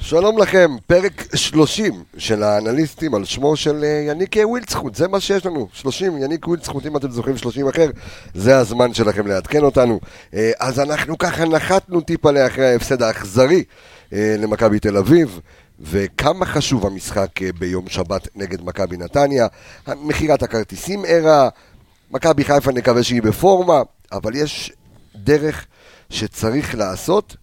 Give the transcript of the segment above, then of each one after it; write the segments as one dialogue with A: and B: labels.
A: שלום לכם, פרק 30 של האנליסטים על שמו של אה, יניק אה, ווילצחוט, זה מה שיש לנו, 30, יניק ווילצחוט, אם אתם זוכרים 30 אחר, זה הזמן שלכם לעדכן אותנו. אה, אז אנחנו ככה נחתנו טיפה לאחרי ההפסד האכזרי אה, למכבי תל אביב. וכמה חשוב המשחק אה, ביום שבת נגד מכבי נתניה, מכירת הכרטיסים ערה, מכבי חיפה נקווה שהיא בפורמה, אבל יש דרך שצריך לעשות,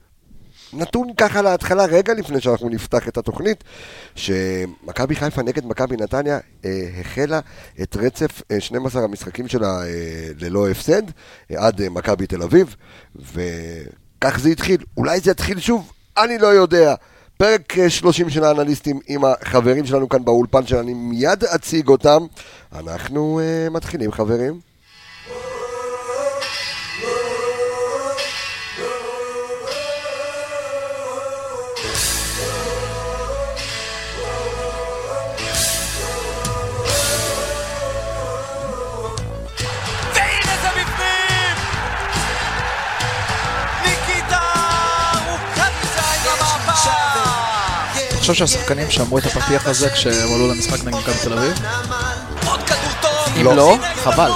A: נתון ככה להתחלה, רגע לפני שאנחנו נפתח את התוכנית, שמכבי חיפה נגד מכבי נתניה אה, החלה את רצף אה, 12 המשחקים שלה אה, ללא הפסד, אה, עד אה, מכבי תל אביב, וכך זה התחיל. אולי זה יתחיל שוב, אני לא יודע. פרק אה, 30 של האנליסטים עם החברים שלנו כאן באולפן, שאני מיד אציג אותם. אנחנו אה, מתחילים, חברים.
B: והנה זה בפנים! ניקיטה ארוכת מדי במעבר!
C: אה, אתה חושב שהשחקנים שמעו את הפתיח הזה כשהם עלו למשחק נגד מכבי תל אביב?
B: עוד כדור טוב!
C: אם לא,
B: הנה הכדור,
C: חבל.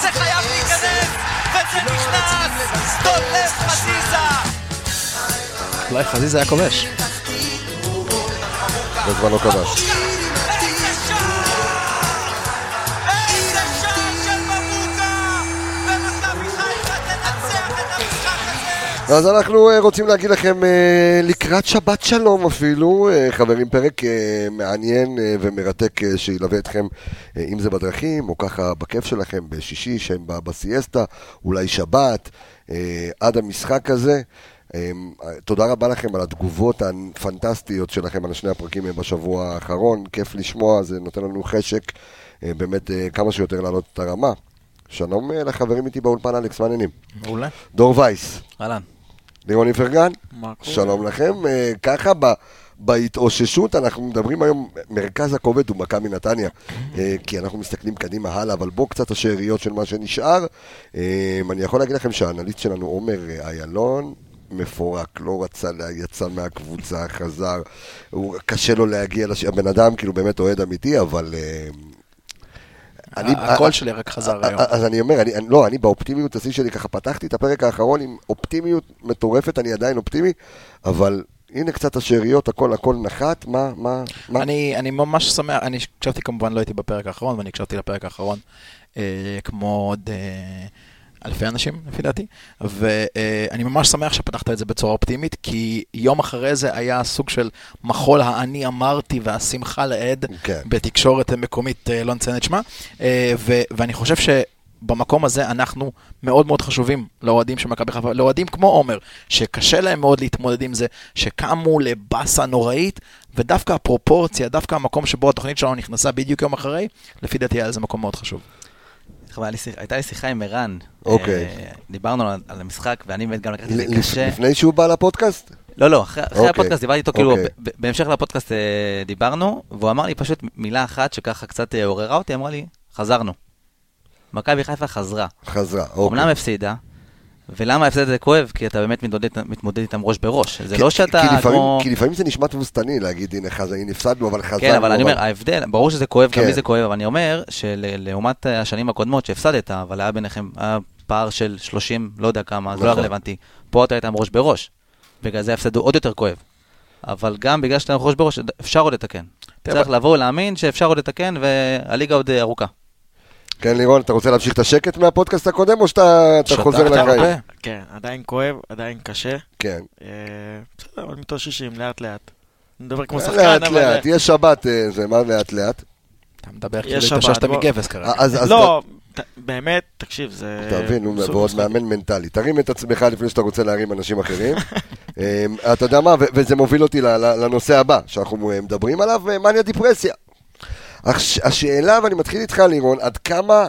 B: זה חייב להיכנס! וזה נכנס! דולף חזיזה!
C: אולי חזיזה היה כובש.
A: בזמן לא כבש.
B: איזה שער! איזה שער של מבוקה! ומכבי חיפה תנצח את המשחק הזה!
A: אז אנחנו אה, רוצים להגיד לכם אה, לקראת שבת שלום אפילו, אה, חברים, פרק אה, מעניין אה, ומרתק אה, שילווה אתכם, אה, אם זה בדרכים, או ככה בכיף שלכם, בשישי, שם ב- בסיאסטה, אולי שבת, אה, עד המשחק הזה. אה, תודה רבה לכם על התגובות הפנטסטיות שלכם על שני הפרקים אה, בשבוע האחרון, כיף לשמוע, זה נותן לנו חשק אה, באמת אה, כמה שיותר להעלות את הרמה. שלום אה, לחברים איתי באולפן, אלכס, מה העניינים?
C: מעולה.
A: דור וייס.
C: אהלן.
A: לירון איפרגן,
C: מה קורה?
A: שלום לכם. אה, ככה ב- בהתאוששות, אנחנו מדברים היום, מרכז הכובד הוא מכבי נתניה, אה, כי אנחנו מסתכלים קדימה הלאה, אבל בואו קצת השאריות של מה שנשאר. אה, אני יכול להגיד לכם שהאנליסט שלנו, עומר אה, איילון, מפורק, לא רצה, לה- יצא מהקבוצה, חזר, הוא, קשה לו להגיע, לש... הבן אדם כאילו באמת אוהד אמיתי, אבל... אה,
C: הקול שלי רק חזר היום.
A: אז אני אומר, אני, אני- לא, אני באופטימיות השיא שלי, ככה פתחתי את הפרק האחרון עם אופטימיות מטורפת, אני עדיין אופטימי, אבל הנה קצת השאריות, הכל הכל נחת, מה, מה, מה,
C: אה, אני, אני ממש שמח, אני הקשבתי כמובן, לא הייתי בפרק האחרון, ואני הקשבתי לפרק האחרון אה, כמו עוד אה, אלפי אנשים, לפי דעתי, ואני ממש שמח שפתחת את זה בצורה אופטימית, כי יום אחרי זה היה סוג של מחול האני אמרתי והשמחה לעד
A: כן.
C: בתקשורת מקומית, אה, לא נציין את שמה, אה, ו, ואני חושב ש... במקום הזה אנחנו מאוד מאוד חשובים לאוהדים של מכבי חיפה, לאוהדים כמו עומר, שקשה להם מאוד להתמודד עם זה, שקמו לבאסה נוראית, ודווקא הפרופורציה, דווקא המקום שבו התוכנית שלנו נכנסה בדיוק יום אחרי, לפי דעתי היה לזה מקום מאוד חשוב.
D: חבל, היה לי שיח- הייתה לי שיחה עם ערן.
A: אוקיי.
D: אה, דיברנו על- על המשחק, ואני באמת גם לקחתי את זה
A: ל- לפ-
D: קשה.
A: לפני שהוא בא לפודקאסט?
D: לא, לא, אחרי אחרי
A: אוקיי.
D: הפודקאסט דיברתי איתו, כאילו,
A: אוקיי.
D: ב- ב- בהמשך לפודקאסט אה, דיברנו, והוא אמר לי פשוט מילה אחת שככה קצת אה, עוררה אותי, אמרה לי, חזרנו. מכבי חיפה חזרה.
A: חזרה,
D: אומנם
A: אוקיי.
D: הפסידה, ולמה ההפסד הזה כואב? כי אתה באמת מתמודד- מתמודד איתם ראש בראש. זה
A: כי-
D: לא
A: כי-
D: שאתה
A: כי לפעמים-
D: כמו...
A: כי לפעמים זה נשמע תבוסתני להגיד, הנה חז- הנה הפסדנו, אבל חזרנו.
D: כן, אבל אני אומר, ההבדל, ברור שזה כואב,
A: כן.
D: גם לי זה כואב, אבל אני אומר שלעומת השנים הקודמות שהפסדת, אבל היה ביניכם, היה פער של 30, לא יודע כמה, זה לא היה
A: נכון.
D: רלוונטי. פה אתה היית עם ראש בראש, בגלל זה ההפסד הוא עוד יותר כואב. אבל גם בגלל שאתה עם ראש בראש, אפשר עוד לתקן.
C: תראה,
D: צריך לבוא להאמין שאפשר עוד לתקן, והליגה עוד אה, ארוכה.
A: כן, לירון, אתה רוצה להמשיך את השקט מהפודקאסט הקודם, או שאתה אתה חוזר
C: שטחת
A: לחיים?
C: הרבה?
E: כן, עדיין כואב, עדיין קשה.
A: כן.
E: אה, בסדר, אבל מתאוששים לאט לאט. אני מדבר כמו שחקן,
A: אה, לאט
E: אבל...
A: לאט, יש שבת, אה, זה מה לאט לאט?
C: אתה מדבר
E: יש
C: כאילו
E: שבת,
C: התאוששת
E: בוא.
C: מגבס כרגע.
A: אז- אז
E: לא, ת- באמת, תקשיב, זה...
A: תבין, הוא
E: סוג
A: ועוד
E: משחק.
A: מאמן מנטלי. תרים את עצמך לפני שאתה רוצה להרים אנשים אחרים. אמ, אתה יודע מה, ו- וזה מוביל אותי ל- ל- לנושא הבא שאנחנו אה, מדברים עליו, אה, מניה דיפרסיה. הש- השאלה, ואני מתחיל איתך, לירון, עד כמה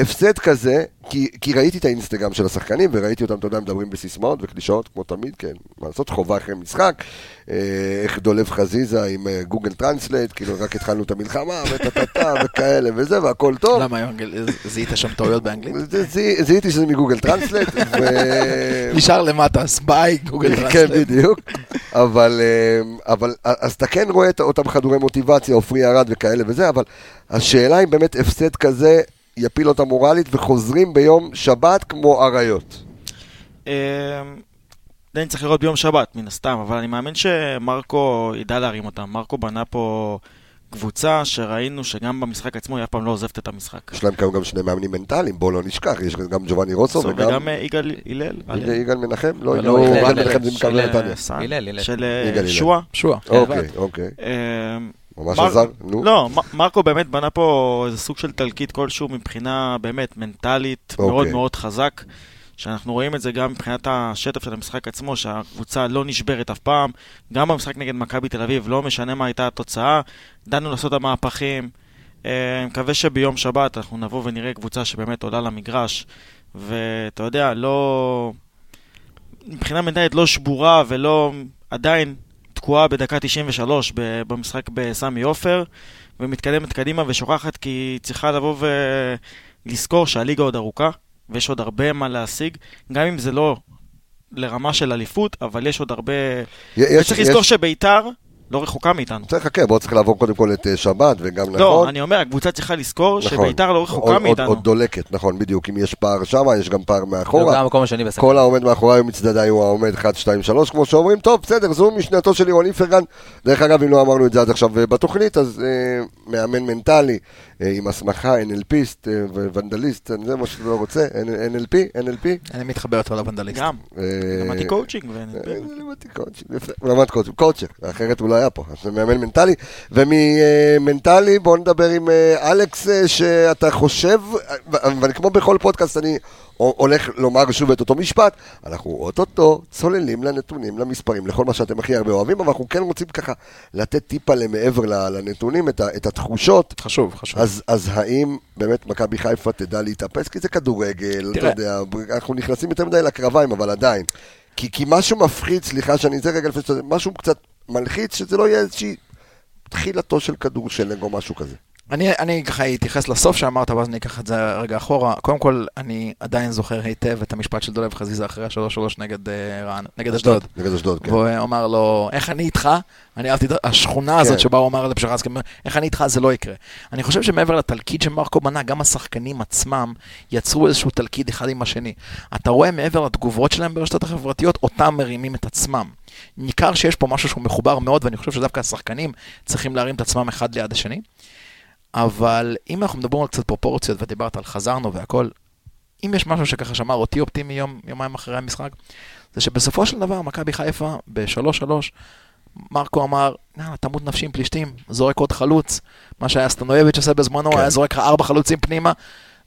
A: הפסד כזה, כי, כי ראיתי את האינסטגרם של השחקנים, וראיתי אותם, אתה יודע, מדברים בסיסמאות וקלישאות, כמו תמיד, כן, מה לעשות, חובה אחרי משחק, אה, איך דולב חזיזה עם אה, גוגל טרנסלייט, כאילו, רק התחלנו את המלחמה, וטה-טה-טה, וכאלה, וזה, והכל טוב.
C: למה היום גיל- זיהית שם טעויות באנגלית?
A: זה- זה- זיהיתי שזה מגוגל טרנסלט, ו...
C: נשאר למטה, סביי, גוגל
A: אה. כן,
C: טרנסלייט.
A: בדיוק. אבל, אה, אבל אז אתה כן רואה את אותם חדורי מוטיבציה, עופרי ארד וכאלה וזה, אבל השאלה אם באמת הפסד כזה יפיל אותם מורלית וחוזרים ביום שבת כמו אריות.
E: אמ, זה אני צריך לראות ביום שבת, מן הסתם, אבל אני מאמין שמרקו ידע להרים אותם. מרקו בנה פה קבוצה שראינו שגם במשחק עצמו היא אף פעם לא עוזבת את המשחק.
A: יש להם כיום גם שני מאמנים מנטליים, בואו לא נשכח, יש גם ג'ובאני רוסו לא וגם
E: וגם אה, יגאל הלל, הלל,
A: יגאל מנחם, לא,
D: לא,
A: יגאל
D: הלל,
A: יגאל
D: הלל,
A: מנחם זה
E: אה, של
A: מכבי נתניה.
E: אה, סאן,
D: הלל, הלל.
E: של
A: יגאל
E: אה,
A: הלל.
E: שועה.
C: שועה.
A: אוקיי, אוקיי.
E: אמ,
A: ממש
E: מר-
A: עזר, נו.
E: לא, מ- מרקו באמת בנה פה איזה סוג של תלקיט כלשהו מבחינה באמת מנטלית
A: אוקיי.
E: מאוד מאוד חזק. שאנחנו רואים את זה גם מבחינת השטף של המשחק עצמו, שהקבוצה לא נשברת אף פעם. גם במשחק נגד מכבי תל אביב, לא משנה מה הייתה התוצאה, ידענו לעשות את המהפכים. אה, מקווה שביום שבת אנחנו נבוא ונראה קבוצה שבאמת עולה למגרש, ואתה יודע, לא... מבחינה מנטלית לא שבורה ולא עדיין תקועה בדקה 93 ב- במשחק בסמי עופר, ומתקדמת קדימה ושוכחת כי היא צריכה לבוא ולזכור שהליגה עוד ארוכה, ויש עוד הרבה מה להשיג, גם אם זה לא לרמה של אליפות, אבל יש עוד הרבה...
A: יש-
E: וצריך
A: יש-
E: לזכור שביתר לא רחוקה מאיתנו.
A: צריך לחכה, בואו צריך לעבור קודם כל את אה, שבת וגם נכון.
E: לא, אני אומר, הקבוצה צריכה לזכור
A: נכון.
E: שביתר לא
A: עוד-
E: רחוקה
A: עוד-
E: מאיתנו.
A: עוד דולקת, נכון, בדיוק. אם יש פער שמה, יש גם פער
D: הוא
A: מאחורה.
D: גם המקום השני בסקר.
A: כל העומד מאחוריי ומצדדיי הוא העומד 1, 2, 3, כמו שאומרים. טוב, בסדר, זו משנתו של לירון איפרגן. דרך אגב, אם לא אמרנו את זה עד עכשיו אה, בתוכנית, אז אה, מאמן מנטלי אה, עם הסמכה, NLPיסט אה, וונדליסט, זה מה שאתה לא רוצה, NLP, NLP.
C: אני מתחבר אותו לוונדליסט.
E: גם,
A: אה,
E: למדתי קואוצ'ינג. ו-
A: אה, למדתי קואוצ'ינג, יפה. הוא למד קואוצ'ינג, קואוצ'ר, אחרת הוא לא היה פה, אז זה מאמן מנטלי. וממנטלי, בואו נדבר עם אה, אלכס, אה, שאתה חושב, אה, ו- ואני כמו בכל פודקאסט, אני הו- הולך לומר שוב את אותו משפט, אנחנו אוטוטו צוללים לנתונים, למספרים, לכל מה שאתם הכי הרבה אוהבים, אבל אנחנו כן רוצים ככה לתת טיפה למעבר ל- לנתונים, את ה- את התחושות.
C: חשוב, חשוב.
A: אז, אז האם באמת מכבי חיפה תדע להתאפס? כי זה כדורגל, אתה
C: תראה.
A: יודע, אנחנו נכנסים יותר מדי לקרביים, אבל עדיין. כי, כי משהו מפחיד, סליחה שאני זה רגע לפני שאתה... משהו קצת מלחיץ, שזה לא יהיה איזושהי תחילתו של כדור שלג או משהו כזה.
C: אני, אני ככה אתייחס לסוף שאמרת, ואז אני אקח את זה רגע אחורה. קודם כל, אני עדיין זוכר היטב את המשפט של דולב חזיזה אחרי ה-3-3 נגד אה, רענ... נגד אשדוד.
A: נגד אשדוד, כן.
C: והוא אמר לו, איך אני איתך? אני אהבתי את השכונה
A: כן.
C: הזאת שבה הוא אמר לפשרנסקי, איך אני איתך? זה לא יקרה. אני חושב שמעבר לתלכיד שמרקו בנה, גם השחקנים עצמם יצרו איזשהו תלכיד אחד עם השני. אתה רואה מעבר לתגובות שלהם ברשתות החברתיות, אותם מרימים את עצמם. ניכר שיש פה משהו שהוא מחובר מאוד, ואני חושב שדווקא השחקנים צריכים להרים את עצמם אחד ליד השני. אבל אם אנחנו מדברים על קצת פרופורציות, ודיברת על חזרנו והכל, אם יש משהו שככה שמר אותי אופטימי יום, יומיים אחרי המשחק, זה שבסופו של דבר מכבי חיפה ב-3-3, מרקו אמר, "נא, תמות נפשי עם פלישתים, זורק עוד חלוץ, מה שהיה סטנויביץ' עשה בזמנו,
A: כן.
C: היה זורק לך ארבע חלוצים פנימה,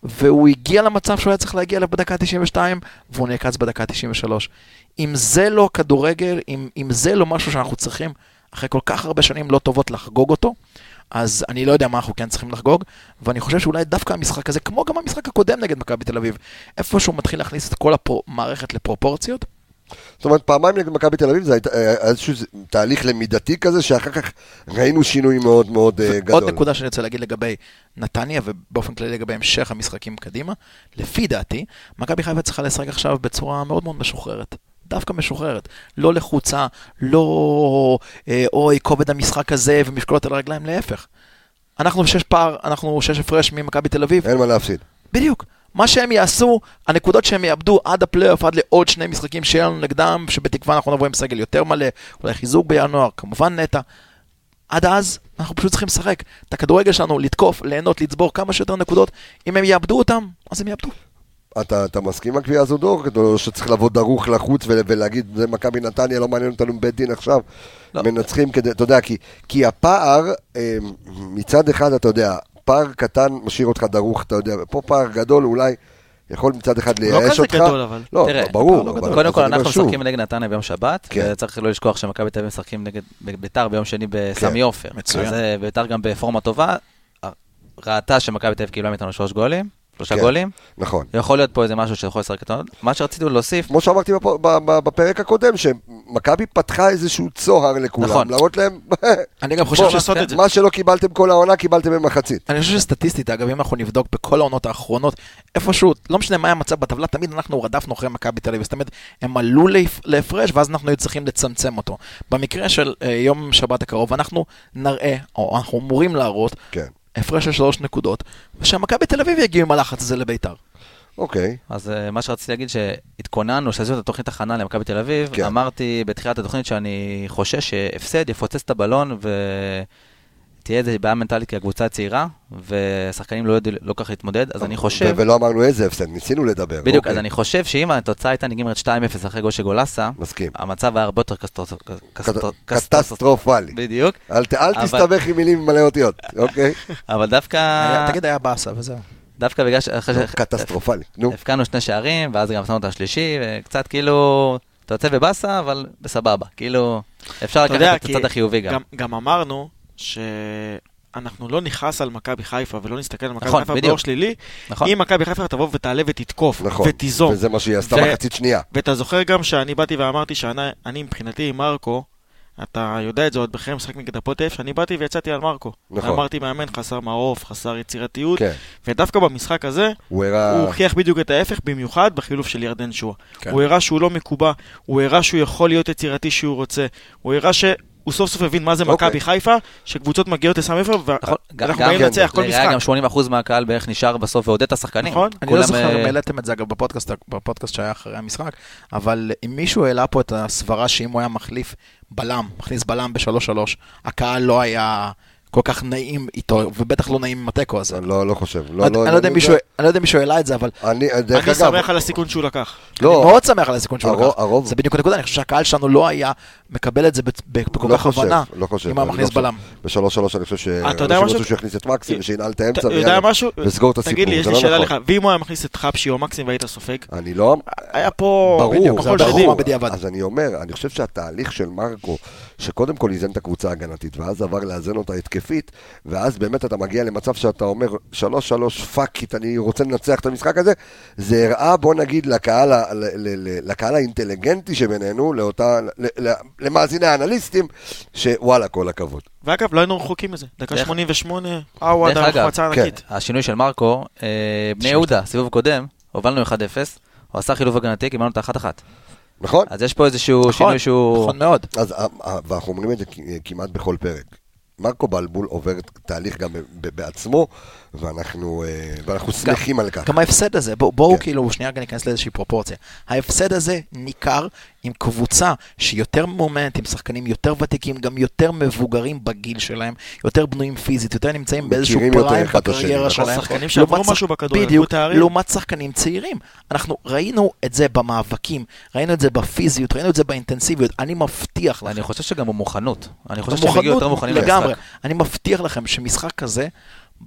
C: והוא הגיע למצב שהוא היה צריך להגיע אליו בדקה 92, והוא נעקץ בדקה 93. אם זה לא כדורגל, אם, אם זה לא משהו שאנחנו צריכים, אחרי כל כך הרבה שנים לא טובות לחגוג אותו, אז אני לא יודע מה אנחנו כן צריכים לחגוג, ואני חושב שאולי דווקא המשחק הזה, כמו גם המשחק הקודם נגד מכבי תל אביב, איפה שהוא מתחיל להכניס את כל המערכת לפרופורציות,
A: זאת אומרת, פעמיים נגד מכבי תל אביב זה הייתה- היה איזשהו תהליך למידתי כזה, שאחר כך ראינו שינוי מאוד מאוד אה, גדול.
C: עוד נקודה שאני רוצה להגיד לגבי נתניה, ובאופן כללי לגבי המשך המשחקים קדימה, לפי דעתי, מכבי חיפה צריכה לשחק עכשיו בצורה מאוד מאוד משוחררת. דווקא משוחררת, לא לחוצה, לא אה, אוי, כובד המשחק הזה ומשקולות על הרגליים, להפך. אנחנו שש פער, אנחנו שש הפרש ממכבי תל אביב,
A: אין מה להפסיד.
C: בדיוק. מה שהם יעשו, הנקודות שהם יאבדו עד הפלייאוף, עד לעוד שני משחקים שיהיה לנו נגדם, שבתקווה אנחנו נבוא עם סגל יותר מלא, אולי חיזוק בינואר, כמובן נטע. עד אז, אנחנו פשוט צריכים לשחק את הכדורגל שלנו, לתקוף, ליהנות, לצבור כמה שיותר נקודות. אם הם יאבדו אותם, אז הם יאבדו.
A: אתה, אתה מסכים עם הקביעה הזו, דור? או שצריך לבוא דרוך לחוץ ול, ולהגיד, זה מכבי נתניה, לא מעניין אותנו בית דין עכשיו. לא.
C: לא.
A: מנצחים כדי, אתה יודע, כי, כי הפער, אה, מצד אחד, אתה יודע, פער קטן משאיר אותך דרוך, אתה יודע, פה פער גדול אולי יכול מצד אחד
E: לא
A: לייאש
E: כזה
A: אותך.
E: גדול, אבל.
A: לא,
D: תראה,
A: ברור.
C: הפער לא
A: אבל-
C: גדול.
A: אז
D: קודם כל,
A: אני אומר
D: אנחנו
A: שוב,
D: משחקים נגד נתניה ביום שבת,
A: כן.
D: וצריך לא לשכוח שמכבי תל אביב משחקים נגד ביתר ביום שני
A: כן,
D: בסמי עופר.
C: מצוין.
D: אה, אז אה, ביתר גם בפורמה טובה, ראתה שמכבי תל אביב קיבלה מאיתנו שלוש גולים, שלושה
A: כן.
D: גולים.
A: נכון.
D: יכול להיות פה איזה משהו שיכול לשחק איתו. מה שרציתי להוסיף,
A: כמו שאמרתי בפ- ב- ב- בפרק הקודם, שמכבי פתחה איזשהו צוהר לכולם.
D: נכון.
A: להראות להם,
C: אני גם חושב
A: בוא,
E: בוא,
C: ש...
E: לעשות את זה.
A: מה שלא קיבלתם כל העונה, קיבלתם במחצית.
C: אני חושב שסטטיסטית, אגב, אם אנחנו נבדוק בכל העונות האחרונות, איפשהו, לא משנה מה היה המצב בטבלה, תמיד אנחנו רדפנו אחרי מכבי תל אביב, זאת אומרת, הם עלו להפ- להפרש, ואז אנחנו היו צריכים לצמצם אותו. במקרה של אה, יום שבת הקרוב, אנחנו נראה, או אנחנו אמורים להראות,
A: כן.
C: הפרש של שלוש נקודות, ושהמכבי תל אביב יגיעו עם הלחץ הזה לביתר.
A: אוקיי.
D: אז אה, מה שרציתי להגיד, שהתכוננו, שזאת התוכנית הכנה למכבי תל אביב.
A: כן.
D: אמרתי בתחילת התוכנית שאני חושש שהפסד יפוצץ את הבלון ותהיה איזה בעיה מנטלית כקבוצה צעירה, והשחקנים לא יודעים לא כל כך להתמודד, אז אני חושב...
A: ו- ולא אמרנו איזה הפסד, ניסינו לדבר.
D: בדיוק,
A: אוקיי.
D: אז אני חושב שאם התוצאה הייתה נגמרת 2-0 אחרי גול של גולסה,
A: מסכים.
D: המצב היה הרבה יותר קסטרופ- קס-
A: קט-
D: קסטרופ-
A: קטסטרופלי.
D: בדיוק,
A: אל ת- אל
D: אבל-
A: תסתבך עם מילים מלא אותיות, אוקיי?
D: אבל דווקא...
C: היה- תגיד, היה באסה וזהו.
D: דווקא בגלל ש... אחרי
A: לא,
D: ש-
A: קטסטרופלי. נו,
D: הפקענו שני שערים, ואז גם שמנו את השלישי, וקצת כאילו, אתה יוצא בבאסה, אבל בסבבה. כאילו, אפשר
E: אתה יודע,
D: לקחת את
E: כי
D: הצד החיובי גם.
E: גם, גם אמרנו שאנחנו לא נכעס על מכבי חיפה ולא נסתכל על מכבי
D: נכון,
E: חיפה
D: בדיוק.
E: באור שלילי,
D: נכון?
E: אם מכבי חיפה תבוא ותעלה ותתקוף,
A: נכון.
E: ותיזום.
A: וזה מה שהיא עשתה
E: ו-
A: מחצית שנייה.
E: ואתה זוכר גם שאני באתי ואמרתי שאני אני מבחינתי מרקו, אתה יודע את זה עוד בחיי משחק נגד הפועל תל אביב, שאני באתי ויצאתי על מרקו.
A: נכון.
E: אמרתי מאמן חסר מעוף, חסר יצירתיות,
A: כן. אה.
E: ודווקא במשחק הזה,
A: הוא הראה...
E: הוא הוכיח בדיוק את ההפך, במיוחד בחילוף של ירדן שואה.
C: כן.
E: הוא הראה שהוא לא מקובע, הוא הראה שהוא יכול להיות יצירתי שהוא רוצה, הוא הראה שהוא סוף סוף הבין מה זה
A: אוקיי.
E: מכבי חיפה, שקבוצות מגיעות לסמי עופר,
D: נכון, גם-
E: ואנחנו
D: גם-
E: באים
A: כן,
E: לנצח כל משחק.
D: לראיה, גם 80% מהקהל בערך נשאר בסוף ועודד את השחקנים.
E: נכון.
C: אני לא
D: כולם,
C: זוכר
D: אה,
C: אם העליתם את זה, אגב, בפודקאסט, בפודקאסט שהיה אחרי המשחק, אבל אם מישהו העלה פה את הסברה שאם הוא היה מחליף בלם, מכניס בלם ב-3-3, הקהל לא היה כל כך נעים איתו, ובטח לא נעים עם התיקו הזה.
A: אני לא לא חושב. לא-
C: אני
A: לא-
C: אני לא יודע אם
A: אני-
C: מישהו- אני לא יודע אם מישהו העלה את זה, אבל
A: אני, דרך
E: אני
A: אגב,
E: שמח על הסיכון שהוא לקח.
C: אני
A: לא,
C: מאוד שמח על הסיכון שהוא
A: הרוב-
C: לקח.
A: הרוב-
C: זה בדיוק הנקודה, אני חושב שהקהל שלנו לא היה מקבל את זה בצ- ב- בכל
A: לא
C: כך
A: חושב,
C: הבנה,
A: לא חושב,
C: אם היה
A: אני
C: מכניס
A: לא חושב.
C: בלם.
A: בשלוש שלוש אני חושב ש...
E: אה, אתה יודע
A: אנשים
E: משהו? אה,
A: רצו שהוא יכניס את מקסים, שינעל את
E: אתה
A: האמצע,
E: יודע
A: ויאללה,
E: משהו?
A: נסגור את הסיפור,
E: תגיד לי, יש
A: זה
E: לי
A: לא
E: שאלה לך,
A: נכון.
E: ואם הוא היה מכניס את חבשי או מקסים והיית סופג?
A: אני לא...
E: היה פה...
A: ברור,
C: בדיוק,
A: זה
C: זה
E: הכל
C: ברור.
E: שדים.
C: חוכמה בדיעבד.
A: אז אני אומר, אני חושב שהתהליך של מרקו, שקודם כל איזן את הקבוצה ההגנתית, ואז עבר לאזן אותה התקפית, ואז באמת אתה מגיע למצב שאתה אומר, שלוש שלוש פאק איט, אני רוצה לנצח את המשחק הזה, זה הראה, בוא נגיד, לקהל, ה- ל- ל- ל- לקהל האינטליגנטי שבינינו, לאותה, ל- ל- למאזיני האנליסטים, שוואלה, כל הכבוד.
E: ואגב, לא היינו רחוקים מזה. דקה אה,
D: דרך-
E: 88, וואו,
D: דרך
E: עדיין
D: אגב,
E: החמצה
A: כן.
E: ענקית.
D: השינוי של מרקו, אה, בני יהודה, סיבוב קודם, הובלנו 1-0, הוא עשה חילוף הגנתי, קיבלנו את האחת-אחת.
A: נכון?
D: אז יש פה איזשהו
C: נכון,
D: שינוי שהוא...
C: נכון מאוד.
A: אז ה- ה- ואנחנו אומרים את זה כ- כמעט בכל פרק. מרקו בלבול עובר תהליך גם ב- בעצמו, ואנחנו, אה, ואנחנו שמחים על כך.
C: גם ההפסד הזה, בוא- בואו
A: כן.
C: כאילו שנייה רגע ניכנס לאיזושהי פרופורציה. ההפסד הזה ניכר עם קבוצה שהיא יותר מומנט, עם שחקנים יותר ותיקים, גם יותר מבוגרים בגיל שלהם, יותר בנויים פיזית, יותר נמצאים באיזשהו
A: מכירים יותר
C: פריים
A: אחד את השני,
C: בקריירה
A: נכון.
C: שלהם.
E: שחקנים שעברו
C: לעומת שח-
E: משהו בכדורגל,
C: בדיוק,
E: תארים.
C: לעומת שחקנים צעירים. אנחנו ראינו את זה במאבקים, ראינו את זה בפיזיות, ראינו את זה באינטנסיביות. אני מבטיח לכם.
D: אני חושב שגם במוכנות. אני חושב שהם הגיעו יותר מוכנים
C: לגמרי.
D: למשחק.
C: אני מבטיח לכם שמשחק כזה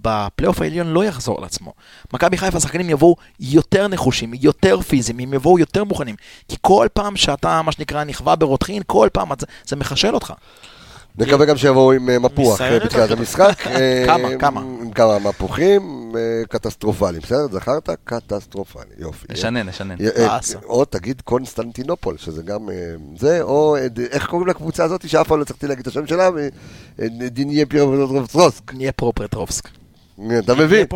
C: בפלייאוף העליון לא יחזור על עצמו. מכבי חיפה, השחקנים יבואו יותר נחושים, יותר פיזיים, הם יבואו יותר מוכנים. כי כל פעם שאתה, מה שנקרא, נכווה ברותחין, כל פעם את- זה מחשל אותך.
A: נקווה גם שיבואו עם אה, מפוח
E: ניסיון
A: אה, בתחילת
E: יותר
A: המשחק. אה,
C: כמה, כמה?
A: עם כמה מפוחים אה, קטסטרופליים, בסדר? זכרת? קטסטרופליים, יופי.
D: נשנן, נשנן.
A: אה, אה,
C: באסה.
A: או תגיד קונסטנטינופול, שזה גם אה, זה, או אה, ד- איך קוראים לקבוצה הזאת, שאף פעם לא הצלחתי להגיד את השם שלה, אה, אה, דיניה פירוברטרופסקוט.
C: נהיה פרופרטרובסק.
A: אתה מבין?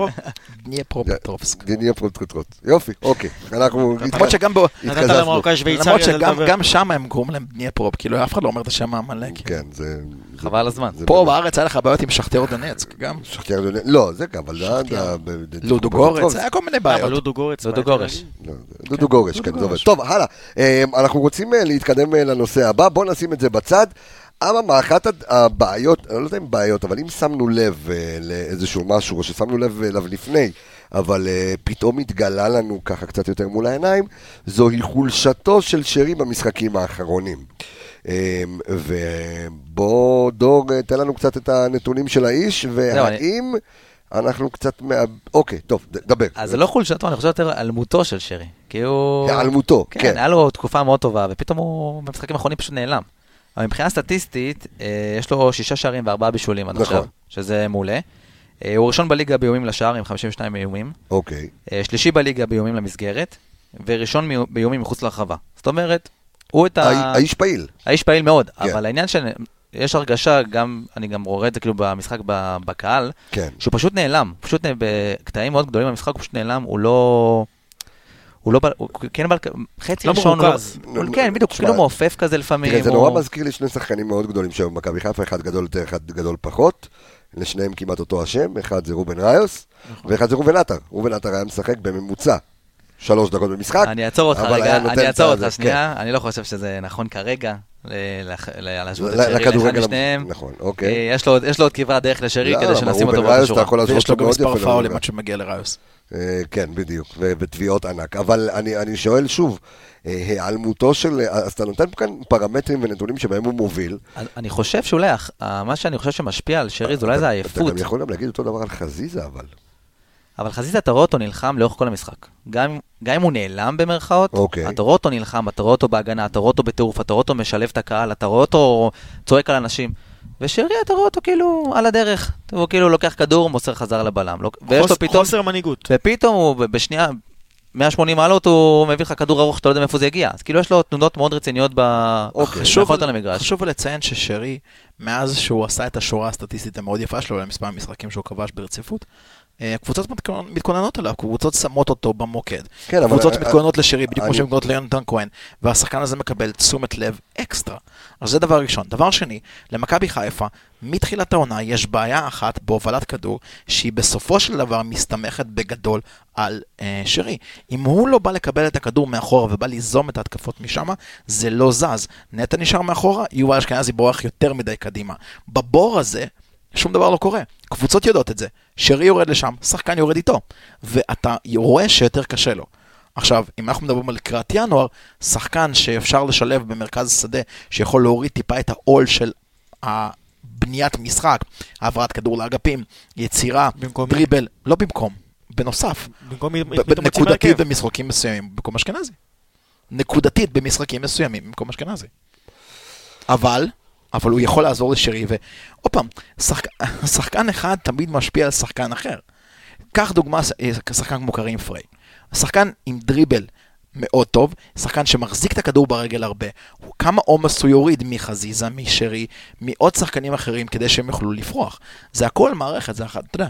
C: נהיה פרופרטרובסק.
A: דיניה פירוברטרובסקוט. יופי, אוקיי. אנחנו...
C: למרות שגם ב...
E: נתת
A: התקזזנו.
E: למרוקאי שוויצרי
C: למרות
E: הזה
C: שגם
E: לדבר.
C: גם שם הם קוראים להם דניה פרופ, כאילו אף אחד לא אומר את השם המלא. כאילו.
A: כן, זה...
D: חבל על הזמן.
A: זה-
C: פה בארץ היה לך בעיות עם שכתר דונצק, גם
A: שחטיאר דונ- לא, זה גם, אבל... זה-
C: שחטיאר.
A: ב- ב-
C: לודו גורץ, היה כל מיני
E: אבל
C: בעיות.
E: לודו גורץ.
D: לודו
E: בעיה
D: גורש.
E: תל אביב.
A: לא, דודו גורש, כן, זה עובד. טוב, הלאה. אה, אנחנו רוצים אה, להתקדם אה, לנושא הבא, בואו נשים את זה בצד. אממה, אחת הד- הבעיות, אני לא יודע אם בעיות, אבל אם שמנו לב אה, לאיזשהו משהו, או ששמנו לב אה, אליו לפני, אבל אה, פתאום התגלה לנו ככה קצת יותר מול העיניים, זוהי חולשתו של שרי במשחקים האחרונים. אה, ובוא, דור, אה, תן לנו קצת את הנתונים של האיש, והאם אנחנו קצת... מאב- אוקיי, טוב, ד- דבר.
D: אז זה לא חולשתו, אני חושב יותר על מותו של שרי. כי הוא...
A: היעלמותו, כן.
D: כן, היה לו תקופה מאוד טובה, ופתאום הוא במשחקים האחרונים פשוט נעלם. אבל מבחינה סטטיסטית, אה, יש לו שישה שערים וארבעה בישולים עד
A: נכון.
D: עכשיו, שזה מעולה. אה, הוא ראשון בליגה באיומים לשער עם 52 איומים,
A: אוקיי.
D: אה, שלישי בליגה באיומים למסגרת, וראשון מאיו- באיומים מחוץ לרחבה. זאת אומרת, הוא את ה...
A: האי- האיש פעיל.
D: האיש פעיל מאוד,
A: כן.
D: אבל העניין שיש הרגשה, גם, אני גם רואה את זה כאילו במשחק ב- בקהל,
A: כן.
D: שהוא פשוט נעלם, פשוט נ- בקטעים מאוד גדולים במשחק הוא פשוט נעלם, הוא לא... הוא לא... ב- הוא כן, אבל חצי
E: לא
D: ראשון...
E: מרוכז.
D: הוא- כן, בדיוק,
A: תשמע,
D: כאילו מעופף כזה לפעמים.
A: תראה, זה
D: הוא-
A: נורא מזכיר לי שני שחקנים מאוד גדולים שהיו במכבי חיפה, אחד גדול יותר, אחד גדול פחות. לשניהם כמעט אותו השם, אחד זה ראובן ראיוס,
D: נכון.
A: ואחד זה ראובן עטר. ראובן עטר היה משחק בממוצע שלוש דקות במשחק.
D: אני אעצור אותך
A: אבל
D: רגע,
A: היה נותן
D: אני אעצור
A: את כן.
D: אותך
A: הזה,
D: שנייה, אני לא חושב שזה נכון כרגע. ל- לח- ל- להשוות את
A: ל-
D: שרי
A: לכדורגל
D: לאחד
A: המ-
D: משניהם.
A: נכון, אוקיי.
D: אה, יש לו עוד- יש לו עוד כברת דרך לשרי
A: לא,
D: כדי
A: אבל
D: שנשים אותו
A: ראובן ראיוס,
D: באותה
A: אתה יכול
D: שורה.
A: להשוות
C: ויש לו
A: אותו
C: גם
A: מאוד
C: מספר
A: יפה
C: פאולים
A: לראובן.
C: עד שמגיע לראיוס.
A: אה, כן, בדיוק, ובתביעות ענק. אבל אני, אני שואל שוב, אה, היעלמותו של... אה, אז אתה נותן כאן פרמטרים ונתונים שבהם הוא מוביל.
D: אז אני חושב שאולי הח- ה- מה שאני חושב שמשפיע על שרי זה אולי זה
A: אתה
D: העייפות,
A: גם יכול גם להגיד אותו דבר על חזיזה, אבל.
D: אבל חזיזה אתה רואה אותו נלחם לאורך כל המשחק. גם גם אם הוא נעלם במרכאות,
A: אוקיי.
D: אתה רואה אותו נלחם, אתה רואה אותו בהגנה, אתה רואה אותו בטירוף, אתה רואה אותו משלב את הקהל, אתה רואה אותו צועק על אנשים. ושרי אתה רואה אותו כאילו על הדרך, הוא כאילו לוקח כדור, מוסר חזר לבלם. לוק- ויש לו
E: חוס-
D: פתאום
E: חוסר מנהיגות.
D: ופתאום הוא ב- בשנייה, 180 מעלות, הוא מביא לך כדור ארוך שאתה לא יודע מאיפה זה הגיע. אז כאילו יש לו תנודות מאוד רציניות ב...
A: אוקיי.
D: חשוב על המגרש.
C: חשוב לציין ששרי, מאז שהוא עשה את השורה הסטטיסטית המאוד יפה שלו, למספר המשחקים שהוא כבש ברציפות, אה, קבוצות מתכונ- מתכוננות אליו, קבוצות שמות אותו במוקד.
A: כן, אבל-
C: קבוצות
A: אה,
C: מתכוננות לשרי, בדיוק כמו
A: אני-
C: שהן מתכוננות ליונתן כהן, והשחקן הזה מקבל תשומת לב אקסטרה. אז זה דבר ראשון. דבר שני, למכבי חיפה, מתחילת העונה יש בעיה אחת בהובלת כדור, שהיא בסופו של דבר מסתמכת בגדול על אה, שרי. אם הוא לא בא לקבל את הכדור מאחורה ובא ליזום את ההתקפות משם, זה לא זז. נטע נשאר מאחורה, יובל אשכנזי בורח יותר מדי קדימה. בבור הזה, שום דבר לא קורה. קבוצות יודעות את זה. שרי יורד לשם, שחקן יורד איתו. ואתה רואה שיותר קשה לו. עכשיו, אם אנחנו מדברים על לקראת ינואר, שחקן שאפשר לשלב במרכז השדה, שיכול להוריד טיפה את העול של הבניית משחק, העברת כדור לאגפים, יצירה,
E: במקום-
C: דריבל, לא במקום, בנוסף,
E: במקום מי- מי
C: ב-
E: פתאום מוציא
C: נקודתית
E: מהרכב.
C: במשחקים מסוימים, במקום אשכנזי. נקודתית במשחקים מסוימים, במקום אשכנזי. אבל, אבל הוא יכול לעזור לשרי, ועוד פעם, שחק... שחקן אחד תמיד משפיע על שחקן אחר. קח דוגמה, ש- שחקן כמו קרים פריי. שחקן עם דריבל מאוד טוב, שחקן שמחזיק את הכדור ברגל הרבה. הוא- כמה עומס הוא יוריד מחזיזה, משרי, מעוד שחקנים אחרים, כדי שהם יוכלו לפרוח. זה הכל מערכת, זה אחת, אתה יודע.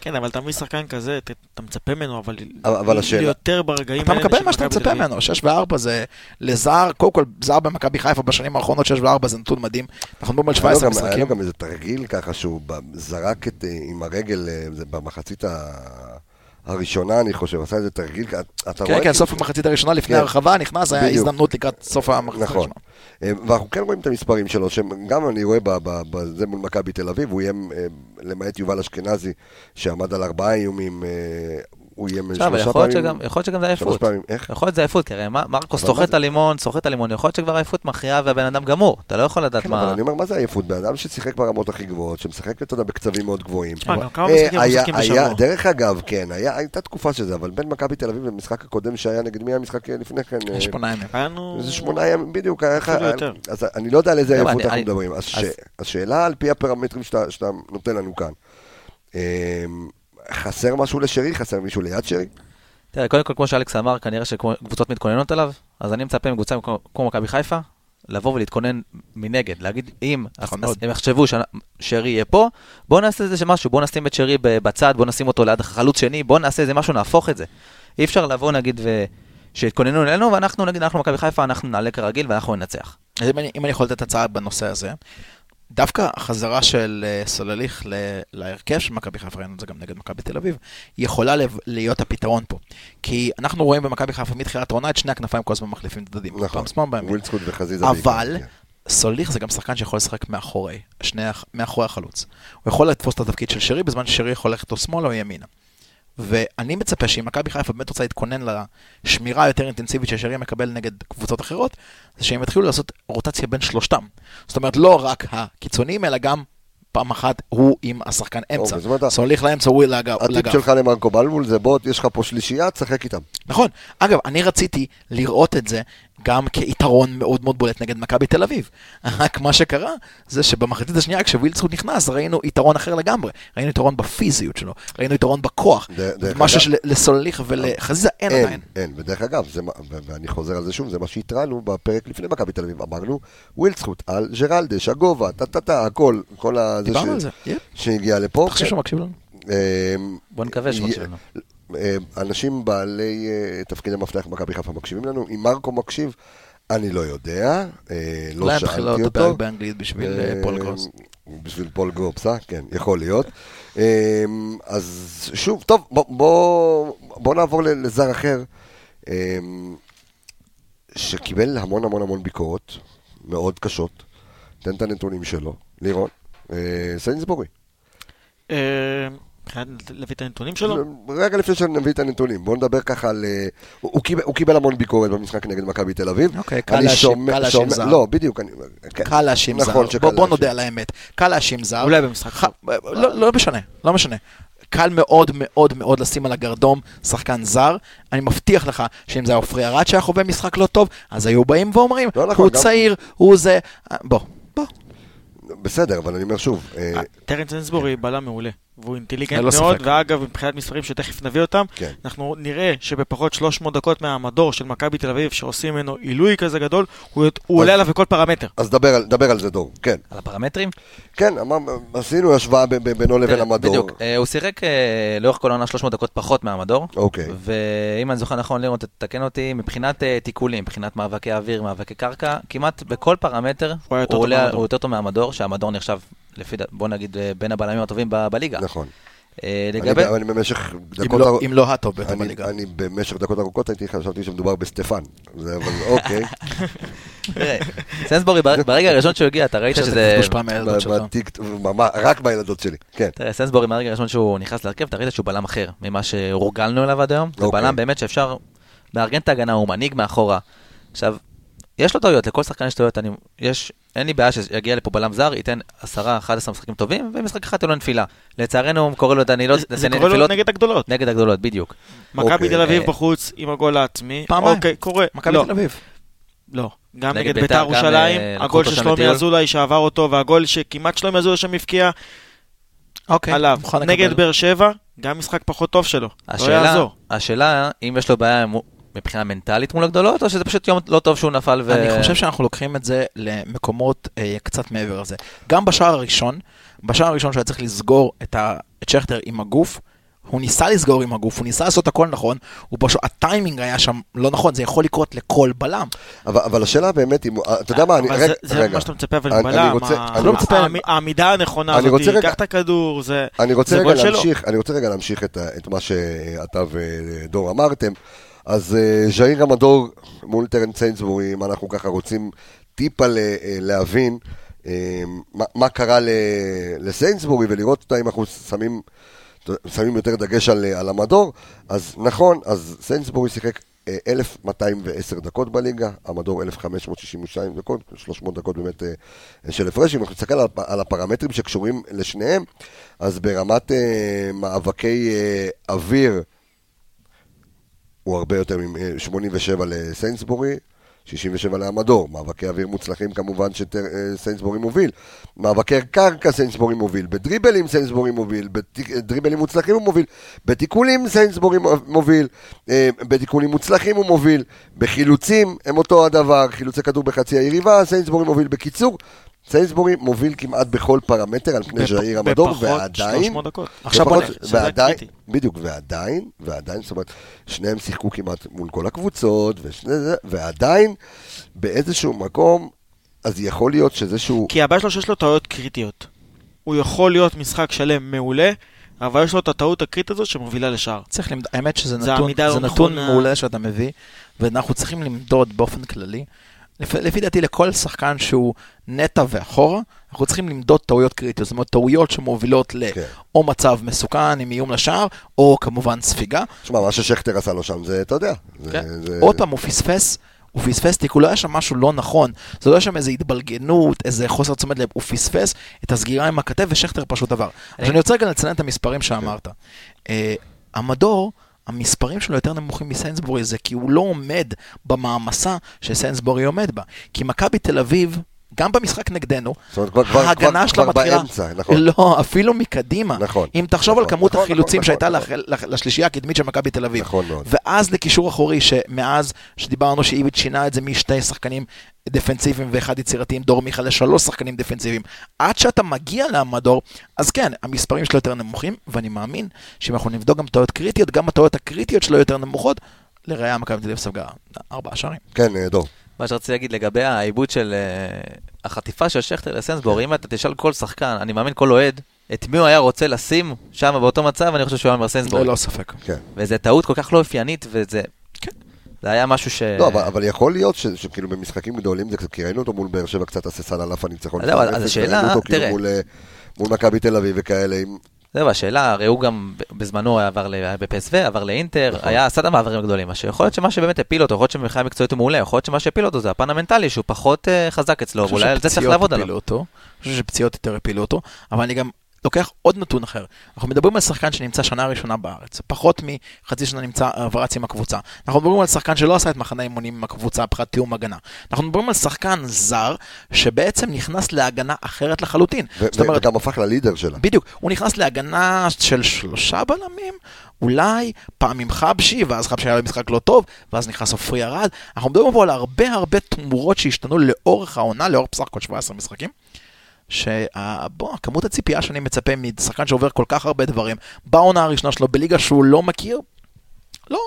E: כן, אבל אתה מביא שחקן כזה, ת- אתה מצפה ממנו, אבל...
A: אבל- אבל השאלה-
E: יותר ברגעים
C: אתה
E: האלה
C: מקבל
E: של
C: מה שאתה
E: מכבי תל
C: מצפה
E: אביב.
C: ממנו, 6 ו-4 זה לזר, קודם כל זר במכבי חיפה בשנים האחרונות 6 ו-4 זה נתון מדהים, אנחנו מדברים על
A: היה לו לא,
C: 17
A: גם- היה לו
C: משחקים,
A: גם איזה תרגיל ככה שהוא ב- זרק את, אה, עם הרגל אה, זה במחצית ה... הראשונה, אני חושב, עשה איזה תרגיל, כ- אתה רואה...
C: כן כן
A: כאילו-
C: סוף המחצית הראשונה לפני
A: כן.
C: הרחבה נכנס, היה
A: בדיוק.
C: הזדמנות לקראת סוף המחצית
A: נכון.
C: הראשונה.
A: אה, ואנחנו כן רואים את המספרים שלו, שגם אני רואה ב- ב- בזה מול מכבי תל אביב, הוא איים, אה, למעט יובל אשכנזי, שעמד על ארבעה איומים, אה, הוא איים
D: עכשיו, אבל
A: שלושה
D: יכול להיות
A: פעמים.
D: שגם- יכול להיות שגם זה
A: שלוש
D: עייפות.
A: פעמים, איך?
D: יכול להיות שזה עייפות, כי הרי מה- מרקוס
A: אבל מה
D: סוחט את
A: זה?
D: הלימון, סוחט את הלימון, יכול להיות שכבר העייפות מכריעה והבן אדם גמור, אתה לא יכול לדעת
A: כן, אבל
D: מה...
A: אני אומר, מה זה עייפות? בן אדם ששיחק ברמות הכי גבוהות, שמשחק, אתה יודע, בקצבים מאוד גבוהים.
E: תשמע, גם כמה
A: אה,
E: משחקים
A: היה-
E: משחקים
A: היה-
E: בשבוע?
A: דרך אגב, כן, היה- הייתה תקופה של זה, אבל בין מכבי תל אביב למשחק הקודם שהיה, נגד מי היה המשחק לפני כן? אה,
C: יש פה נעים.
E: היה לנו...
A: איזה שמונה ימים, בדיוק, היה לך...
E: אפילו יותר.
A: אז אני לא יודע על איזה
D: לא,
A: עייפות
D: אני-
A: אנחנו
D: אני-
A: מדברים. אז ש-
D: אז-
A: השאלה על פי הפרמטרים שאתה שאתה נותן לנו כאן. אה, חסר משהו לשרי? חסר מישהו ליד שרי?
D: תראה, קודם כל, כמו שאלכס אמר, כנראה שקבוצות מתכוננות אליו, אז אני מצפה מקבוצה כמו- כמו מכבי חיפה, לבוא ולהתכונן מנגד, להגיד, אם אז-
A: נכון
D: אז
C: מאוד.
D: הם יחשבו שאנ- שרי יהיה פה, בואו נעשה איזה משהו, בואו נשים את שרי ב- בצד, בואו נשים אותו ליד חלוץ שני, בואו נעשה איזה משהו, נהפוך את זה. אי אפשר לבוא, נגיד, ו... שיתכוננו אלינו, ואנחנו נגיד, אנחנו מכבי חיפה, אנחנו נעלה כרגיל ואנחנו ננצח.
C: אז אם אני- אם אני יכול לתת הצעה בנושא הזה, דווקא החזרה של אה, סולליך ל- להרכב של מכבי חיפה, ראינו את זה גם נגד מכבי תל אביב, יכולה לב- להיות הפתרון פה. כי אנחנו רואים במכבי חיפה מתחילת העונה את שני הכנפיים כל הזמן מחליפים צדדים.
A: נכון.
C: פעם שמאל, פעם ימין.
A: ווילצקוט וחזיזה.
C: אבל
A: בעיקר, כן.
C: סוליך זה גם שחקן שיכול לשחק מאחורי, שני, הח- מאחורי החלוץ. הוא יכול לתפוס את התפקיד של שרי בזמן ששרי יכול ללכת או שמאלה או ימינה. ואני מצפה שאם מכבי חיפה באמת רוצה להתכונן לשמירה היותר אינטנסיבית ששרי מקבל נגד קבוצות אחרות, זה שהם יתחילו לעשות רוטציה בין שלושתם. זאת אומרת, לא רק הקיצוניים, אלא גם פעם אחת הוא עם השחקן אמצע.
A: אוקיי, זאת אומרת,
C: סוליך לאמצע, הוא לאגף.
A: כן. הטיפ שלך למרקו בלבול זה בוא, יש לך פה שלישייה, תשחק איתם.
C: נכון. אגב, אני רציתי לראות את זה גם כיתרון מאוד מאוד בולט נגד מכבי תל אביב. רק מה שקרה, זה שבמחצית השנייה, כשווילצחוט נכנס, ראינו יתרון אחר לגמרי. ראינו יתרון בפיזיות שלו, ראינו יתרון בכוח.
A: ד- דרך
C: משהו
A: אגב- אה,
C: שלסולליך ולחזיזה אין
A: אין,
C: עדיין.
A: אין, ודרך אגב, זה מה- ו- ואני חוזר על זה שוב, זה מה שהתרענו בפרק לפני מכבי תל אביב, אמרנו, ווילצחוט על ג'רלדש, הגובה, טה-טה-טה, הכל, כל ה...
C: דיברנו
A: ש- אוקיי.
C: על זה, יפ.
A: שהגיע לפה. אה,
C: אתה חושב שהוא מקשיב לנו?
A: אמ,
D: בוא נקווה שהוא
A: י-
D: מקשיב לנו.
A: אמ, אנשים בעלי אה, תפקיד המפתח במכבי חיפה מקשיבים לנו, אם מרקו מקשיב, אני לא יודע, אה, לא
C: אולי
A: שאלתי אותו.
C: נתחיל לעלות את הפרק באנגלית בשביל אה,
A: אה,
C: פול גרוס.
A: בשביל פול גרופס, אה? כן, יכול להיות. אה, אז שוב, טוב, בוא, בוא, בוא נעבור ל- לזר אחר, אה, שקיבל המון המון המון ביקורות, מאוד קשות. תן את הנתונים שלו, לירון. אה, סיינסבורי.
E: אה, מבחינת להביא את הנתונים שלו?
A: רגע לפני שנביא את הנתונים, בואו נדבר ככה על... אה, הוא, הוא, קיבל, הוא קיבל המון ביקורת במשחק נגד מכבי תל אביב.
C: אוקיי, קל
A: אני
C: להאשים-
A: שומע-
C: קל להאשים
A: שומע-
C: זר.
A: לא, בדיוק. אני, כן,
C: קל להאשים
A: נכון
C: זר.
A: שקל
C: בוא, בוא
A: להאשים.
C: נודה על האמת. קל להאשים זר.
E: אולי במשחק
C: ח... לא, לא משנה, לא משנה. קל מאוד מאוד מאוד לשים על הגרדום שחקן זר. אני מבטיח לך שאם זה היה עופרי ארד שהיה חווה משחק לא טוב, אז היו באים ואומרים,
A: לא נכון,
C: הוא
A: גם-
C: צעיר, הוא זה... אה, בוא, בוא.
A: בסדר, אבל אני אומר שוב, אה, כן.
E: אה, טרנס אינסבורי היא בלם מעולה, והוא אינטליגנט
C: ללא
E: מאוד,
C: ספק.
E: ואגב, מבחינת מספרים שתכף נביא אותם,
A: כן.
E: אנחנו נראה שבפחות 300 דקות מהמדור של מכבי תל אביב, שעושים ממנו עילוי כזה גדול, הוא הוא עולה עליו בכל פרמטר.
A: אז דבר על, דבר על זה דור, כן.
D: על הפרמטרים?
A: כן, אמר, עשינו השוואה ב- ב- בינו לבין
D: תראה,
A: המדור.
D: בדיוק. אה, הוא שיחק אה, לאורך כל העונה 300 דקות פחות מהמדור.
A: אוקיי.
D: ואם אני זוכר נכון, לירון, תתקן אותי, מבחינת אה, תיקולים, מבחינת מאבקי אוויר, מאבקי קרקע, כמעט בכל פרמטר
E: היה
D: הוא
E: יותר טוב
D: עולה-
E: מהמדור.
D: הוא יותר טוב מהמדור, שהמדור נחשב, לפי ד- בוא נגיד, אה, בין הבלמים הטובים ב- בליגה.
A: נכון.
D: אה,
A: אני,
D: לגבי...
A: אני במשך
C: אם
A: דקות...
C: לא,
A: ארוכ-
C: אם לא הטוב ביותר
A: אני,
C: בליגה.
A: אני במשך דקות ארוכות הייתי חשבתי שמדובר בסטפן. זה אבל אוקיי.
D: תראה, סנסבורי, בר- ברגע הראשון שהוא הגיע, אתה ראית
C: אני חושב
D: שזה...
C: שזה דפדוש פעם
A: ב-
C: מהילדות שלו.
A: בטיק- ממש- רק בילדות שלי, כן.
D: תראה, סנסבורי מהרגע הראשון שהוא נכנס להרכב, אתה ראית שהוא בלם אחר ממה שהורגלנו אליו עד היום. זה
A: אוקיי.
D: בלם באמת שאפשר לארגן את ההגנה, הוא מנהיג מאחורה. עכשיו, יש לו טעויות, לכל שחקן יש טעויות. אני, יש, אין לי בעיה שיגיע לפה בלם זר, ייתן 10-11 משחקים טובים, ומשחק אחד תהיה לו נפילה. לצערנו, קורא לו דנילות,
E: זה- זה
D: דניאל
E: קורה לו
D: נפילות
E: נגד הגדולות.
D: נגד הגדולות, בדיוק.
E: מכבי
A: אוקיי.
E: תל אביב
D: אה,
E: בחוץ עם הגול העצמי.
C: פעמיים.
E: אוקיי, קורה.
C: מכבי
E: לא,
C: תל אביב.
E: לא. גם
D: נגד
E: נגד
D: ביתר,
E: ביתר
D: גם,
E: ירושלים,
D: אה, לקחו
E: הגול
D: אותו
E: של
D: שם
E: שלומי
D: לטיול.
E: אזולאי שעבר אותו, והגול שכמעט שלומי אזולאי שם הבקיע
C: אוקיי,
E: עליו.
C: מוכן
E: נגד
C: לקבל.
E: באר שבע, גם משחק פחות טוב שלו. לא
D: השאלה,
E: יעזור.
D: השאלה אם יש לו בעיה עם- מבחינה מנטלית מול הגדולות, או שזה פשוט יום לא טוב שהוא נפל ו...
C: אני חושב שאנחנו לוקחים את זה למקומות אה, קצת מעבר לזה. גם בשער הראשון, בשער הראשון שהיה צריך לסגור את, ה... את שכטר עם הגוף, הוא ניסה לסגור עם הגוף, הוא ניסה לעשות הכל נכון, הוא פשוט, הטיימינג היה שם לא נכון, זה יכול לקרות לכל בלם.
A: אבל אבל השאלה באמת אם... הוא- אתה יודע מה, אני...
E: אבל
A: רגע,
E: זה- זה
A: רגע.
E: מה שאתה מצפה, אבל
A: אני- אני
E: מבלם,
A: רוצה-
E: ה-
A: אני לא רוצה-
E: העמ- העמידה הנכונה
A: אני
E: הזאת,
A: רוצה רגע-
E: קח את הכדור, זה...
A: אני רוצה
E: זה
A: רגע
E: גול שלו.
A: להמשיך, אני רוצה רגע להמשיך את, ה- את מה שאתה ודור אמרתם. אז אה, ז'איר המדור מול טרן סיינסבורי, אם אנחנו ככה רוצים טיפה ל- אה, להבין אה, מה, מה קרה ל- לסיינסבורי ולראות אותה אם אנחנו שמים, שמים יותר דגש על, אה, על המדור, אז נכון, אז סיינסבורי שיחק אה, 1,210 דקות בליגה, המדור 1,562 דקות, 300 דקות באמת אה, של הפרש. אם אנחנו נסתכל על, הפ- על הפרמטרים שקשורים לשניהם, אז ברמת אה, מאבקי אה, אוויר, הוא הרבה יותר מ-87 לסיינסבורי, 67 לעמדור, מאבקי אוויר מוצלחים כמובן שסיינסבורי מוביל, מאבקי קרקע סיינסבורי מוביל, בדריבלים סיינסבורי מוביל, בדריבלים מוצלחים הוא מוביל, בתיקולים סיינסבורי מוביל, אה, בתיקולים מוצלחים הוא מוביל, בחילוצים הם אותו הדבר, חילוצי כדור בחצי היריבה, סיינסבורי מוביל. בקיצור, סיינסבורי מוביל כמעט בכל פרמטר על פני
E: בפ-
A: ז'איר המדור,
E: בפחות
A: ועדיין...
E: 300 דקות.
C: עכשיו בוא
A: לפחות-
E: נ- שזה
A: ועדיין,
E: הקריטי.
A: בדיוק, ועדיין, ועדיין, זאת אומרת, שניהם שיחקו כמעט מול כל הקבוצות, ושני זה, ועדיין, באיזשהו מקום, אז יכול להיות שזה שהוא...
C: כן.
E: כי הבעיה שלו שיש לו טעויות קריטיות. הוא יכול להיות משחק שלם מעולה, אבל יש לו את הטעות הקריטית הזו שמובילה לשער.
C: צריך למד... האמת שזה
E: זה
C: נתון,
E: העמידה
C: זה
E: לא
C: נתון
E: נכונה.
C: מעולה שאתה מביא, ואנחנו צריכים למדוד באופן כללי. לפ... לפי דעתי לכל שחקן שהוא נטע ואחורה, אנחנו צריכים למדוד טעויות קריטיות, זאת אומרת טעויות שמובילות ל...
A: כן.
C: או מצב מסוכן עם איום לשער, או כמובן ספיגה.
A: שמע, מה ששכטר עשה לו שם זה, אתה יודע. זה-
C: כן.
A: זה-
C: עוד פעם, הוא פספס, הוא פספס תיקול, לא היה שם משהו לא נכון, זה לא היה שם איזו התבלגנות, איזה חוסר תשומת לב, הוא פספס את הסגירה עם הכתף ושכטר פשוט עבר. אז אני רוצה רגע לציין את המספרים שאמרת. אה, המדור המספרים שלו יותר נמוכים מסיינסבורי, זה כי הוא לא עומד במעמסה שסיינסבורי עומד בה. כי מכבי תל אביב, גם במשחק נגדנו,
A: זאת אומרת, כבר- כבר-
C: ההגנה
A: כבר-
C: שלה
A: כבר
C: מתחילה...
A: באמצע, נכון.
C: לא, אפילו מקדימה.
A: נכון,
C: אם תחשוב
A: נכון,
C: על כמות
A: נכון,
C: החילוצים
A: נכון,
C: שהייתה
A: נכון,
C: לח- לח- לשלישייה הקדמית של מכבי תל אביב.
A: נכון מאוד.
C: ואז לקישור אחורי, שמאז שדיברנו שאיביץ' שינה את זה משתי שחקנים דפנסיביים ואחד יצירתיים, דור מיכה לשלוש שחקנים דפנסיביים. עד שאתה מגיע למדור, אז כן, המספרים שלו יותר נמוכים, ואני מאמין שאם אנחנו נבדוק גם טעויות קריטיות, גם הטעויות הקריטיות שלו יותר נמוכות. לראיה, מכבי תל אביב ספגה ארבעה שערים.
A: כן, אה, דור.
D: מה שרציתי להגיד לגבי העיבוד של אה, החטיפה של שכטר לסנסבור,
A: כן.
D: אם אתה תשאל כל שחקן, אני מאמין כל אוהד, את מי הוא היה רוצה לשים שם באותו מצב, אני חושב שהוא היה אומר סנסבור.
C: ללא לא, ספק.
A: כן.
D: וזה טעות כל כך לא אופיינית, וזה... זה היה משהו ש...
C: אה.
A: לא, אבל, אבל יכול להיות ש, שכאילו במשחקים גדולים, זה, קצת- כי ראינו אותו מול באר שבע קצת הססן על אף הניצחון.
C: אה,
D: אז
C: לא,
D: זהו, אז
A: 2-0,
D: השאלה,
A: ראינו אותו כאילו
D: תראה.
A: מול, אה, מול מכבי תל אביב וכאלה, עם...
D: זהו, השאלה, הרי הוא גם ב- בזמנו היה עבר ל- היה בפסו, עבר לאינטר,
A: נכון.
D: היה, עשה את המעברים הגדולים, מה שיכול להיות שמה שבאמת הפיל אותו, יכול להיות שמבחינה מקצועית הוא מעולה, יכול להיות שמה שהפיל אותו זה הפן המנטלי, שהוא פחות אה, חזק אצלו, ואולי על זה צריך
C: שפציעות
D: לעבוד
C: הפילו
D: עליו.
C: אותו. אני חושב שפציעות יותר הפילו אותו, אבל אני גם לוקח עוד נתון אחר. אנחנו מדברים על שחקן שנמצא שנה ראשונה בארץ, פחות מחצי שנה נמצא עברץ עם הקבוצה. אנחנו מדברים על שחקן שלא עשה את מחנה אימונים עם הקבוצה, פחת תיאום הגנה. אנחנו מדברים על שחקן זר, שבעצם נכנס להגנה אחרת לחלוטין.
A: ו-
C: זאת אומרת,
A: וגם הפך ללידר שלה.
C: בדיוק, הוא נכנס להגנה של שלושה בלמים, אולי פעם עם חבשי, ואז חבשי היה לו משחק לא טוב, ואז נכנס עופרי ארד. אנחנו מדברים פה על הרבה הרבה תמורות שהשתנו לאורך העונה, לאורך בסך הכל 17 משחקים. שבוא, כמות הציפייה שאני מצפה משחקן שעובר כל כך הרבה דברים, בעונה הראשונה שלו, בליגה שהוא לא מכיר, לא,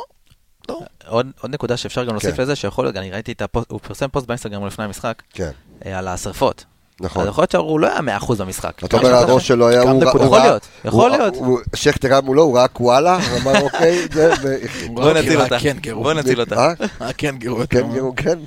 C: לא.
D: עוד עוד נקודה שאפשר גם להוסיף
A: כן.
D: לזה, שיכול להיות, אני ראיתי את הפוסט, הוא פרסם פוסט באינסטגרם לפני המשחק,
A: כן,
D: אה, על השרפות.
A: נכון.
D: אז יכול להיות שהוא לא היה 100% במשחק.
A: אתה אומר,
D: משהו
A: הראש
D: אחר.
A: שלו היה,
C: גם
A: הוא ראה-
C: נקודה.
A: הוא
D: יכול
A: ראה-
D: להיות, יכול
A: הוא-
D: להיות.
A: הוא- שכטר היה מולו, הוא ראה קואלה, הוא אמר אוקיי, זה, ו...
D: בוא נציל
C: רק
D: אותה.
C: כן גירו.
D: בוא נציל אותה.
A: אה?
C: כן גירו.
A: כן, כן.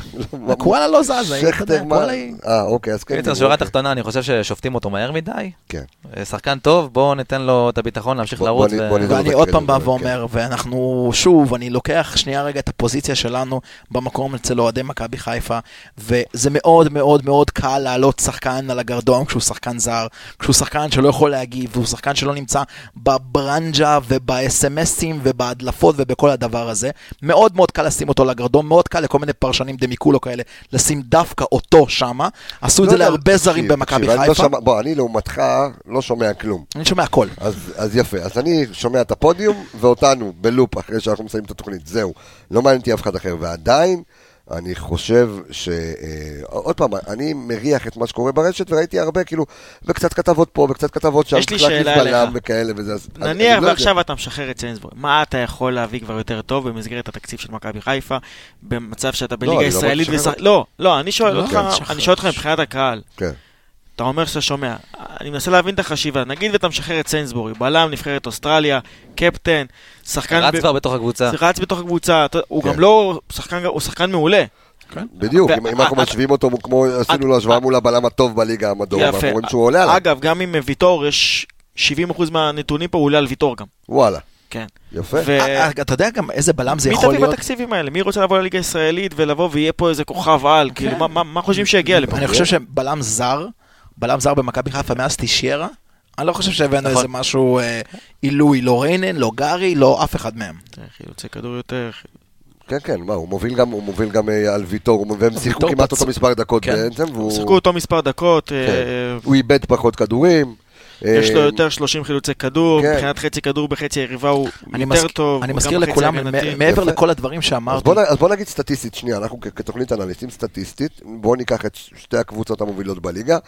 C: הקואלה לא זזה, היא, אתה יודע,
A: שכטר, מה?
C: הקואלה היא...
A: אה, אוקיי, אז כן.
D: קיצר,
A: הוא-
D: שורה
A: אוקיי.
D: תחתונה, אני חושב ששופטים אותו מהר מדי.
A: כן.
D: אה, שחקן טוב, בואו ניתן לו את הביטחון להמשיך
A: בוא-
D: לרוץ.
A: בוא נ-
D: ו-
A: בוא נדבר.
C: ואני
A: בקרדיט,
C: עוד פעם בא
A: כן.
C: ואומר, ואנחנו, שוב, אני לוקח שנייה רגע את הפוזיציה שלנו במקום אצל אוהדי מכבי חיפה, וזה מאוד מאוד מאוד קל להעלות שחקן על הגרדום כשהוא שחקן זר, כשהוא שחקן שלא יכול להגיב, והוא שחקן שלא נמצא בברנז'ה ובאס.אם.אסים ובהדלפות ובכל הדבר הזה. מאוד מאוד קל לשים אותו על הגרדום, מאוד קל לכל מיני פרשנים דמיקולו כאלה לשים דווקא אותו שמה. עשו את
A: לא
C: זה
A: יודע,
C: להרבה זרים
A: תקשיב,
C: במכבי
A: תקשיב, אני לא
C: חיפה.
A: שמע- בוא, אני לעומתך לא שומע כלום.
C: אני שומע הכל.
A: אז, אז יפה, אז אני שומע את הפודיום ואותנו בלופ אחרי שאנחנו מסיימים את התוכנית, זהו. לא מעניין אותי אף אחד אחר, ועדיין אני חושב ש... אה, עוד פעם, אני מריח את מה שקורה ברשת וראיתי הרבה כאילו, וקצת כתבות פה וקצת כתבות שם,
E: יש לי
A: קצת
E: שאלה
A: נפלם
E: אליך.
A: וכאלה וזה, אז... אני-
E: נניח
A: אני לא יודע.
E: ועכשיו אתה משחרר את סיינסבורג, מה אתה יכול להביא כבר יותר טוב במסגרת התקציב של מכבי חיפה, במצב שאתה
A: אני
E: בליגה
A: לא
E: הישראלית
A: משחרר.
E: ושח- לא, לא, אני שואל
C: לא,
E: אותך,
C: כן, שחרר.
E: אני שואל אותך מבחינת הקהל.
A: כן.
E: אתה אומר שאתה שומע, אני מנסה להבין את החשיבה, נגיד ואתה משחרר את סיינסבורי, בלם נבחרת אוסטרליה, קפטן, שחקן...
D: רץ כבר בתוך הקבוצה.
E: רץ בתוך הקבוצה, אתה- הוא
A: כן.
E: גם לא, שחקן- הוא שחקן מעולה.
A: בדיוק,
E: ו-
A: אם אם אנחנו
E: את-
A: משווים אותו כמו,
E: אה,
A: עשינו לו השוואה מול הבלם הטוב בליגה המדור, ואנחנו רואים שהוא עולה עליו,
E: אגב, גם עם אה, ויטור, יש 70% מהנתונים פה, הוא עולה על ויטור גם.
A: וואלה,
E: כן.
A: יפה.
E: ו...
C: אה, אתה יודע גם איזה בלם זה
E: מי
C: יכול
E: תביא
C: להיות?
E: בתקציבים האלה? מי רוצה לבוא לליגה הישראלית ולבוא ויהיה פה איזה כוכב על? כאילו, מה- מה- מה חושבים שיגיע לפה?
C: כן. אני חושב שבלם זר, בלם זר במכבי חיפה מאז תשיירה, אני לא חושב שהבאנו
D: נכון.
C: איזה משהו אה, עילוי, לא ריינן, לא גארי, לא אף אחד מהם.
E: חילוצי אה, כדור יותר.
A: כן, כן, מה, הוא מוביל גם, הוא מוביל גם אה, על ויטור, הוא- והם שיחקו
C: ויטור
A: כמעט
C: פצוע.
A: אותו מספר דקות
C: כן.
A: בעצם, והוא...
E: שיחקו אותו מספר דקות, אה,
A: כן. הוא איבד פחות כדורים.
E: יש לו
A: אה,
E: יותר 30 חילוצי כדור,
A: כן.
E: מבחינת חצי כדור בחצי יריבה הוא
C: אני
E: יותר
C: מזכיר-
E: טוב.
C: אני
E: גם
C: מזכיר
E: בחצי
C: לכולם,
E: הגנתי.
C: מ- מעבר
A: יפה.
C: לכל הדברים
A: אז
C: שאמרתי,
A: בוא, נ- אז בוא נגיד סטטיסטית, שנייה, אנחנו כ- כתוכנית אנליסטים סטטיסטית, בואו ניקח את שתי הקבוצות המובילות בליגה.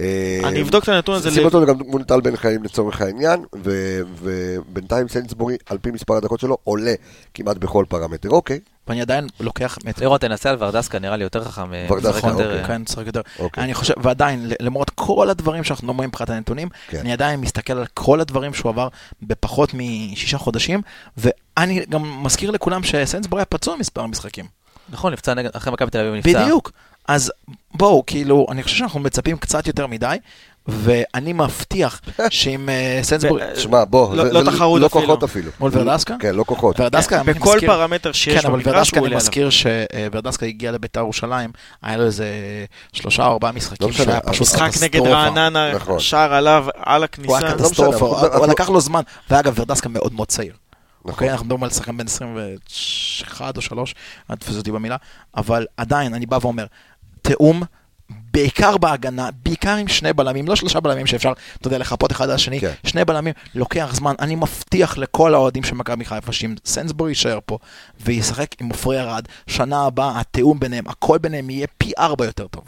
A: אה,
E: אני אבדוק את הנתון הזה.
A: שים
E: ל-
A: אותו גם מול טל בן חיים לצורך העניין, ו- ובינתיים סיינסבורי, על פי מספר הדקות שלו, עולה כמעט בכל פרמטר. אוקיי,
C: ואני עדיין לוקח...
A: אה,
C: את-
D: לירון, תנסה על ורדסקה, נראה לי יותר חכם. אה,
A: ורדסקה,
D: משחק יותר,
A: אוקיי.
D: אה,
C: כן, צריך יותר.
A: אוקיי.
C: אני חושב, ועדיין, ל- למרות כל הדברים שאנחנו אומרים מבחינת הנתונים,
A: כן.
C: אני עדיין מסתכל על כל הדברים שהוא עבר בפחות משישה חודשים, ואני גם מזכיר לכולם שסיינסבורי היה פצוע מספר משחקים.
D: נכון, נפצע נגד- אחרי מכבי תל אביב, הוא נפצע.
C: בדיוק. אז בואו, כאילו, אני חושב שאנחנו מצפים קצת יותר מדי, ואני מבטיח שאם אה, סנסבורי...
E: ו-
A: שמע, בוא,
E: לא-
A: זה-
E: לא
A: זה
E: תחרות
A: לא
E: אפילו.
A: כוחות אפילו.
C: מול ורדסקה?
A: כן, לא כוחות.
D: אה.
C: ורדסקה, אני
E: בכל
C: מזכיר-
E: פרמטר שיש
C: כן, אבל
E: במגרש
C: ורדסקה,
E: הוא
C: אני
E: עולה עליו.
C: מזכיר שוורדסקה הגיע לביתר ירושלים, היה לו איזה שלושה או ארבעה
A: לא
C: משחקים
A: משנה,
C: שהיה פשוט
E: משחק נגד
C: קטסטרופה.
E: רעננה,
A: נכון.
E: שער עליו על
C: הוא היה
E: הכניסה.
A: כן, לא משנה,
C: קטסטרופה,
A: אנחנו- נכון.
C: הוא לקח לו זמן, ואגב, ורדסקה מאוד מאוד צעיר. אוקיי, אנחנו מדברים על שחקן בן 21 או 3, אל תפסו אותי במילה, אבל עדיין, אני בא ואומר, תיאום, בעיקר בהגנה, בעיקר עם שני בלמים, לא שלושה בלמים שאפשר, אתה יודע, לחפות אחד על השני,
A: כן.
C: שני בלמים, לוקח זמן, אני מבטיח לכל האוהדים של מכבי חיפה שאם סנסבורי יישאר פה וישחק עם עופרי ארד, שנה הבאה התיאום ביניהם, הכל ביניהם יהיה פי ארבע יותר טוב.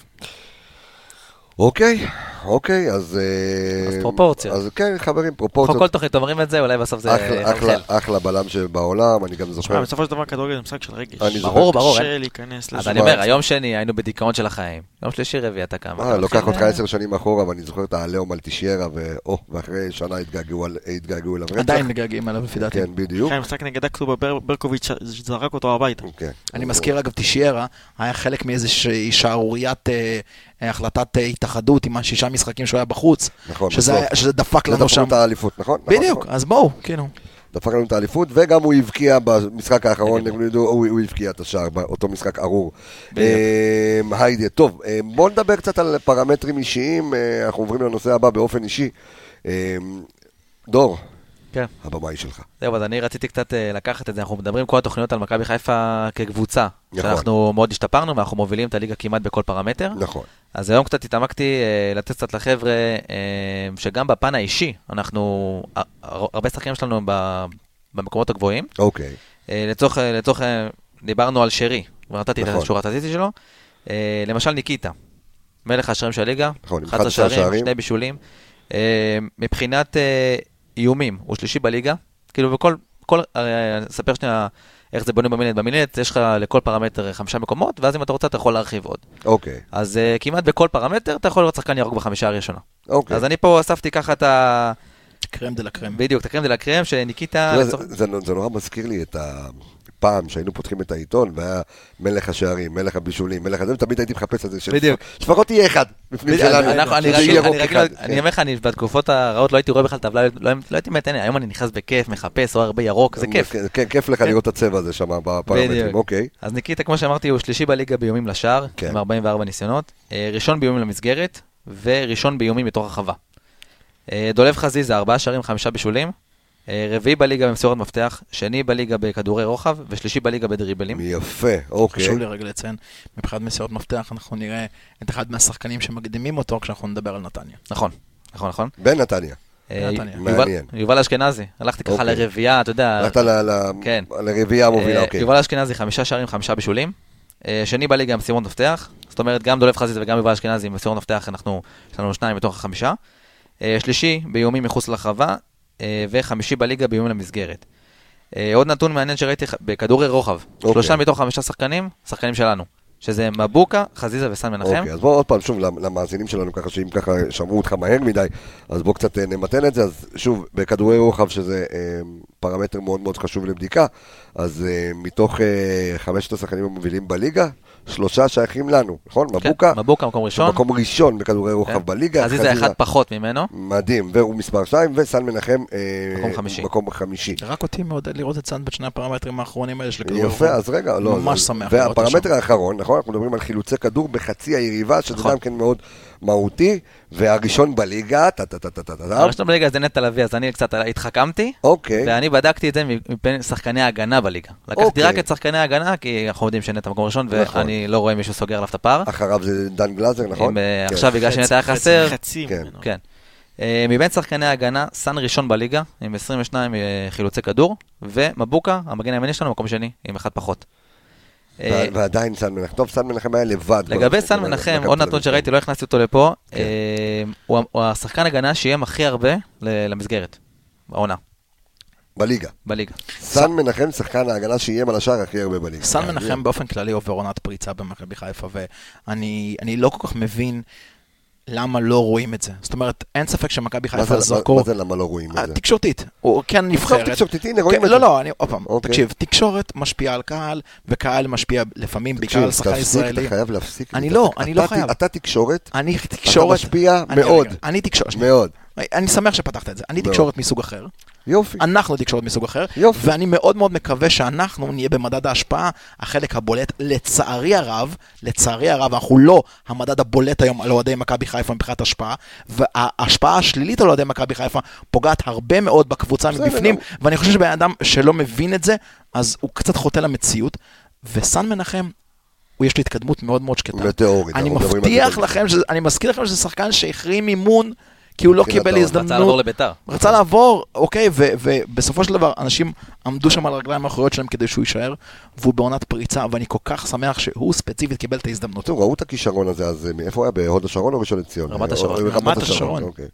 A: אוקיי, אוקיי, אז... אה,
D: אז פרופורציות.
A: אז כן, חברים,
D: אנחנו כל
A: פרופורציות.
D: תוכנית אומרים את זה, אולי בסוף זה אה,
A: אחלה, אחלה,
D: יחלחל.
A: אחלה בלם שבעולם, אני גם
E: תשמע,
A: זוכר.
E: בסופו של דבר כדורגל זה משחק של רגש.
A: אני זוכר.
D: ברור, ברור,
E: קשה
D: אין.
E: להיכנס
D: אז
E: לזה.
D: אני אומר, היום שני היינו בדיכאון של החיים. יום שלישי רביעי אתה קם.
A: אה,
D: ואתה
A: לוקח
D: מתחיל,
A: אותך
D: אה,
A: עשר שנים אחורה, ואני זוכר את העליהום על תשיירה, ואו, ואחרי שנה התגעגעו על- התגעגעו אליו רצח.
C: עדיין מגעגעים עליו לפי דעתי.
A: כן, בדיוק.
E: היה משחק נגד אקסובה ברקוביץ' זרק אותו הביתה.
A: כן.
C: אני מזכיר אגב, תשיירה היה חלק מאיזושהי שערוריית אה, אה, החלטת אה, התאחדות עם השישה משחקים שהוא היה בחוץ,
A: נכון,
C: שזה,
A: בסוף.
C: היה- שזה דפק
A: זה
C: לנו
A: דפק
C: שם.
A: לנו את האליפות, נכון? נכון,
C: בדיוק,
A: נכון.
C: אז בואו, כאילו.
A: דפק לנו את האליפות, וגם הוא הבקיע במשחק האחרון, נגד- הוא הוא הבקיע את השער באותו משחק ארור. אה, היידה, טוב, אה, בואו נדבר קצת על פרמטרים אישיים, אה, אנחנו עוברים לנושא הבא באופן אישי. אה, דור,
D: כן.
A: הבמה היא שלך.
C: אה?
D: זהו, אז אני רציתי קצת אה, לקחת את זה, אנחנו מדברים כל התוכניות על מכבי חיפה כקבוצה.
A: נכון.
D: שאנחנו מאוד השתפרנו ואנחנו מובילים את הליגה כמעט בכל פרמטר.
A: נכון.
D: אז היום קצת התעמקתי אה, לתת קצת לחבר'ה, אה, שגם בפן האישי, אנחנו, הר- הרבה שחקנים שלנו הם ב- במקומות הגבוהים.
A: אוקיי.
D: אה, לצורך, אה, לצורך, אה, דיברנו על שרי, כבר נתתי את
A: נכון.
D: השורה הסטטיסטית שלו. אה, למשל ניקיטה, מלך השערים של הליגה,
A: נכון, עם
D: 11
A: 11
D: שערים,
A: שערים.
D: שני בישולים. אה, מבחינת אה, איומים, הוא שלישי בליגה. כאילו בכל, כל, הרי, אני אספר שנייה איך זה בנוי במינט. במינט יש לך לכל פרמטר אה, חמישה מקומות, ואז אם אתה רוצה אתה יכול להרחיב עוד.
A: אוקיי.
D: אז אה, כמעט בכל פרמטר אתה יכול לראות שחקן ירוק בחמישה הראשונה.
A: אוקיי.
D: אז אני פה אספתי ככה את ה...
C: קרם דה לה קרם.
D: בדיוק, את הקרם דה לה קרם, שניקיטה...
A: אתה יודע,
D: אה, לצורך-
A: זה- זה נו- זה נורא מזכיר לי את ה... פעם שהיינו פותחים את העיתון והיה מלך השערים, מלך הבישולים, מלך הזה, ותמיד הייתי מחפש את זה. ש-
D: בדיוק.
A: שלפחות יהיה אחד בפנים
D: בדיוק,
A: שלנו.
D: אנחנו- אני
A: שזה
D: רגיל-
A: יהיה
D: אני
A: רוק
D: רגיל-
A: אחד, כן.
D: אני אומר לך, אני בתקופות הרעות לא הייתי רואה בכלל טבלה, לא לא הייתי מעט היום אני נכנס בכיף, מחפש, רואה הרבה ירוק, זה כיף.
A: כן, כן, כיף לך לראות את הצבע הזה שם בפרמטרים,
D: בדיוק.
A: אוקיי.
D: אז ניקיטה, כמו שאמרתי, הוא שלישי בליגה באיומים לשער,
A: כן.
D: עם 44 ניסיונות, אה, ראשון באיומים למסגרת, וראשון באיומים מתוך הרחבה. אה, דולב חזיזה, ארבעה שערים, חמישה בישולים, אה, רביעי בליגה במסירות מפתח, שני בליגה בכדורי רוחב, ושלישי בליגה בדריבלים.
A: יפה, אוקיי.
C: חשוב לי רגע לציין, מבחינת מסירות מפתח, אנחנו נראה את אחד מהשחקנים שמקדימים אותו כשאנחנו נדבר על נתניה.
D: נכון, נכון, נכון.
A: בנתניה.
D: אה,
C: נתניה.
D: יובל-
A: מעניין.
D: יובל אשכנזי, הלכתי ככה
A: אוקיי.
D: לרביעייה, אתה יודע.
A: הלכת ל- ל-
D: אה, כן.
A: לרביעייה המובילה,
D: אה,
A: אוקיי.
D: יובל אשכנזי, חמישה שערים, חמישה בישולים. אה, שני בליגה עם מסירות מפתח. זאת אומרת, גם דולב חזיזה וגם יובל אשכנזי עם מסירות מפתח, אנחנו, יש לנו שניים מתוך החמישה. אה, שלישי, באיומים מחוץ לרחבה, אה, וחמישי בליגה באיומים למסגרת. אה, עוד נתון מעניין שראיתי ח- בכדורי רוחב.
A: אוקיי.
D: שלושה מתוך חמישה שחקנים, שחקנים שלנו. שזה מבוקה, חזיזה וסן מנחם.
A: אוקיי, אז בואו עוד פעם, שוב, למ- למאזינים שלנו, ככה שאם ככה שמעו אותך מהר מדי, אז בואו קצת אה, נמתן את זה. אז שוב, בכדורי רוחב, שזה אה, פרמטר מאוד מאוד חשוב לבדיקה, אז אה, מתוך אה, חמשת השחקנים המובילים בליגה, שלושה שייכים לנו, נכון?
D: כן,
A: מבוקה,
D: מבוקה, מקום
A: שהוא
D: ראשון.
A: מקום ראשון בכדורי רוחב
D: כן.
A: בליגה. אוקיי.
D: חזיזה אחד פחות ממנו.
A: מדהים, והוא מספר 2, וסן מנחם, אה,
D: מקום חמישי.
A: מקום חמישי.
C: רק אותי מעודד לראות את סאנד בשני הפרמטרים האחרונים האלה של כדור.
A: יפה,
C: הרוח.
A: אז רגע, לא.
C: ממש
A: אז-
C: שמח לראות אותו
A: והפרמטר
C: שם.
A: האחרון, נכון? אנחנו מדברים על חילוצי כדור בחצי היריבה, שזה
D: נכון.
A: גם כן מאוד מהותי, והראשון בליגה, טה טה טה טה טה טה,
D: הראשון בליגה זה נטע לביא, אז אני קצת התחכמתי.
A: אוקיי,
D: ואני בדקתי את זה מבין שחקני ההגנה בליגה. לקחתי
A: אוקיי.
D: רק את שחקני ההגנה, כי אנחנו יודעים שנטע מקום ראשון,
A: נכון.
D: ואני לא רואה מישהו סוגר עליו את הפער.
A: אחריו זה דן גלאזר, נכון?
D: אם, אה,
A: כן.
D: עכשיו בגלל
E: חצי-
D: שנטע היה
E: חצי-
D: חסר,
E: חצי
A: כן.
E: ממנו.
D: כן. אה, מבין שחקני ההגנה, סאן ראשון בליגה, עם 22 אה, חילוצי כדור, ומבוקה, המגן הימני שלנו, מקום שני, עם אחד פחות. אה,
A: ו- ועדיין סן מנחם, טוב, סן מנחם היה לבד.
D: לגבי
A: כל
D: סן
A: הזמן,
D: מנחם,
A: מכבי
D: עוד
A: תל
D: נתון
A: אביב.
D: שראיתי, לא הכנסתי אותו לפה,
A: כן.
D: אה, הוא הוא השחקן הגנה שאיים הכי הרבה ל- למסגרת, בעונה,
A: בליגה.
D: בליגה.
A: סן מנחם, שחקן ההגנה שאיים על השער הכי הרבה בליגה.
C: סן מנחם באופן כללי עובר עונת פריצה במכבי חיפה, ואני אני לא כל כך מבין למה לא רואים את זה. זאת אומרת, אין ספק שמכבי
A: מה זה-
C: חיפה
A: מה-
C: זרקו... אה,
A: מה זה למה לא רואים את זה?
C: תקשורתית, הוא כן
A: תקשורת,
C: נבחרת.
A: תקשורתית, הנה, רואים
C: כן,
A: את זה.
C: לא, לא, אני עוד פעם,
A: אוקיי.
C: תקשיב, תקשורת משפיעה על קהל, וקהל משפיע לפעמים בעיקר על
A: תקשיב,
C: שחקן
A: תפסיק,
C: ישראלי.
A: אתה חייב להפסיק.
C: אני
A: אתה-
C: לא, אני לא
A: אתה-
C: חייב.
A: אתה תקשורת,
C: אני תקשורת...
A: משפיע
C: אני-
A: מאוד.
C: רגע, אני תקשורת...
A: מאוד.
C: אני שמח שפתחת את זה. אני
A: מאוד.
C: תקשורת מסוג אחר.
A: יופי.
C: אנחנו תקשורת מסוג אחר,
A: יופי.
C: ואני מאוד מאוד מקווה שאנחנו נהיה במדד ההשפעה, החלק הבולט, לצערי הרב, לצערי הרב, אנחנו לא המדד הבולט היום על אוהדי מכבי חיפה מבחינת השפעה, וההשפעה השלילית על אוהדי מכבי חיפה פוגעת הרבה מאוד בקבוצה
A: בסדר,
C: מבפנים,
A: לא.
C: ואני חושב שבן אדם שלא מבין את זה, אז הוא קצת חוטא למציאות, וסן מנחם... הוא- יש לו התקדמות מאוד מאוד שקטה.
A: מטאורית,
C: אני
A: לא אנחנו מדברים על
C: מבטיח
A: התקדמות.
C: לכם, שזה- אני מזכיר לכם שזה שחקן שהחרים אימון, כי הוא לא
A: מבחינת
C: קיבל
A: העונה.
D: רצה לעבור
C: הזדמנות.
D: לביתר.
C: רצה לעבור, אוקיי, ו- ובסופו של דבר אנשים עמדו שם על הרגליים האחוריות שלהם כדי שהוא יישאר, והוא בעונת פריצה, ואני כל כך שמח שהוא ספציפית קיבל את ההזדמנות.
A: טוב, ראו את הכישרון הזה, אז אה, מאיפה הוא היה? בהוד השרון או ראשון לציון?
D: רמת
A: אה,
D: השרון.
A: או-
C: רמת השרון.
A: אוקיי.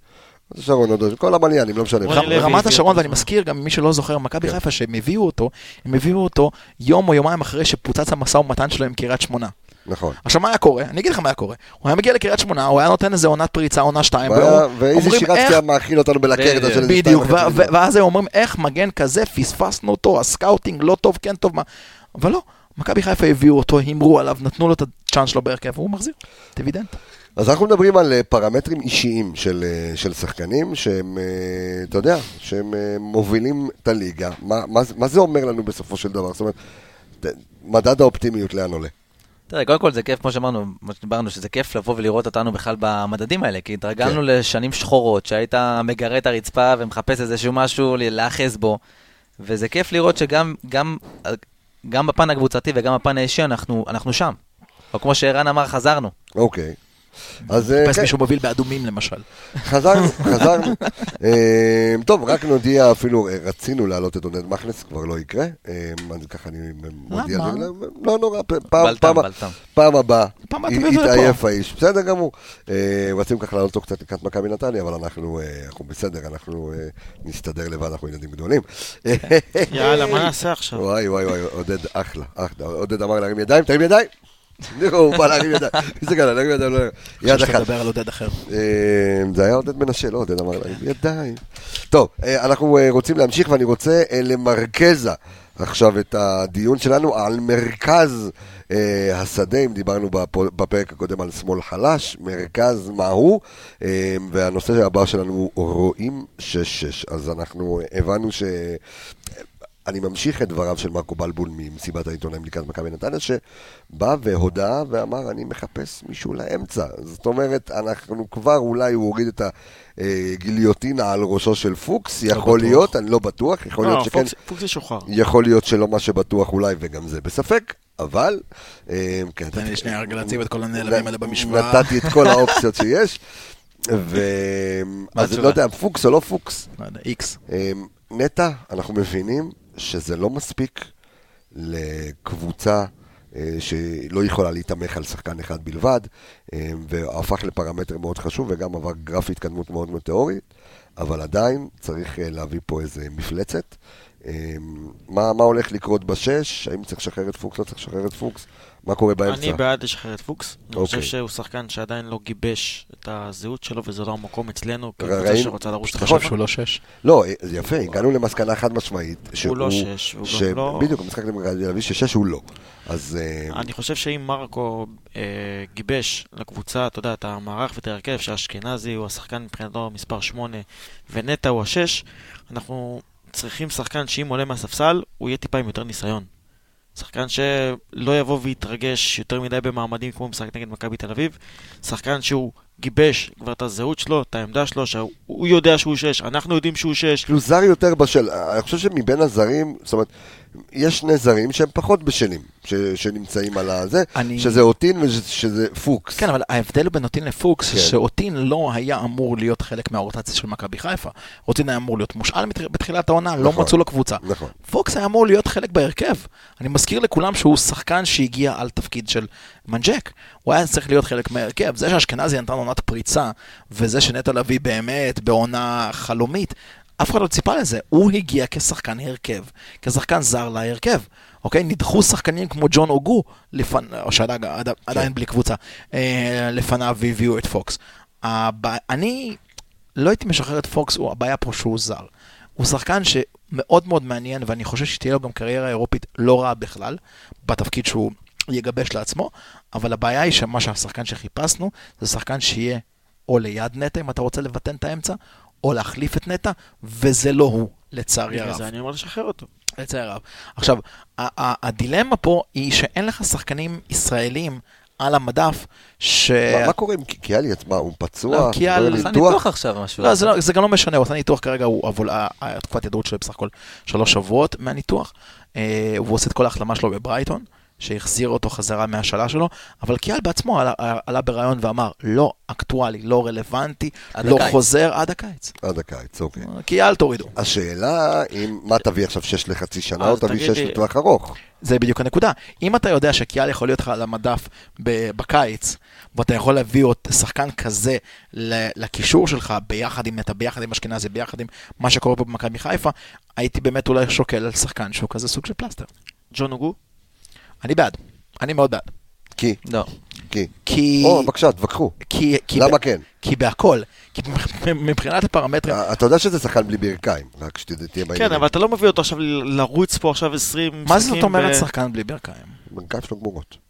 A: רמת השרון, הוד השרון, כל המליינים, לא משנה.
E: אורי לוי.
C: רמת
E: הביא
C: השרון,
E: אותו.
C: ואני מזכיר, גם מי שלא זוכר,
A: כן.
C: מכבי חיפה, שהם הביאו אותו, הם הביאו אותו יום או יומיים אחרי שפוצץ המשא ומתן שלו עם קריית שמונה.
A: נכון.
C: עכשיו, מה היה קורה? אני אגיד לך מה היה קורה. הוא היה מגיע לקריית שמונה, הוא היה נותן איזה עונת פריצה, עונה שתיים, והיו-
A: ואיזה
C: אה, אומרים,
A: שירצקי
C: "איך אה,
A: היה מאכיל אותנו בלקרת.
D: בדיוק,
A: של איזה
C: בדיוק,
A: שתיים
C: ו-
A: וחצי
C: ו- ואז הם אומרים, איך מגן כזה, פספסנו אותו, הסקאוטינג לא טוב, כן טוב, מה... אבל לא, מכבי חיפה הביאו אותו, הימרו עליו, נתנו לו את הצ'אנס שלו בהרכב, והוא מחזיר, דיבידנד.
A: אז אנחנו מדברים על אה, פרמטרים אישיים של, אה, של שחקנים, שהם, אה, אתה יודע, שהם אה, מובילים את הליגה. מה, מה, זה- מה זה אומר לנו בסופו של דבר? זאת אומרת, ת- מדד האופטימיות לאן עולה?
D: תראה, קודם כל זה כיף, כמו שאמרנו, מה שדיברנו, שזה כיף לבוא ולראות אותנו בכלל במדדים האלה, כי התרגלנו
A: כן.
D: לשנים שחורות, שהיית מגרה את הרצפה ומחפש איזשהו משהו ל- להאחז בו, וזה כיף לראות שגם גם, גם בפן הקבוצתי וגם בפן האישי אנחנו, אנחנו שם. או כמו שערן אמר, חזרנו.
A: אוקיי. אז אה,
C: חיפש
A: כן,
C: מישהו מוביל באדומים למשל.
A: חזרנו, חזרנו. אה, טוב, רק נודיע אפילו, אה, רצינו להעלות את עודד מכנס, כבר לא יקרה. אה, אז ככה אני מודיע.
C: למה?
A: זה, לא- לא נורא, פ- פעם-
D: בלטם,
A: פעם-
D: בלטם.
A: פעם הבאה,
C: פעם הבאה תביא את זה לפה.
A: התעייף האיש, בסדר גמור. אה, רצינו ככה לעלות אותו קצת לקראת מכבי נתניה, אבל אנחנו אה, אנחנו בסדר, אנחנו אה, נסתדר לבד, אנחנו ילדים גדולים.
E: יאללה, מה נעשה עכשיו?
A: וואי וואי וואי, עודד אחלה, אחלה. עודד אמר להרים ידיים, תרים ידיים. נו, הוא בא להרים ידיים. תסתכל, עליו, להרים ידיים, לא להרים. יד
C: עכשיו
A: אחת.
C: נדבר על עודד אחר.
A: אה, זה היה עודד מנשה, לא עודד אמר להם, ידיים. טוב, אה, אנחנו אה, רוצים להמשיך ואני רוצה אה, למרכזה עכשיו את הדיון שלנו על מרכז אה, השדה, אם דיברנו בפו- בפרק הקודם על שמאל חלש, מרכז מהו, אה, והנושא הבא שלנו הוא רואים 6-6, אז אנחנו אה, הבנו ש... אני ממשיך את דבריו של מרקו בלבול ממסיבת העיתונאים לקראת מכבי נתניה, שבא והודה ואמר, אני מחפש מישהו לאמצע. זאת אומרת, אנחנו כבר, אולי הוא הוריד את הגיליוטינה על ראשו של פוקס, יכול
C: בטוח.
A: להיות, אני לא בטוח, יכול
E: לא,
A: להיות שכן,
E: פוקס- פוקס שוחרר.
A: יכול להיות שלא מה שבטוח אולי, וגם זה בספק, אבל... אה, כן,
C: תן לי שנייה רק להציב את כל
A: נ-
C: הנעלמים האלה במשוואה.
A: נתתי את כל האופציות שיש, ו...
D: מה
A: אז לא
D: התשובה?
A: יודע, פוקס או לא פוקס,
C: לא יודע, איקס.
A: אמ, נטע, אנחנו מבינים שזה לא מספיק לקבוצה אה, שלא יכולה להיתמך על שחקן אחד בלבד, אמ, והפך לפרמטר מאוד חשוב וגם עבר גרף התקדמות מאוד מטאורית, אבל עדיין צריך אה, להביא פה איזה מפלצת. אמ, מה, מה הולך לקרות בשש? האם צריך לשחרר את פוקס? לא צריך לשחרר את פוקס? מה קורה באמצע?
E: אני בעד לשחרר את פוקס. אני חושב
A: אוקיי.
E: שהוא שחקן שעדיין לא גיבש את הזהות שלו, וזה לא המקום אצלנו,
A: ר-
E: כקבוצה
A: ראינו-
E: שרוצה לרוץ
C: אתה
E: את
A: נכון.
C: חושב שהוא לא שש?
A: לא, אה, זה יפה, הגענו למסקנה חד משמעית. שהוא
E: לא שש, הוא גם
A: ש-
E: לא-
A: בדיוק, המשחק נגד תל אביב ששש הוא לא. אז... אמ,
E: אני חושב שאם מרקו אה, גיבש לקבוצה, אתה יודע, את המערך ואת ההרכב, שאשכנזי הוא השחקן מבחינתו מספר 8 ונטע הוא השש, אנחנו צריכים שחקן שאם עולה מהספסל, הוא יהיה טיפה עם יותר ניסיון. שחקן שלא יבוא ויתרגש יותר מדי במעמדים כמו משחק נגד מכבי תל אביב. שחקן שהוא גיבש כבר את הזהות שלו, את העמדה שלו, שהוא הוא יודע שהוא שש, אנחנו יודעים שהוא שש.
A: כאילו זר יותר בשל, אני חושב שמבין הזרים, זאת אומרת, יש שני זרים שהם פחות בשלים, ש, שנמצאים על הזה,
C: אני-
A: שזה אותין ושזה פוקס.
C: כן, אבל ההבדל בין אותין לפוקס,
A: כן.
C: כן. שאותין לא היה אמור להיות חלק מהרוטציה של מכבי חיפה. אותין היה אמור להיות מושאל מתח- בתחילת העונה,
A: נכון.
C: לא מצאו לו קבוצה.
A: נכון.
C: פוקס היה אמור להיות חלק בהרכב. אני מזכיר לכולם שהוא שחקן שהגיע על תפקיד של מנג'ק. הוא היה צריך להיות חלק מההרכב. זה שאשכנזי נתן עונת פריצה, וזה שנטע לביא באמת בעונה חלומית, אף אחד לא ציפה לזה. הוא הגיע כשחקן הרכב, כשחקן זר להרכב. אוקיי? נדחו שחקנים כמו ג'ון אוגו, לפנ... או שעדיין עד- עדיין בלי קבוצה, אה, לפניו והביאו את פוקס. הבע... אני לא הייתי משחרר את פוקס, הוא, הבעיה פה שהוא זר. הוא שחקן שמאוד מאוד מעניין, ואני חושב שתהיה לו גם קריירה אירופית לא רעה בכלל, בתפקיד שהוא יגבש לעצמו, אבל הבעיה היא שמה שהשחקן שחיפשנו, זה שחקן שיהיה או ליד נטע, אם אתה רוצה לבטן את האמצע, או להחליף את נטע, וזה לא הוא. לצערי
E: בגלל
C: הרב.
E: זה אני אומר לשחרר אותו.
C: לצערי הרב. עכשיו, ה- ה- הדילמה פה היא שאין לך שחקנים ישראלים על המדף, ש...
A: מה- מה קורה עם קיאלי? מה, הוא פצוע?
C: אה, לא, קיאל-
A: הוא
D: עשה
A: בניתוח?
D: ניתוח עכשיו משהו.
C: לא, זה, לא, זה גם לא משנה, הוא עשה ניתוח כרגע, הוא, אבל ה- ה- תקופת היעדרות שלו בסך הכל שלוש שבועות מהניתוח. אה, הוא עושה את כל ההחלמה שלו בברייטון, שהחזיר אותו חזרה מהשאלה שלו, אבל קיאל בעצמו עלה, עלה בריאיון ואמר, לא אקטואלי, לא רלוונטי,
D: עד
C: לא
D: הקיץ." כן.
C: חוזר עד הקיץ.
A: עד הקיץ, אוקיי.
C: קיאל תורידו.
A: השאלה אם, מה תביא עכשיו שש לחצי שנה,
C: אה,
E: אז
A: או תביא
E: תגיד
A: שש
E: לי-
A: לטווח ארוך?
C: זה בדיוק הנקודה. אם אתה יודע שקיאל יכול להיות לך על המדף ב- בקיץ, ואתה יכול להביא עוד שחקן כזה ל- לקישור שלך, ביחד עם נטע, ביחד עם אשכנזי, ביחד עם מה שקורה פה במכבי חיפה, הייתי באמת אולי שוקל על שחקן שהוא כזה סוג של פלסטר.
E: ג'ון הוגו?
C: אני בעד. אני מאוד בעד.
A: כי,
D: לא.
A: כי.
C: כי...
A: או, בבקשה, תתווכחו.
C: כי, כי
A: למה
C: ב-
A: כן? אה,
C: כי בהכל. כי מבחינת
E: אה,
C: הפרמטרים...
A: אתה יודע שזה שחקן בלי ברכיים, רק שתהיה בעניין.
E: כן, אבל אתה לא מביא אותו עכשיו ל- לרוץ פה עכשיו 20 משחקים.
C: מה זאת אומרת
E: ב-
C: שחקן בלי ברכיים?
A: ברכיים שלו גמורות.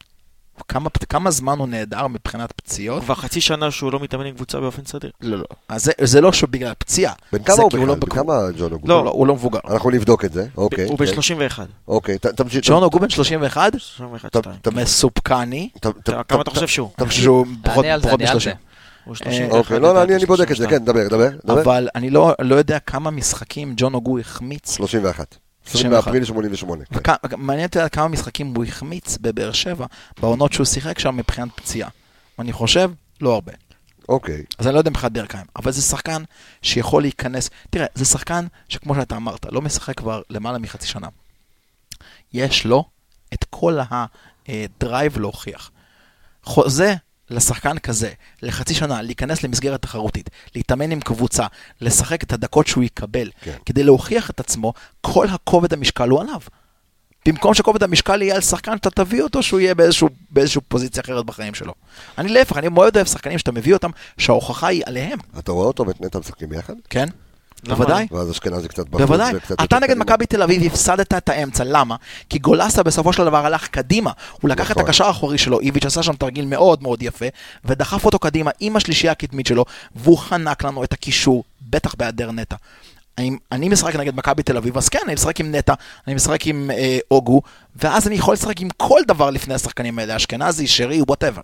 C: כמה, כמה זמן הוא נעדר מבחינת פציעות?
E: כבר חצי שנה שהוא לא מתאמן עם קבוצה באופן סדיר.
C: לא, לא. אז זה, זה לא שבגלל פציעה.
A: בן כמה הוא
C: כי הוא
A: בכלל?
C: לא
A: בן
C: בקו-
A: כמה ג'ון אוגו?
C: לא, לא, הוא לא מבוגר.
A: אנחנו נבדוק את זה, אוקיי.
E: הוא
A: כן.
E: בן 31.
A: אוקיי, ת- תמשיך.
C: ג'ון הוגו בן 31,
E: 31,
A: ת-
E: 2.
A: ת-
C: מסופקני,
A: ת- ת-
E: אתה- כמה אתה חושב שהוא?
C: שהוא פחות
D: תענה על זה,
C: פחות
D: תענה על זה.
C: מ-30.
E: הוא 31,
A: אוקיי, לא, לא, אני
E: לדעתי,
A: אני בודק את זה,
E: 32.
A: כן, דבר, דבר, דבר.
C: אבל אני לא לא יודע כמה משחקים ג'ון הוגו החמיץ,
A: 31. 20
C: 31.
A: באפריל 88. כן.
C: וכ- מעניין אותי לדעת כמה משחקים הוא החמיץ בבאר שבע, בעונות שהוא שיחק שם מבחינת פציעה. אני חושב, לא הרבה.
A: אוקיי.
C: אז אני לא יודע מבחינת ברכיים, אבל זה שחקן שיכול להיכנס, תראה, זה שחקן שכמו שאתה אמרת, לא משחק כבר למעלה מחצי שנה. יש לו את כל הדרייב להוכיח. חוזה לשחקן כזה, לחצי שנה, להיכנס למסגרת תחרותית, להתאמן עם קבוצה, לשחק את הדקות שהוא יקבל,
A: כן.
C: כן. כדי להוכיח את עצמו, כל הכובד המשקל הוא עליו. במקום שכובד המשקל יהיה על שחקן, אתה תביא אותו שהוא יהיה באיזשהו, באיזשהו פוזיציה אחרת בחיים שלו. אני להפך, אני מאוד אוהב שחקנים שאתה מביא אותם, שההוכחה היא עליהם,
A: אתה רואה אותו ואת נטע משחקים ביחד?
C: כן?
E: למה?
C: בוודאי.
A: ואז אשכנזי קצת בחוץ.
C: בוודאי.
A: וקצת
C: אתה
A: יותר
C: נגד
A: קדימה.
C: מכבי תל אביב הפסדת את האמצע, למה? כי גולסה בסופו של דבר הלך קדימה. הוא לקח את
A: נכון.
C: הקשר האחורי שלו, איביץ' עשה שם תרגיל מאוד מאוד יפה, ודחף אותו קדימה עם השלישייה הקדמית שלו, והוא חנק לנו את הקישור, בטח בהיעדר נטע. אם אני משחק נגד מכבי תל אביב, אז כן, אני משחק עם נטע, אני משחק עם אה, אוגו, ואז אני יכול לשחק עם כל דבר לפני השחקנים האלה, אשכנזי, שרי, וואטאבר.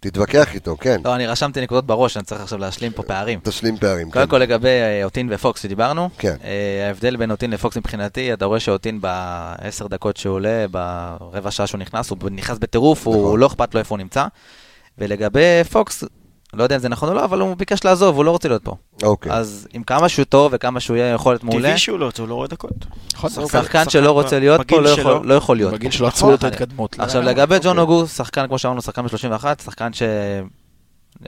A: תתווכח איתו, כן.
D: לא, אני רשמתי נקודות בראש, אני צריך עכשיו להשלים פה פערים.
A: תשלים פערים.
D: קודם
A: כן.
D: כל לגבי אה, אוטין ופוקס שדיברנו,
A: כן.
D: אה, ההבדל בין אוטין לפוקס מבחינתי, אתה רואה שאוטין בעשר דקות שהוא עולה, ברבע שעה שהוא נכנס, הוא נכנס בטירוף, הוא
A: נכון.
D: לא אכפת לו איפה הוא נמצא. ולגבי פוקס, לא יודע אם זה נכון או לא, אבל הוא ביקש לעזוב, הוא לא רוצה להיות פה.
A: אוקיי.
D: אז עם כמה שהוא טוב וכמה שהוא יהיה יכולת מעולה, אה,
E: טבעי שהוא לא רוצה, הוא לא רואה דקות.
D: שחקן
E: שחקן
D: שלא רוצה להיות פה
E: בגיל
D: לא יכול-
E: שלו.
D: לא יכול להיות.
C: נכון, אוקיי. בגיל
D: פה.
C: שלו עצרו לו את ההתקדמות. לא
D: עכשיו
C: יודע למה.
D: לגבי
A: אוקיי.
D: ג'ון אוגו, שחקן כמו שאמרנו, שחקן ב-31, שחקן ש...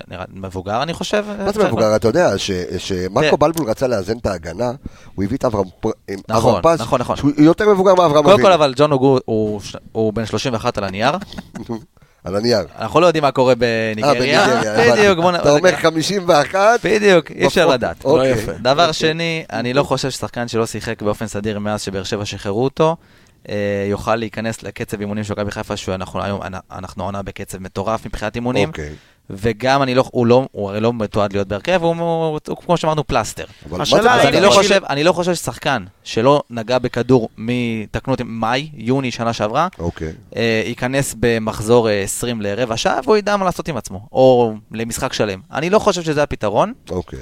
D: נראה מבוגר אני חושב.
A: מה זה מבוגר? אתה יודע ש- שמרקו בלבול רצה לאזן את ההגנה, הוא הביא את אברהם פ- עם
D: נכון,
A: אברהם פז,
D: נכון, נכון.
A: שהוא יותר מבוגר מאברהם
D: קודם
A: אביב,
D: כל אבל ג'ון אוגו הוא ש- הוא בן 31 על הנייר,
A: על הנייר.
D: אנחנו לא יודעים מה קורה
A: אה,
D: בניגריה.
A: בניגריה,
D: בדיוק,
A: הבנתי.
D: בוא נ...
A: אתה אומר 51,
D: בדיוק, אי אפשר
A: בפועל.
D: לדעת.
A: אוקיי.
C: לא יפה.
D: דבר שני, אני לא חושב ששחקן שלא שיחק באופן סדיר מאז שבאר שבע שחררו אותו, אה, יוכל להיכנס לקצב אימונים של מכבי חיפה, שאנחנו היום, אנחנו עונה בקצב מטורף מבחינת אימונים,
A: אוקיי.
D: וגם אני לא, הוא לא, הוא הרי לא מתועד להיות בהרכב, הוא, הוא, הוא כמו שאמרנו פלסטר.
A: אבל מה
E: השאלה
A: זה
E: היא-
D: אז
A: פלסטר?
D: אני לא
E: בשביל-
D: חושב, אני לא חושב ששחקן שלא נגע בכדור מתקנו אותי, מאי, יוני שנה שעברה,
A: אוקיי.
D: אה, ייכנס במחזור אה, 20 לרבע שעה, והוא ידע מה לעשות עם עצמו, או למשחק שלם. אני לא חושב שזה הפתרון.
A: אוקיי.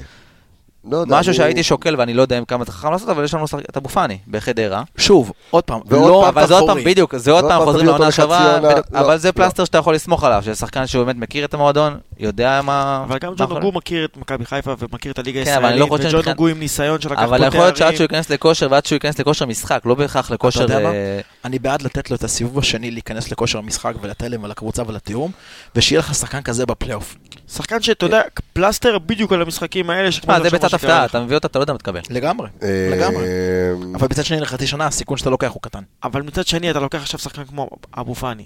A: לא יודע,
D: משהו
A: הוא-
D: שהייתי שוקל ואני לא יודע אם כמה זה חכם לעשות, אבל יש לנו שחק- את אבו פאני בחדרה.
C: שוב, עוד פעם,
A: ועוד
C: לא
A: פעם,
D: אבל זה עוד פעם,
C: אחורי.
D: בדיוק, זה עוד
A: ועוד
D: פעם
A: פעם
D: חוזרים
A: תביא אותו
D: לעונה
A: לחצי
D: שעברה,
A: עונה,
D: בדיוק,
A: לא,
D: אבל זה
A: לא.
D: פלסטר שאתה יכול לסמוך עליו, שזה שחקן שהוא באמת מכיר את המועדון, יודע מה...
E: אבל גם
D: מה
E: ג'ון
D: יכול-
E: אוגו מכיר את מכבי חיפה ומכיר את הליגה
D: נכון. כן, אבל אני
E: הישראלית,
D: לא חושב
E: וג'ון
D: שמבחינת-
E: אוגו עם ניסיון של לקח פה
D: אבל יכול להיות שעד שהוא
E: תארים.
D: ייכנס לכושר, ועד שהוא ייכנס לכושר משחק, לא בהכרח לכושר...
C: יודע מה?
D: אה,
C: אני בעד לתת לו את הסיבוב השני להיכנס לכושר המשחק ולתלם ולקבוצה ולתיאום, ושיהיה לך שחקן כזה בפלייאוף.
E: שחקן שאתה יודע, פלסטר בדיוק על המשחקים האלה. שכמו
D: תשמע, אה, זה
E: עכשיו מה
D: ביצת
E: שקרה
D: הפתעה,
E: לך.
D: אתה מביא אותה, אתה לא יודע מה תקבל.
C: לגמרי,
A: אה,
C: לגמרי.
A: אה,
C: אבל מצד שני, לחצי שנה הסיכון שאתה לוקח הוא קטן.
E: אבל מצד שני, אתה לוקח עכשיו שחקן כמו אבו פאני.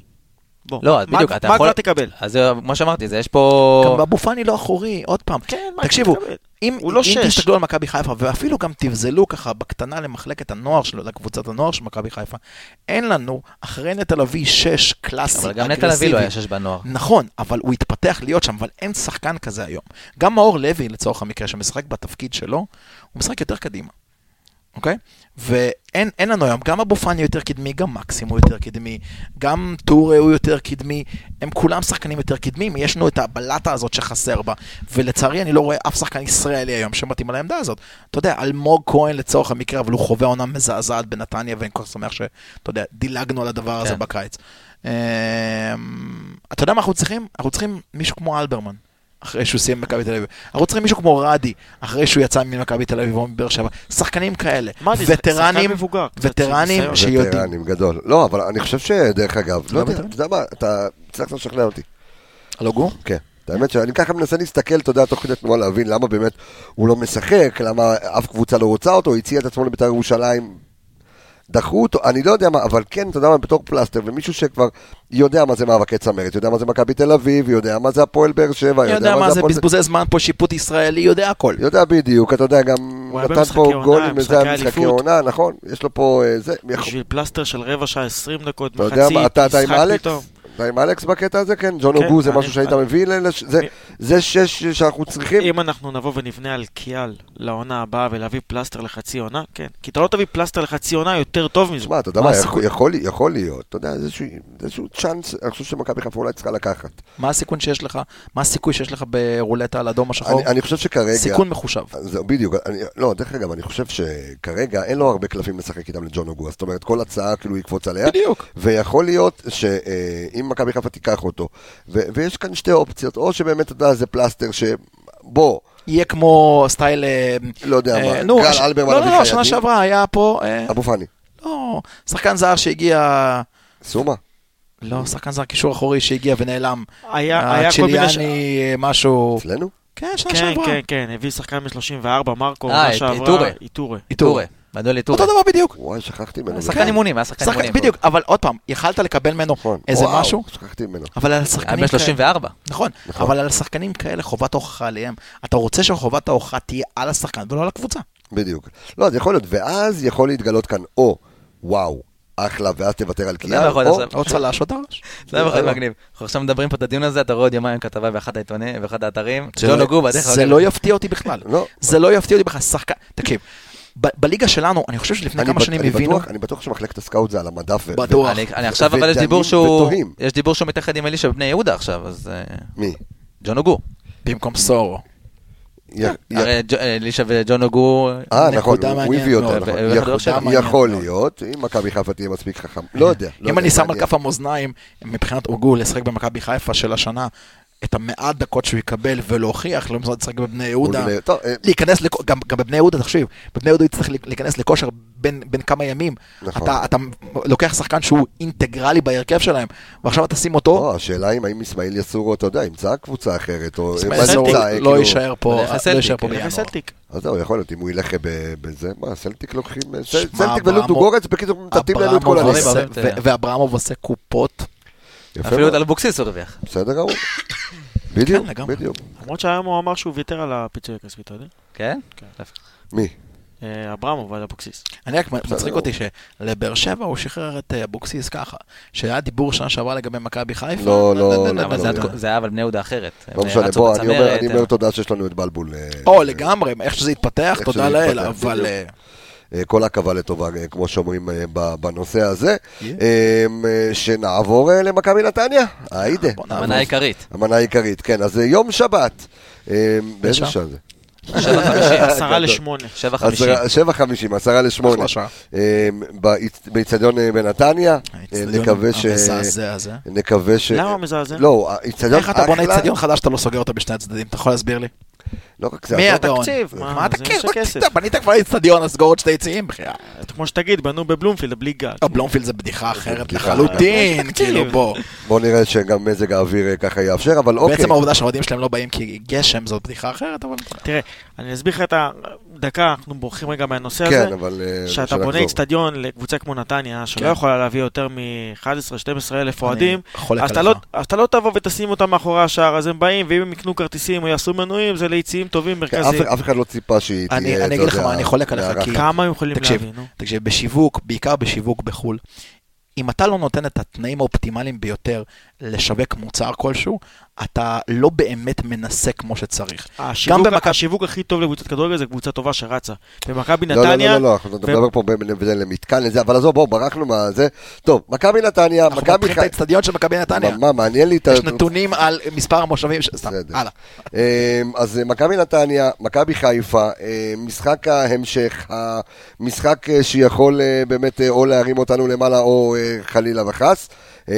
E: בוא,
D: לא,
E: מה-
D: בדיוק, אתה
E: מה
D: יכול-
E: כבר תקבל?
D: אז זה מה שאמרתי, זה יש פה...
C: גם אבו פאני לא אחורי, עוד פעם.
E: כן, מה
C: תקשיבו,
E: תקבל?
C: אם,
E: הוא לא
C: אם
E: שש.
C: תסתכלו על מכבי חיפה, ואפילו גם תבזלו ככה בקטנה למחלקת הנוער שלו, לקבוצת הנוער של מכבי חיפה, אין לנו אחרי נטע לביא שש קלאסי,
D: אבל גם נטע לביא
C: אגרסיבי.
D: לא היה שש בנוער.
C: נכון, אבל הוא התפתח להיות שם, אבל אין שחקן כזה היום. גם מאור לוי, לצורך המקרה, שמשחק בתפקיד שלו, הוא משחק יותר קדימה. אוקיי? ואין אין לנו היום, גם אבו פאני יותר קדמי, גם מקסים הוא יותר קדמי, גם טורי הוא יותר קדמי, הם כולם שחקנים יותר קדמים, יש לנו את הבלטה הזאת שחסר בה, ולצערי אני לא רואה אף שחקן ישראלי היום שמתאים על העמדה הזאת. אתה יודע, אלמוג כהן לצורך המקרה, אבל הוא חווה עונה מזעזעת בנתניה, ואני כל כך שמח שאתה יודע, דילגנו על הדבר הזה
D: כן.
C: בקיץ. אמ, אתה יודע מה אנחנו צריכים? אנחנו צריכים מישהו כמו אלברמן. אחרי שהוא סיים במכבי תל אביב. אנחנו צריכים מישהו כמו רדי, אחרי שהוא יצא ממכבי תל אביב או מבאר שבע. שחקנים כאלה.
E: אמרתי, שחקן
C: וטרנים,
E: מבוגר, קצת
C: וטרנים
E: ניסיון.
C: שיודעים.
A: וטרנים, גדול. לא, אבל אני חושב שדרך אגב, לא יודע, אתה
C: וטרנים?
A: יודע מה, אתה הצלחת לשכנע אותי.
C: לא גור?
A: כן. את האמת שאני ככה מנסה להסתכל, אתה יודע, תוך כדי תנועה להבין למה באמת הוא לא משחק, למה אף קבוצה לא רוצה אותו, הציע את עצמו לבית"ר ירושלים, דחו אותו, אני לא יודע מה, אבל כן, אתה יודע מה, בתור פלסטר, ומישהו שכבר יודע מה זה מאבקי צמרת, יודע מה זה מכבי תל אביב, יודע מה זה הפועל באר שבע,
C: יודע מה זה
A: הפועל-
C: בזבוזי זמן פה, שיפוט ישראלי, יודע הכל.
A: יודע בדיוק, אתה יודע, גם
E: הוא היה
A: נתן
E: במשחקי
A: פה
E: עונה,
A: גולים, וזה היה
E: משחקי
A: משחקי
E: אליפות.
A: עונה, נכון? יש לו פה, אה, זה, מי יכול-
E: בשביל פלסטר של רבע שעה, 20 דקות,
A: אתה יודע מה,
E: מחצית,
A: אתה אתה עם
E: משחק
A: אלכס?
E: פתאום.
A: אתה עם אלכס בקטע הזה? כן, ג'ון
E: כן,
A: אוגו זה
E: אני-
A: משהו שהיית
E: אני-
A: מביא, ל- לש- זה-
E: מי-
A: זה שש שאנחנו צריכים.
E: אם אנחנו נבוא ונבנה על קיאל לעונה הבאה ולהביא פלסטר לחצי עונה, כן. כי אתה לא תביא פלסטר לחצי עונה יותר טוב מזה.
A: תשמע, אתה יודע
C: מה
A: מה,
C: הסיכוי?
A: יכול, יכול להיות, אתה יודע, זה איזשהו- זה איזשהו צ'אנס, אני חושב שמכבי חיפה אולי צריכה לקחת.
C: מה הסיכון שיש לך? מה הסיכוי שיש לך ברולטה על אדום
E: נכון.
C: השחור?
A: אני, אני חושב שכרגע...
C: סיכון מחושב.
A: זהו, בדיוק. אני, לא, דרך אגב, אני חושב שכרגע אין לו הרבה קלפים לשחק איתם לג'ון אוגו, זאת אומרת, כל הצעה כאילו יקפוץ עליה.
C: בדיוק.
A: ויכול להיות שאם מכבי חיפה תיקח אותו, ו- ויש כאן שתי אופציות, או שבאמת, אתה יודע, זה פלסטר ש... בוא,
C: יהיה כמו סטייל... אה,
A: לא יודע
C: אה,
A: מה,
C: נו,
A: גל
C: הש-
A: אלברמן,
C: לא, לא,
A: אביחי
C: לא, שנה
A: ידיד.
C: שעברה היה פה... אה,
A: אבו פאני,
C: לא, שחקן זר שהגיע...
A: סומה.
C: לא, שחקן זר קישור אחורי שהגיע ונעלם. אה,
E: היה היה כל מיני... ש-
C: הצ'יליאני אה, משהו...
A: אצלנו?
C: כן, שנה
E: כן,
C: שעברה.
E: כן, כן, הביא שחקן מ-34, מרקו,
D: אה,
E: עונה
D: את-
E: שעברה.
D: איטורה.
E: איטורה.
D: איטורי. מנואל
C: אותו
D: איטורי.
C: דבר בדיוק.
A: וואי, שכחתי ממנו.
D: שחקן אימונים, היה שחקן
C: שחקן,
D: אימונים.
C: בדיוק, אבל עוד פעם, יכלת לקבל ממנו
A: נכון.
C: איזה
A: וואו,
C: משהו,
A: שכחתי ממנו.
C: אבל על
D: היה
C: שחקנים
D: בן 34.
C: נכון,
A: נכון.
C: אבל על שחקנים כאלה חובת ההוכחה עליהם. אתה רוצה שחובת ההוכחה תהיה על השחקן ולא על הקבוצה.
A: בדיוק. לא, זה יכול להיות, ואז יכול להתגלות כאן או, וואו, אחלה, ואז תוותר על
D: יודע מה
A: קיאל,
D: יכול
A: או...
D: להיות
C: או צל"ש או דרש.
D: זה היה
A: אה,
D: בכלל מגניב. אנחנו עכשיו מדברים פה את הדיון הזה, אתה רואה עוד יומיים כתבה באחד העיתונים, באחד האתרים. ג'ון
C: זה-
D: אוגו, בדרך
C: זה לא יפתיע אותי בכלל.
A: לא.
C: זה לא יפתיע אותי בכלל. שחקן, תקשיב, ב- בליגה שלנו, אני חושב שלפני
A: אני
C: כמה
A: בט-
C: שנים
A: אני
C: הבינו,
A: בטוח- אני בטוח שמחלקת הסקאוט זה על המדף. ו-
C: בטוח.
D: אני אני עכשיו, אבל יש
A: ודנים
D: דיבור שהוא...
A: ותוהים.
D: יש דיבור שהוא מתאחד עם אלישע בבני יהודה עכשיו, אז... אה,
A: ו- מי?
D: ג'ון אוגו.
C: במקום סורו.
A: י- י-
D: הרי ג'- אלישע וג'ון אוגו...
A: אה,
C: נקודה
A: נכון, הוא
C: מעניינת
A: הביא אותו,
D: מאוד.
A: נכון.
D: ו-
A: יכול-
D: וחדר
C: מעניין
A: יכול
C: מאוד.
A: להיות, אם מכבי חיפה תהיה מספיק חכם. לא יודע. לא
C: אם
A: יודע,
C: אני שם על
A: מעניין.
C: כף המאזניים, מבחינת אוגו לשחק במכבי חיפה של השנה, את המעט דקות שהוא יקבל ולהוכיח, לא משחק לשחק בבני יהודה,
A: בני- טוב, אה,
C: להיכנס, לכ- גם גם בבני יהודה, תחשיב, בבני יהודה הוא יצטרך להיכנס לכושר בין בין כמה ימים.
A: נכון.
C: אתה- אתה לוקח שחקן שהוא אינטגרלי בהרכב שלהם, ועכשיו אתה שים אותו,
A: לא, השאלה אם האם אסמאעיל יסורו, אתה יודע, ימצא קבוצה אחרת, או...
C: זאת אומרת,
A: מה זה
C: סלטיק
A: ימצא,
C: לא
A: כאילו-
C: יישאר פה
D: בדרך כלל
C: לא
D: סלטיק,
C: יישאר פה
D: בדרך
C: בינואר.
E: הביא סלטיק.
A: אז זהו, יכול להיות, אם הוא ילך ב- בזה, מה, סלטיק לוקחים... אה, סל-
C: שמע,
A: סלטיק
C: אברמוב-
A: ולודו גורץ, בקיצור, מטאטאים לנו את כל
C: אברמוב
A: הליגה.
C: עושה-
D: הליגה.
C: ו- ואברמוב עושה קופות.
A: יפה
D: אפילו
A: מאוד.
D: את אלבוקסיס הוא הרוויח.
A: בסדר גמור. בדיוק,
C: כן, לגמרי.
A: בדיוק.
E: למרות שהיום הוא אמר שהוא ויתר על הפיצוי הכספי, אתה יודע?
D: כן?
A: מי?
E: אה, אברמוב על אבוקסיס.
C: אני רק מצחיק
A: בסדר.
C: אותי שלבאר שבע הוא שחרר את אה, אבוקסיס ככה, שהיה דיבור שנה שעברה לגבי מכבי חיפה.
A: לא, לא,
C: נדנדנדנדנדנד.
A: לא,
D: אבל זה
A: לא,
D: היה
A: לא.
D: תקו- זה היה אבל בני יהודה אחרת. הם,
A: לא
D: אה,
A: משנה,
D: רצו
A: בוא, אני אומר-
D: בצמרת,
A: אני
D: אה,
A: אומר תודה שיש לנו את בלבול. אה,
C: או לגמרי, איך שזה התפתח,
A: איך
C: תודה
A: שזה
C: לאל,
A: התפתח,
C: אבל...
A: בדיוק.
C: אה,
A: אה, כל עכבה לטובה, אה, כמו שאומרים אה, ב- בנושא הזה.
C: Yeah.
A: אה, אה, שנעבור אה, למכבי נתניה, היידה.
C: בוא נעבור.
D: המנה העיקרית.
A: המנה העיקרית, כן, אז אה, יום שבת. אה, באיזה
C: שעה?
A: שעה זה?
E: 10
A: גדול.
E: לשמונה.
D: שבע חמישים.
A: עשרה- שבע חמישים, עשרה לשמונה.
C: אחלה שעה.
A: אה, באיצ- באיצטדיון אה, בנתניה. אה,
C: האצטדיון
A: נקווה ש...
C: המזעזע הזה.
A: נקווה ש...
E: למה מזעזע?
A: לא, האיצטדיון
C: איך אתה בונה
A: אחלה.
C: אצטדיון חדש שאתה לא סוגר אותו בשני הצדדים? אתה יכול להסביר לי?
A: לא רק זה,
C: מי
A: אתה-
C: הגאון?
E: תקציב, מה,
C: מה אתה
E: זה
C: כן,
E: עושה
C: מה,
E: כסף.
C: אתה בנית כבר אצטדיון, אז סגור עוד שתי יציאים בחייאת.
E: כמו שתגיד, בנו בבלומפילד, בלי גג.
C: לא, בלומפילד זה בדיחה אחרת
A: בדיחה.
C: לחלוטין,
E: תקציב.
C: כאילו בוא.
A: בוא נראה שגם מזג האוויר אה, ככה יאפשר, אבל אוקיי.
C: בעצם העובדה שהאוהדים שלהם לא באים כי גשם זאת בדיחה אחרת, אבל...
E: תראה, אני אסביר לך את הדקה, אנחנו בורחים רגע מהנושא הזה.
A: כן, אבל... אה,
E: שאתה
A: שנחזור.
E: בונה אצטדיון לקבוצה כמו נתניה, שלא
C: כן.
E: יכולה להביא יותר מ-11-12 אלף אוהדים,
C: אני חולק
E: אז אתה
C: עליך.
E: לא- אז אתה לא תבוא ותשים אותם מאחורי השער, אז הם באים, ואם הם יקנו כרטיסים או יעשו מנויים, זה ליציעים טובים
A: כן,
E: מרכזיים.
A: אף אף אחד לא ציפה שהיא תהיה...
C: אני- אני
A: אתה
C: אגיד לך
A: יודע,
C: מה, אני חולק עליך,
A: מארחת.
C: כי-
E: כמה הם יכולים
C: תקשיב,
E: להביא, נו?
C: תקשיב, בשיווק, בעיקר בשיווק בחו"ל, אם אתה לא נותן את התנאים האופטימליים ביותר לשווק מוצר כלשהו, אתה לא באמת מנסה כמו שצריך.
E: השיווק,
C: במכבי-
E: השיווק הכי טוב לקבוצת כדורגל זה קבוצה טובה שרצה. במכבי
A: לא, לא,
E: נתניה,
A: לא, לא, אנחנו מדברים פה בין הבדל למתקן לזה, אבל עזוב, בואו, ברחנו מה זה. טוב, מכבי נתניה,
C: אנחנו
A: מכבי
C: פותחים את
A: חיפה.
C: האצטדיון של מכבי נתניה.
A: מה, מעניין לי את ה...
C: יש נתונים על מספר המושבים, ש- סתם,
A: בסדר.
C: הלאה.
A: אמ, אז מכבי נתניה, מכבי חיפה, אמ, משחק ההמשך, המשחק אה, שיכול אה, באמת אה, או להרים אותנו למעלה או אה, חלילה וחס. אמ,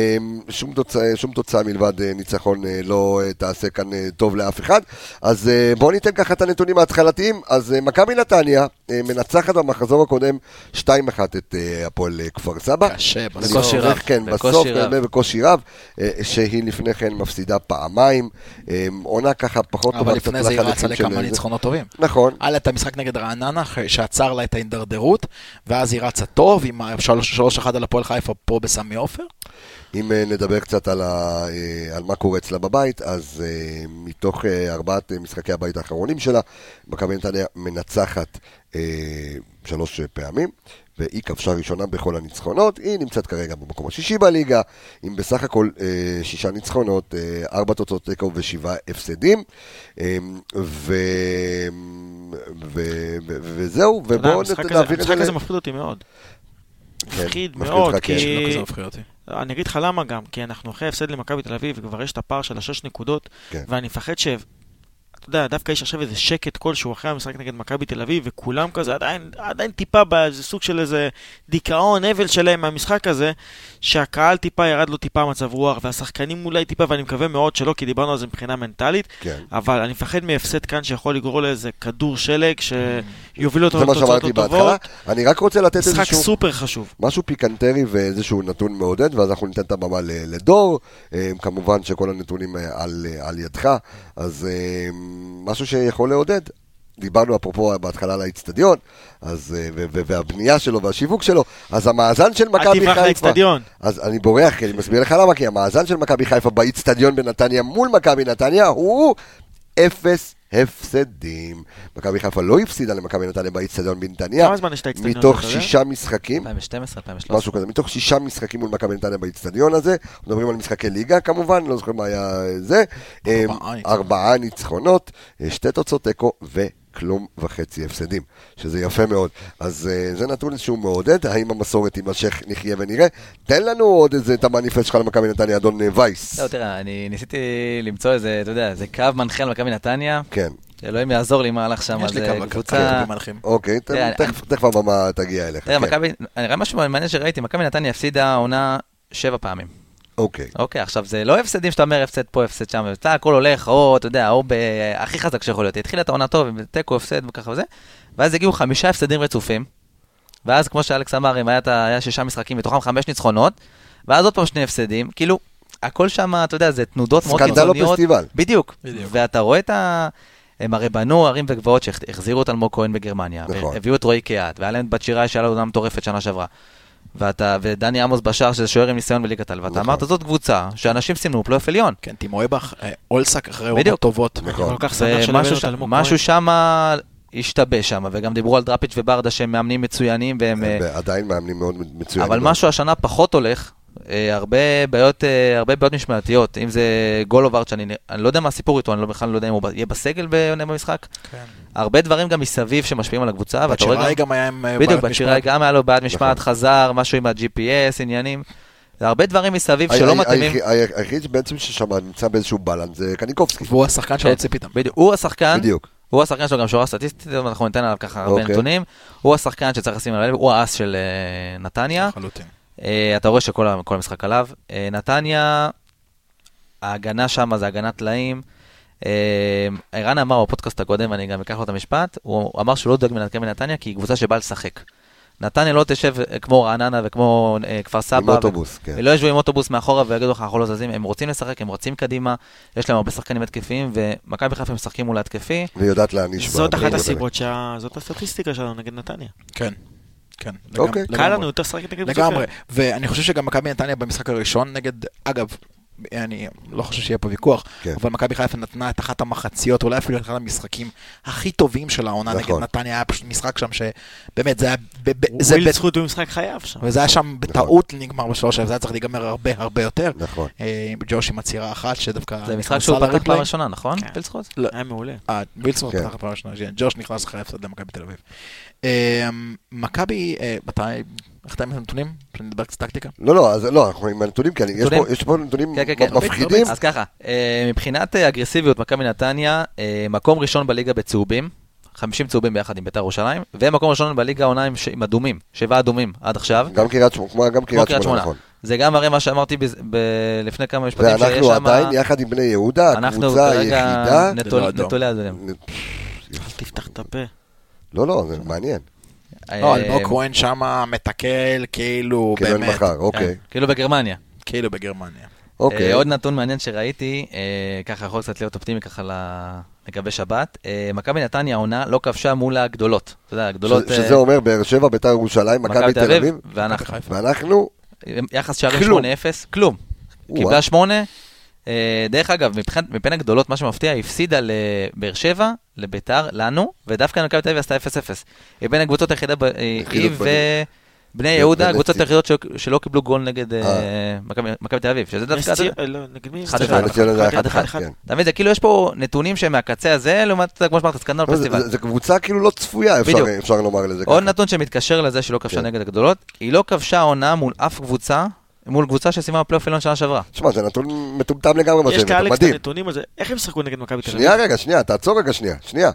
A: שום תוצאה, שום תוצאה מלבד אה, ניצחון אה, לא אה, תעשה כאן אה, טוב לאף אחד. אז אה, בואו ניתן ככה את הנתונים ההתחלתיים. אז אה, מכבי נתניה אה, מנצחת במחזור הקודם 2-1 את אה, הפועל אה, כפר סבא.
C: קשה, בסוף.
A: אני
D: בקושי
A: זוכר,
D: רב,
A: כן,
D: בקושי
A: בסוף
D: רב.
A: באמת בקושי רב, אה, שהיא לפני כן מפסידה פעמיים, אה, עונה ככה פחות
C: אבל
A: קצת
C: לפני זה היא רצה
A: לחלוצים של
C: לכמה
A: זה.
C: ניצחונות טובים.
A: נכון,
C: היה לה את המשחק נגד רעננה, אחרי שעצר לה את ההידרדרות, ואז היא רצה טוב עם ה-3-1 על הפועל חיפה פה בסמי עופר.
A: אם אה, נדבר קצת על, ה, אה, על מה קורה אצלה בבית, אז אה, מתוך אה, ארבעת אה, משחקי הבית האחרונים שלה, מכבי נתניה מנצחת אה, שלוש אה, פעמים. והיא כבשה ראשונה בכל הניצחונות, היא נמצאת כרגע במקום השישי בליגה, עם בסך הכל אה, שישה ניצחונות, אה, ארבע תוצאות תיקו ושבעה הפסדים. אה, ו... ו... ו... וזהו,
E: אתה יודע,
A: ובואו נת-
E: המשחק הזה-
A: נעביר את זה
E: המשחק
A: ל...
E: הזה מפחיד אותי מאוד.
A: כן,
E: מפחיד
A: מפחיד
E: מאוד,
A: אותך, כן.
E: כי-
C: לא כזה מפחיד אותי.
E: אני אגיד לך למה גם, כי אנחנו אחרי הפסד למכבי תל אביב, וכבר יש את הפער של השש נקודות,
A: כן.
E: ואני מפחד ש... אתה יודע, דווקא יש עכשיו איזה שקט כלשהו אחרי המשחק נגד מכבי תל אביב, וכולם כזה עדיין, עדיין טיפה באיזה סוג של איזה דיכאון, אבל שלהם מהמשחק הזה, שהקהל טיפה ירד לו טיפה מצב רוח, והשחקנים אולי טיפה, ואני מקווה מאוד שלא, כי דיברנו על זה מבחינה מנטלית,
A: כן.
E: אבל אני מפחד מהפסד כאן שיכול לגרור לאיזה כדור שלג שיוביל
A: Mm. זה
E: אותו
A: מה
E: לתוצאות
A: שאמרתי
E: לא
A: בהתחלה.
E: טובות.
A: אני רק רוצה לתת
E: משחק
A: איזשהו...
E: סופר חשוב.
A: משהו פיקנטרי ואיזשהו נתון מעודד, ואז אנחנו ניתן את הבמה ל- לדור. אה, כמובן שכל הנתונים אה, על, אה, על ידך, אז אה, משהו שיכול לעודד. דיברנו אפרופו אה, בהתחלה על האיצטדיון, אז, אה, ו- ו- והבנייה שלו והשיווק שלו, אז המאזן של
E: אל
A: מכבי
E: תברח
A: חיפה...
E: לאצטדיון.
A: אז אני בורח, כי אני מסביר לך למה, כי המאזן של מכבי חיפה באיצטדיון בנתניה מול מכבי נתניה הוא אפס הפסדים. מכבי חיפה לא הפסידה למכבי נתניה באיצטדיון בנתניה,
E: כמה זמן יש את האצטדיון
A: מתוך
E: הזה, אתה יודע?
A: שישה משחקים.
D: 2012, 2013.
A: משהו כזה, מתוך שישה משחקים מול מכבי נתניה באיצטדיון הזה, אנחנו מדברים על משחקי ליגה כמובן, לא זוכר מה היה אה, זה, אה,
C: ניצחונות.
A: ארבעה ניצחונות, אה, שתי תוצאות תיקו וכלום וחצי הפסדים, שזה יפה מאוד. אז אה, זה נתון שהוא מעודד, האם המסורת תימשך, נחיה ונראה. תן לנו עוד איזה, את המניפסט שלך למכבי נתניה, אדון אה, וייס.
D: לא, תראה, אני ניסיתי למצוא איזה, אתה יודע, איזה קו מנחה על מכבי נתניה.
A: כן,
D: אלוהים יעזור לי מה הלך שם,
C: יש
D: אז
C: לי
D: אה,
C: כמה
D: קבוצה...
C: קבוצה מלכים.
A: אוקיי, תן-
D: תראה,
A: תכף- תכף הבמה תגיע אליך.
D: תראה,
A: כן,
D: מכבי, אני רואה משהו מעניין שראיתי, מכבי נתניה הפסידה עונה שבע פעמים.
A: אוקיי,
D: אוקיי, עכשיו זה לא הפסדים שאתה אומר הפסד פה, הפסד שם, אתה הכל הולך, או, אתה יודע, או ב... הכי חזק שיכול להיות. היא התחילה את העונה טוב, עם תיקו, הפסד וככה וזה, ואז הגיעו חמישה הפסדים רצופים, ואז כמו שאלכס אמר, אם היה, את ה- היה שישה משחקים, מתוכם חמש ניצחונות, ואז עוד פעם שני הפסדים, כאילו, הכל שם, אתה יודע, זה תנודות מאוד
C: לא
A: סקנדל או
D: קיצוניות.
A: פסטיבל.
D: בדיוק.
C: בדיוק.
D: ואתה רואה את ה... הם הרי בנו ערים וגבעות שהחזירו את אלמוג כהן בגרמניה,
A: נכון.
D: והביאו את רועי קהת, והיה להם את בת שירה שהיה לה עונה מטורפת שנה שעברה. ואתה, ודני עמוס בשער, שזה שוער עם ניסיון בליגת העל, ואתה
A: נכון.
D: אמרת, זאת קבוצה שאנשים סימנו פלייאוף עליון.
C: כן, תימואבך, אולסק אחרי עונות
D: בדיוק.
C: טובות.
A: נכון.
E: כל כך שמח שלא הבאנו
D: ומשהו
E: את
D: ש-
E: אלמוג כהן.
D: משהו שם השתבש שם, וגם דיברו על דראפיץ' וברדה שהם מאמנים מצוינים, והם... אה,
A: עדיין מאמנים מאוד מצוינים.
D: אבל משהו השנה פחות הולך, אה, הרבה בעיות, אה, הרבה בעיות משמעתיות, אם זה גולוברט, שאני אני לא יודע מה הסיפור איתו, אני לא- בכלל לא יודע אם הוא ב- יהיה בסגל בעונה במשחק. הרבה דברים גם מסביב שמשפיעים על הקבוצה, ואתה רואה גם...
C: בצ'יראי גם היה עם אה,
D: בדיוק,
C: בעיות
D: בצ'יראי
C: משמעת.
D: גם היה לו בעד משמעת,
A: נכון.
D: חזר, משהו עם ה-GPS, עניינים. זה הרבה דברים מסביב
A: ה-
D: שלא
A: ה-
D: מתאימים.
A: היחי- ה- היחיד שבעצם ששם נמצא באיזשהו בלנס זה קניקובסקי.
D: אה?
C: והוא השחקן שלא ציפיתם.
D: בדיוק, הוא השחקן,
A: בדיוק.
D: הוא השחקן שלו גם שורה סטטיסטית, אבל אנחנו ניתן עליו ככה הרבה
A: אוקיי.
D: נתונים. הוא השחקן שצריך לשים עליו לב, הוא האס של אה, נתניה.
C: לחלוטין.
D: אה, אתה רואה שכל ה- כל המשחק עליו. אה, נתניה, ההגנה שם זה הגנת טלאים. אה, ערן אמר בפודקאסט הקודם, אני גם אקח לו את המשפט, הוא אמר שהוא לא דואג מנתקן מנתניה כי היא קבוצה שבאה לשחק. נתניה לא תשב אה, כמו רעננה וכמו אה, כפר סבא.
A: עם אוטובוס, כן.
D: לא ישבו עם אוטובוס מאחורה ויגידו לך, אנחנו לא זזים, הם רוצים לשחק, הם רצים קדימה, יש להם הרבה שחקנים התקפיים, ומכבי חיפה משחקים מול ההתקפי.
A: ויודעת להעניש.
E: זאת
A: בדברים
E: אחת
A: האלה.
E: הסיבות שה... זאת הסטטיסטיקה שלנו נגד נתניה.
C: כן. כן.
A: אוקיי.
C: לגמרי.
E: קל לנו יותר לשחק נגד קבוצה
C: לגמרי,
E: כאלה.
C: ואני חושב שגם מכבי נתניה במשחק הראשון נגד, אגב, אני לא חושב שיהיה פה ויכוח,
A: כן.
C: אבל מכבי חיפה נתנה את אחת המחציות, אולי אפילו את אחד המשחקים הכי טובים של העונה נגד
A: נכון.
C: נתניה, היה פשוט משחק שם שבאמת, זה היה... ב- ב- זה
E: ווילד
C: ב-
E: זכות במשחק חייב שם.
C: וזה היה שם בטעות נגמר בשלוש, זה היה צריך להיגמר הרבה הרבה יותר.
A: נכון.
C: אה, ג'וש עם עצירה אחת, שדווקא...
D: זה משחק
C: נכנסה
D: שהוא פתח
C: לריפליי.
D: פעם ראשונה, נכון?
E: כן.
D: פילסחוט?
C: לא.
E: היה מעולה.
C: אה, וילסון
A: כן.
C: פתח פעם ראשונה, שנייה, ג'וש נכנס אחרי הפסד למכבי תל אביב. אה, מכבי, אה, מתי, איך אתה עם הנתונים? שנדבר קצת טקטיקה?
A: לא, לא, אז לא, אנחנו עם הנתונים, כי אני- יש
D: נתונים?
A: פה- יש פה נתונים
D: כן, כן, כן.
A: לא מפחידים.
D: אז ככה, אה, מבחינת אה, אגרסיביות, מכבי נתניה, אה, מקום ראשון בליגה בצהובים, 50 צהובים ביחד עם ביתר ירושלים, ומקום ראשון בליגה העונה עם ש- עם אדומים, שבעה אדומים עד עכשיו.
A: גם קריית שמונה, כמו- גם
D: כמו
A: קריית שמונה, נכון.
D: זה גם הרי מה שאמרתי בז- ב- לפני כמה משפטים, שיש
A: ואנחנו
D: שם...
A: עדיין, יחד עם בני יהודה,
D: אנחנו
A: הקבוצה
D: כרגע
A: היחידה...
D: נטול-
C: ללא לא אדום.
D: נטולי אדומים.
E: אל תפתח את הפה.
A: לא, לא, זה מעניין.
C: לא,
D: אה,
C: אלמוג כהן שמה מתקל כאילו
A: כאילו אין
C: באמת,
A: מחר,
D: כן,
A: אוקיי.
D: כאילו בגרמניה.
C: כאילו בגרמניה.
A: אוקיי.
D: אה, עוד נתון מעניין שראיתי, אה, ככה יכול קצת להיות אופטימי ככה ל- לגבי שבת. אה, מכבי נתניה העונה לא כבשה מול הגדולות. אתה יודע, הגדולות...
A: ש-
D: אה,
A: שזה אומר באר שבע, ביתר ירושלים, מכבי תל אביב,
D: ואנחנו.
C: מכבי חיפה.
A: ואנחנו,
D: יחס שערים
A: כלום.
D: 8-0, כלום.
A: וואו.
D: קיבלה 8. אה, דרך אגב, מבחינת- מבין הגדולות, מה שמפתיע, היא הפסידה לבאר שבע, לביתר, לנו, ודווקא מכבי תל אביב עשתה 0-0. היא בין הקבוצות היחידה, ב- אה, היא
A: יחידות
D: ובני יהודה,
A: ונס
D: הקבוצות
A: ציונה.
D: היחידות שלא- שלא קיבלו גול נגד אה,
A: אה.
D: מכבי מכבי תל אביב, שזה
E: נס
D: דווקא...
E: ציונה- אה, לא, נגד מי?
D: אחד
A: זה
D: אחד.
A: נס ציונה זה
D: אחד,
A: אחד,
D: אחד,
A: אחד, כן.
D: אתה מבין, זה כאילו יש פה נתונים שהם מהקצה הזה, לעומת, כמו שאמרת, סקנדל
A: לא, זה-
D: פסטיבל.
A: זה- זה קבוצה כאילו לא צפויה, אפשר-
D: בדיוק.
A: אפשר לומר לזה
D: עוד
A: ככה.
D: נתון שמתקשר לזה שלא כבשה
A: כן.
D: נגד הגדולות, היא לא כבשה עונה מול אף קבוצה, מול קבוצה שסיימה בפלייאוף עליון שנה שעברה.
A: שמע, זה נתון מטומטם לגמרי, מה
E: יש
A: שהבאת,
E: לאלכס את
A: לא, מדהים.
E: הנתונים על זה. איך הם שחקו נגד מכבי תל אביב?
A: שנייה רגע, שנייה, תעצור רגע שנייה, שנייה.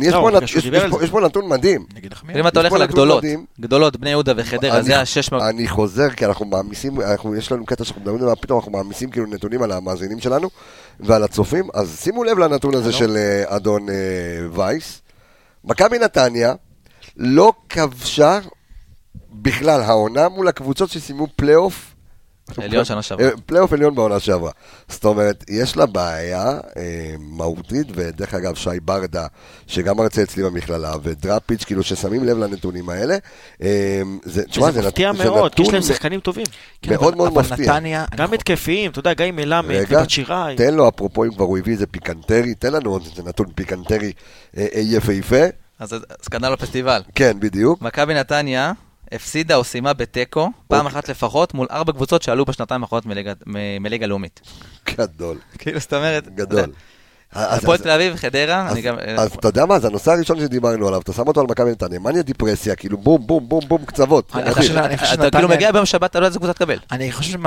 A: יש
E: לא,
A: פה
E: בגלל
A: נת-
E: שהוא
A: יש-
E: דיבר
A: יש
E: על
A: פה-
E: זה.
A: יש פה נתון מדהים.
C: נגיד
D: אבל
C: נחמיה.
D: אם אתה
A: יש
D: הולך
A: פה נתון
D: לגדולות,
A: מדהים.
D: גדולות, בני יהודה וחדרה,
A: אני-
D: זה השש... מאות-
A: אני חוזר, כי אנחנו מעמיסים, אנחנו- יש לנו קטע שאנחנו מדברים עליו, פתאום אנחנו מעמיסים כאילו נתונים על המאזינים שלנו ועל הצופים, אז שימו לב לנתון
E: לא.
A: הזה של אה, אדון אה, וייס. מכבי נתניה לא כבשה בכלל העונה מול הקבוצות שסיימו פלייאוף.
D: עליון שנה שעברה.
A: אה, פלייאוף עליון בעונה שעברה. זאת אומרת, יש לה בעיה אה, מהותית, ודרך אגב, שי ברדה, שגם מרצה אצלי במכללה, ודראפיץ', כאילו, ששמים לב לנתונים האלה, אה, זה, תשמע,
E: זה
A: זה,
E: מפתיע
A: נת- זה
E: מאוד, כי יש להם
A: נתון
E: שחקנים טובים.
C: כן,
A: מאוד
C: אבל-
A: מאוד
C: אבל
A: מפתיע.
C: נתניה, אני לא-
E: גם התקפיים, אתה יודע, גם עם מלמד,
A: רגע,
E: ובת שיראי.
A: תן לו, אפרופו, אם כבר הוא הביא איזה פיקנטרי, תן לנו עוד איזה נתון פיקנטרי אה, אה, יפהפה.
D: אז זה סקנדל הפסטיבל.
A: כן, בדיוק.
D: מכבי נתניה הפסידה או סיימה בתיקו, פעם אחת לפחות, מול ארבע קבוצות שעלו בשנתיים האחרונות מליגה- מ- מליגה לאומית.
A: גדול,
D: כאילו, זאת אומרת... אתה
A: גדול.
D: יודע,
A: אז-
D: הפועל
A: אז-
D: תל אביב, חדרה,
A: אז-
D: אני גם... אה,
C: אה,
A: אז אתה יודע מה, זה הנושא הראשון שדיברנו עליו, אתה שם אותו על מכבי נתניה, מניה דיפרסיה, כאילו בום, בום, בום, בום, קצוות.
C: אני
A: אדיר.
C: חושב שאני חושב
D: אתה כאילו
C: שנתניה-
D: מגיע ביום שבת, אתה לא יודע איזה קבוצה תקבל.
C: אני חושב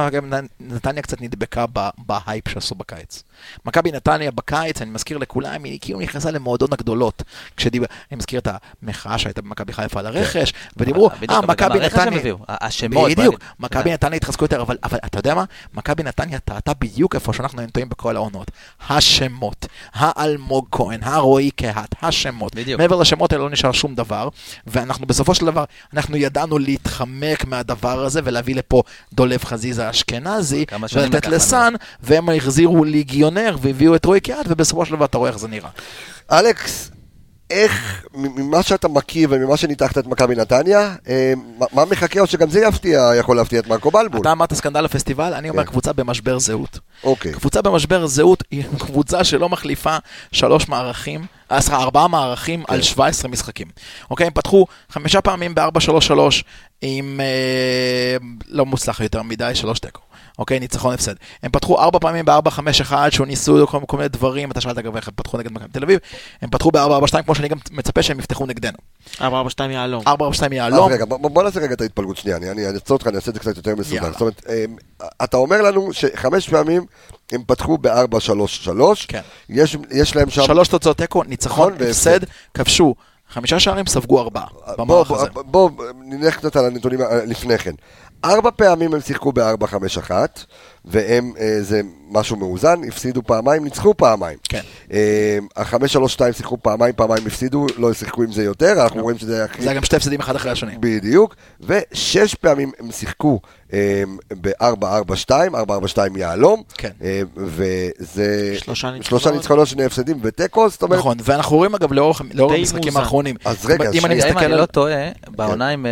C: שנתניה קצת נדבקה ב- בהייפ שעשו בקיץ. מכבי נתניה בקיץ, אני מזכיר לכולם, היא כאילו נכנסה למועדון הגדולות. כשדיבר, אני מזכיר את המחאה שהייתה במכבי חיפה על הרכש, ודיברו,
D: כן. בדיוק,
C: אה,
D: אבל גם
C: מכבי
D: הרכש שהם
C: נתניה...
D: הביאו, ה- השמות,
C: בדיוק,
D: מה-
C: מכבי נתניה התחזקו יותר, אבל, אבל אתה יודע מה? מכבי נתניה טעתה בדיוק איפה שאנחנו היינו טועים בכל העונות. השמות, האלמוג כהן, הרועי קהת, השמות.
D: בדיוק.
C: מעבר לשמות האלה לא נשאר שום דבר, ואנחנו בסופו של דבר, אנחנו ידענו להתחמק מהדבר הזה ולהביא לפה דולב חזיזה אשכנזי,
D: כמה שנים
C: ולתת
D: לקח לנו.
C: לסאן, והם החזירו ליגיונר והביאו את רועי קהת, ובסופו של דבר אתה רואה איך זה נראה.
A: אלכס, איך, ממה שאתה מכיר וממה שניתחת את מכבי נתניה, אה, מה- מה מחכה או שגם זה יפתיע, יכול להפתיע את מרקו בלבול?
C: אתה אמרת סקנדל הפסטיבל, אני אומר
A: כן.
C: קבוצה במשבר זהות.
A: אוקיי.
C: קבוצה במשבר זהות היא קבוצה שלא מחליפה שלוש מערכים, אה, סליחה, ארבעה מערכים
A: כן.
C: על 17 משחקים. אוקיי, הם פתחו חמישה פעמים ב-4-3-3 עם אה, לא מוצלח יותר מדי, שלוש תיקו. אוקיי, ניצחון הפסד. הם פתחו ארבע פעמים ב-4-5-1, שהוא ניסו כל, כל מיני דברים, אתה שאלת גם איך הם פתחו נגד מכבי תל אביב, הם פתחו ב-4-4-2, כמו שאני גם מצפה שהם יפתחו נגדנו.
E: 4-4-2 יהלום.
C: 4-4-2
A: אז
C: יהלום,
A: אה, רגע, בוא- בוא נעשה רגע את ההתפלגות שנייה, אני- אני אעצור אותך, אני אעשה את זה קצת יותר מסודר.
C: יאללה.
A: זאת אומרת, אה, אתה אומר לנו שחמש פעמים הם פתחו ב-4-3-3,
C: כן.
A: יש יש להם שם...
C: שלוש תוצאות תיקו, ניצחון,
A: נכון, והפסד.
C: הפסד, כבשו חמישה שערים, ספגו ארבעה.
A: בוא,
C: במערך
A: בוא,
C: הזה.
A: בוא, בוא, נלך קצת על הנתונים אה, לפני כן. ארבע פעמים הם שיחקו ב-4-5-1, והם, אה, זה משהו מאוזן, הפסידו פעמיים, ניצחו פעמיים.
C: כן.
A: אה, ה-5-3-2 שיחקו פעמיים, פעמיים הפסידו, לא שיחקו עם זה
C: לא.
A: אוקיי. יותר, אנחנו רואים שזה הכי...
C: זה היה גם שתי הפסדים אחד אחרי השני.
A: בדיוק, ושש פעמים הם שיחקו אה, ב-4-4-2, 4-4-2 יהלום.
C: כן.
A: אה, וזה...
E: שלושה ניצחונות.
A: שלושה ניצחונות, שני הפסדים ותיקו, זאת אומרת...
C: נכון, ואנחנו רואים אגב לאורך לאורך
E: די
C: המשחקים
E: מאוזן.
C: האחרונים.
A: אז רגע,
C: אם אני
A: שנייה,
D: אם
C: מסתכל
D: אני
C: על...
D: לא טועה, בעונה עם אה,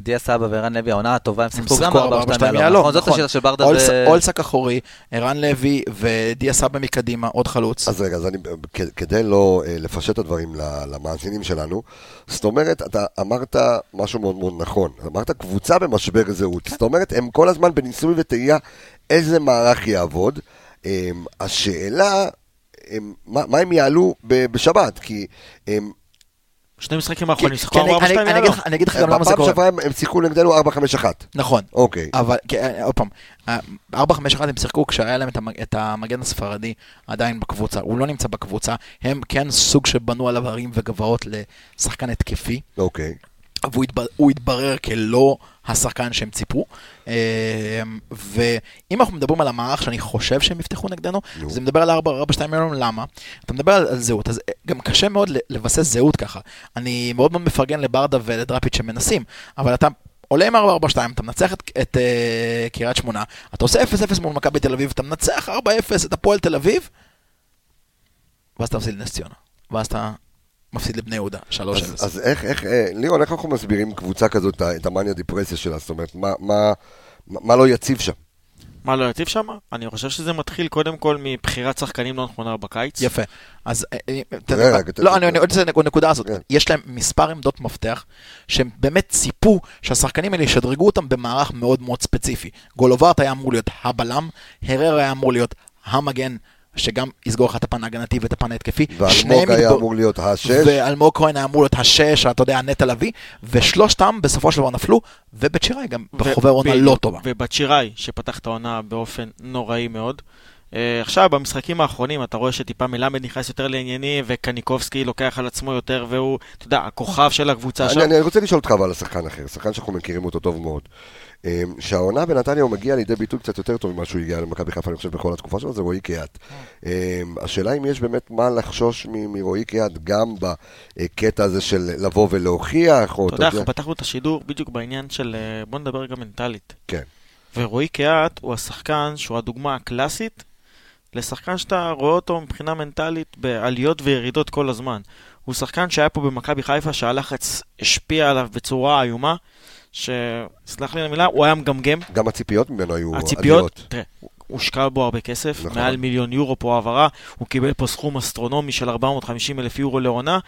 D: דיה סבא וערן לוי, העונה הטובה, הם שיחקו גם
C: שיחקו ארבע,
D: ב-4-2
C: שתיים
D: יהלום. נכון, זאת השאלה של ברדה.
C: אולס-
D: ו-
C: אולסק אחורי, ערן לוי ודיה סבא מקדימה, עוד חלוץ.
A: אז רגע, אז אני, כ- כדי לא אה, לפשט את הדברים ל- למאזינים שלנו, זאת אומרת, אתה אמרת משהו מאוד מאוד נכון. אמרת קבוצה במשבר זהות. זאת אומרת, הם כל הזמן בניסוי וטעייה איזה מערך יעבוד. אה, השאלה, אה, מה מה הם יעלו ב- בשבת? כי אה,
E: שני משחקים
D: נכון,
C: כי-
E: האחרונים,
C: כי
E: שיחקו
C: כן, אני-
E: 4-2
C: אני- אני אגיד
E: יאללה.
C: לך- אני אגיד לך גם למה זה
A: אה, בפעם
C: קורה.
A: שעברה הם הם שיחקו נגדנו 4-5-1.
C: נכון.
A: אוקיי.
C: אבל כי, אה, עוד פעם, אה, 4-5-1 הם שיחקו כשהיה להם את המג- את המגן הספרדי עדיין בקבוצה, הוא לא נמצא בקבוצה, הם כן סוג שבנו עליו הרים וגבעות לשחקן התקפי,
A: אוקיי.
C: והוא התבר, הוא התברר כלא השחקן שהם ציפו. אה, ואם אנחנו מדברים על המערך שאני חושב שהם יפתחו נגדנו,
A: נו.
C: זה מדבר על 4, 4, 2 מיליון, למה? אתה מדבר על, על זהות, אז אה, גם קשה מאוד ל- לבסס זהות ככה. אני מאוד מאוד מפרגן לברדה ולדראפיץ' שמנסים, אבל אתה... עולה עם 4-4-2, אתה מנצח את, את uh, קריית שמונה, אתה עושה 0-0 מול מכבי תל אביב, אתה מנצח 4-0 את הפועל תל אביב, ואז אתה מפסיד לנס ציונה, ואז אתה מפסיד לבני יהודה, 3-0.
A: אז, אז איך, איך, אה, לירון, איך אנחנו מסבירים קבוצה כזאת, את המאניה דיפרסיה שלה? זאת אומרת, מה, מה, מה לא יציב שם?
E: מה לא יטיב שם? אני חושב שזה מתחיל קודם כל מבחירת שחקנים לא נכונה בקיץ.
C: יפה. אז... אה, אה, אתה-
A: רגע, רגע,
C: לא,
A: ת-
C: אני אני עוד רוצה לנקודה הזאת.
A: כן.
C: יש להם מספר עמדות מפתח, שהם באמת ציפו שהשחקנים האלה ישדרגו אותם במערך מאוד מאוד ספציפי. גולוברט היה אמור להיות הבלם, הרר היה אמור להיות המגן, שגם יסגור לך את הפן ההגנתי ואת הפן ההתקפי.
A: ואלמוג
C: שניהם
A: היה
C: התבור-
A: אמור להיות השש.
C: ואלמוג כהן היה אמור להיות השש, אתה יודע, נטע לביא, ושלושתם בסופו של דבר נפלו, ובית שיראי גם
E: ו-
C: בחובר עונה
E: בדיוק.
C: לא טובה.
E: ובת שיראי, שפתח את העונה באופן נוראי מאוד. אה, עכשיו, במשחקים האחרונים, אתה רואה שטיפה מלמד נכנס יותר לענייני, וקניקובסקי לוקח על עצמו יותר, והוא, אתה יודע, הכוכב של הקבוצה שם.
A: אני, אני רוצה לשאול אותך אבל על שחקן אחר, שחקן שאנחנו מכירים אותו טוב מאוד. אמ, שהעונה בנתניה הוא מגיע לידי ביטוי קצת יותר טוב ממה שהוא הגיע למכבי חיפה, אני חושב, בכל התקופה שלו, זה רועי קיאט.
E: כן.
A: אמ, השאלה אם יש באמת מה לחשוש מ- מרועי קיאט, גם בקטע הזה של לבוא ולהוכיח, או
E: אתה יודע, אנחנו פתחנו את השידור בדיוק בעניין של, אה, בוא נדבר גם מנטלית.
A: כן.
E: ורועי קיאט הוא השחקן שהוא הדוגמה הקלאסית לשחקן שאתה רואה אותו מבחינה מנטלית בעליות וירידות כל הזמן. הוא שחקן שהיה פה במכבי חיפה שהלחץ השפיע עליו בצורה איומה, ש... סלח לי על המילה, הוא היה מגמגם.
A: גם הציפיות ממנו היו
E: הציפיות,
A: אדירות.
E: תראה, הושקע בו הרבה כסף,
A: נכון.
E: נכון. מעל מיליון יורו פה העברה, הוא קיבל פה סכום אסטרונומי של 450 אלף יורו לעונה,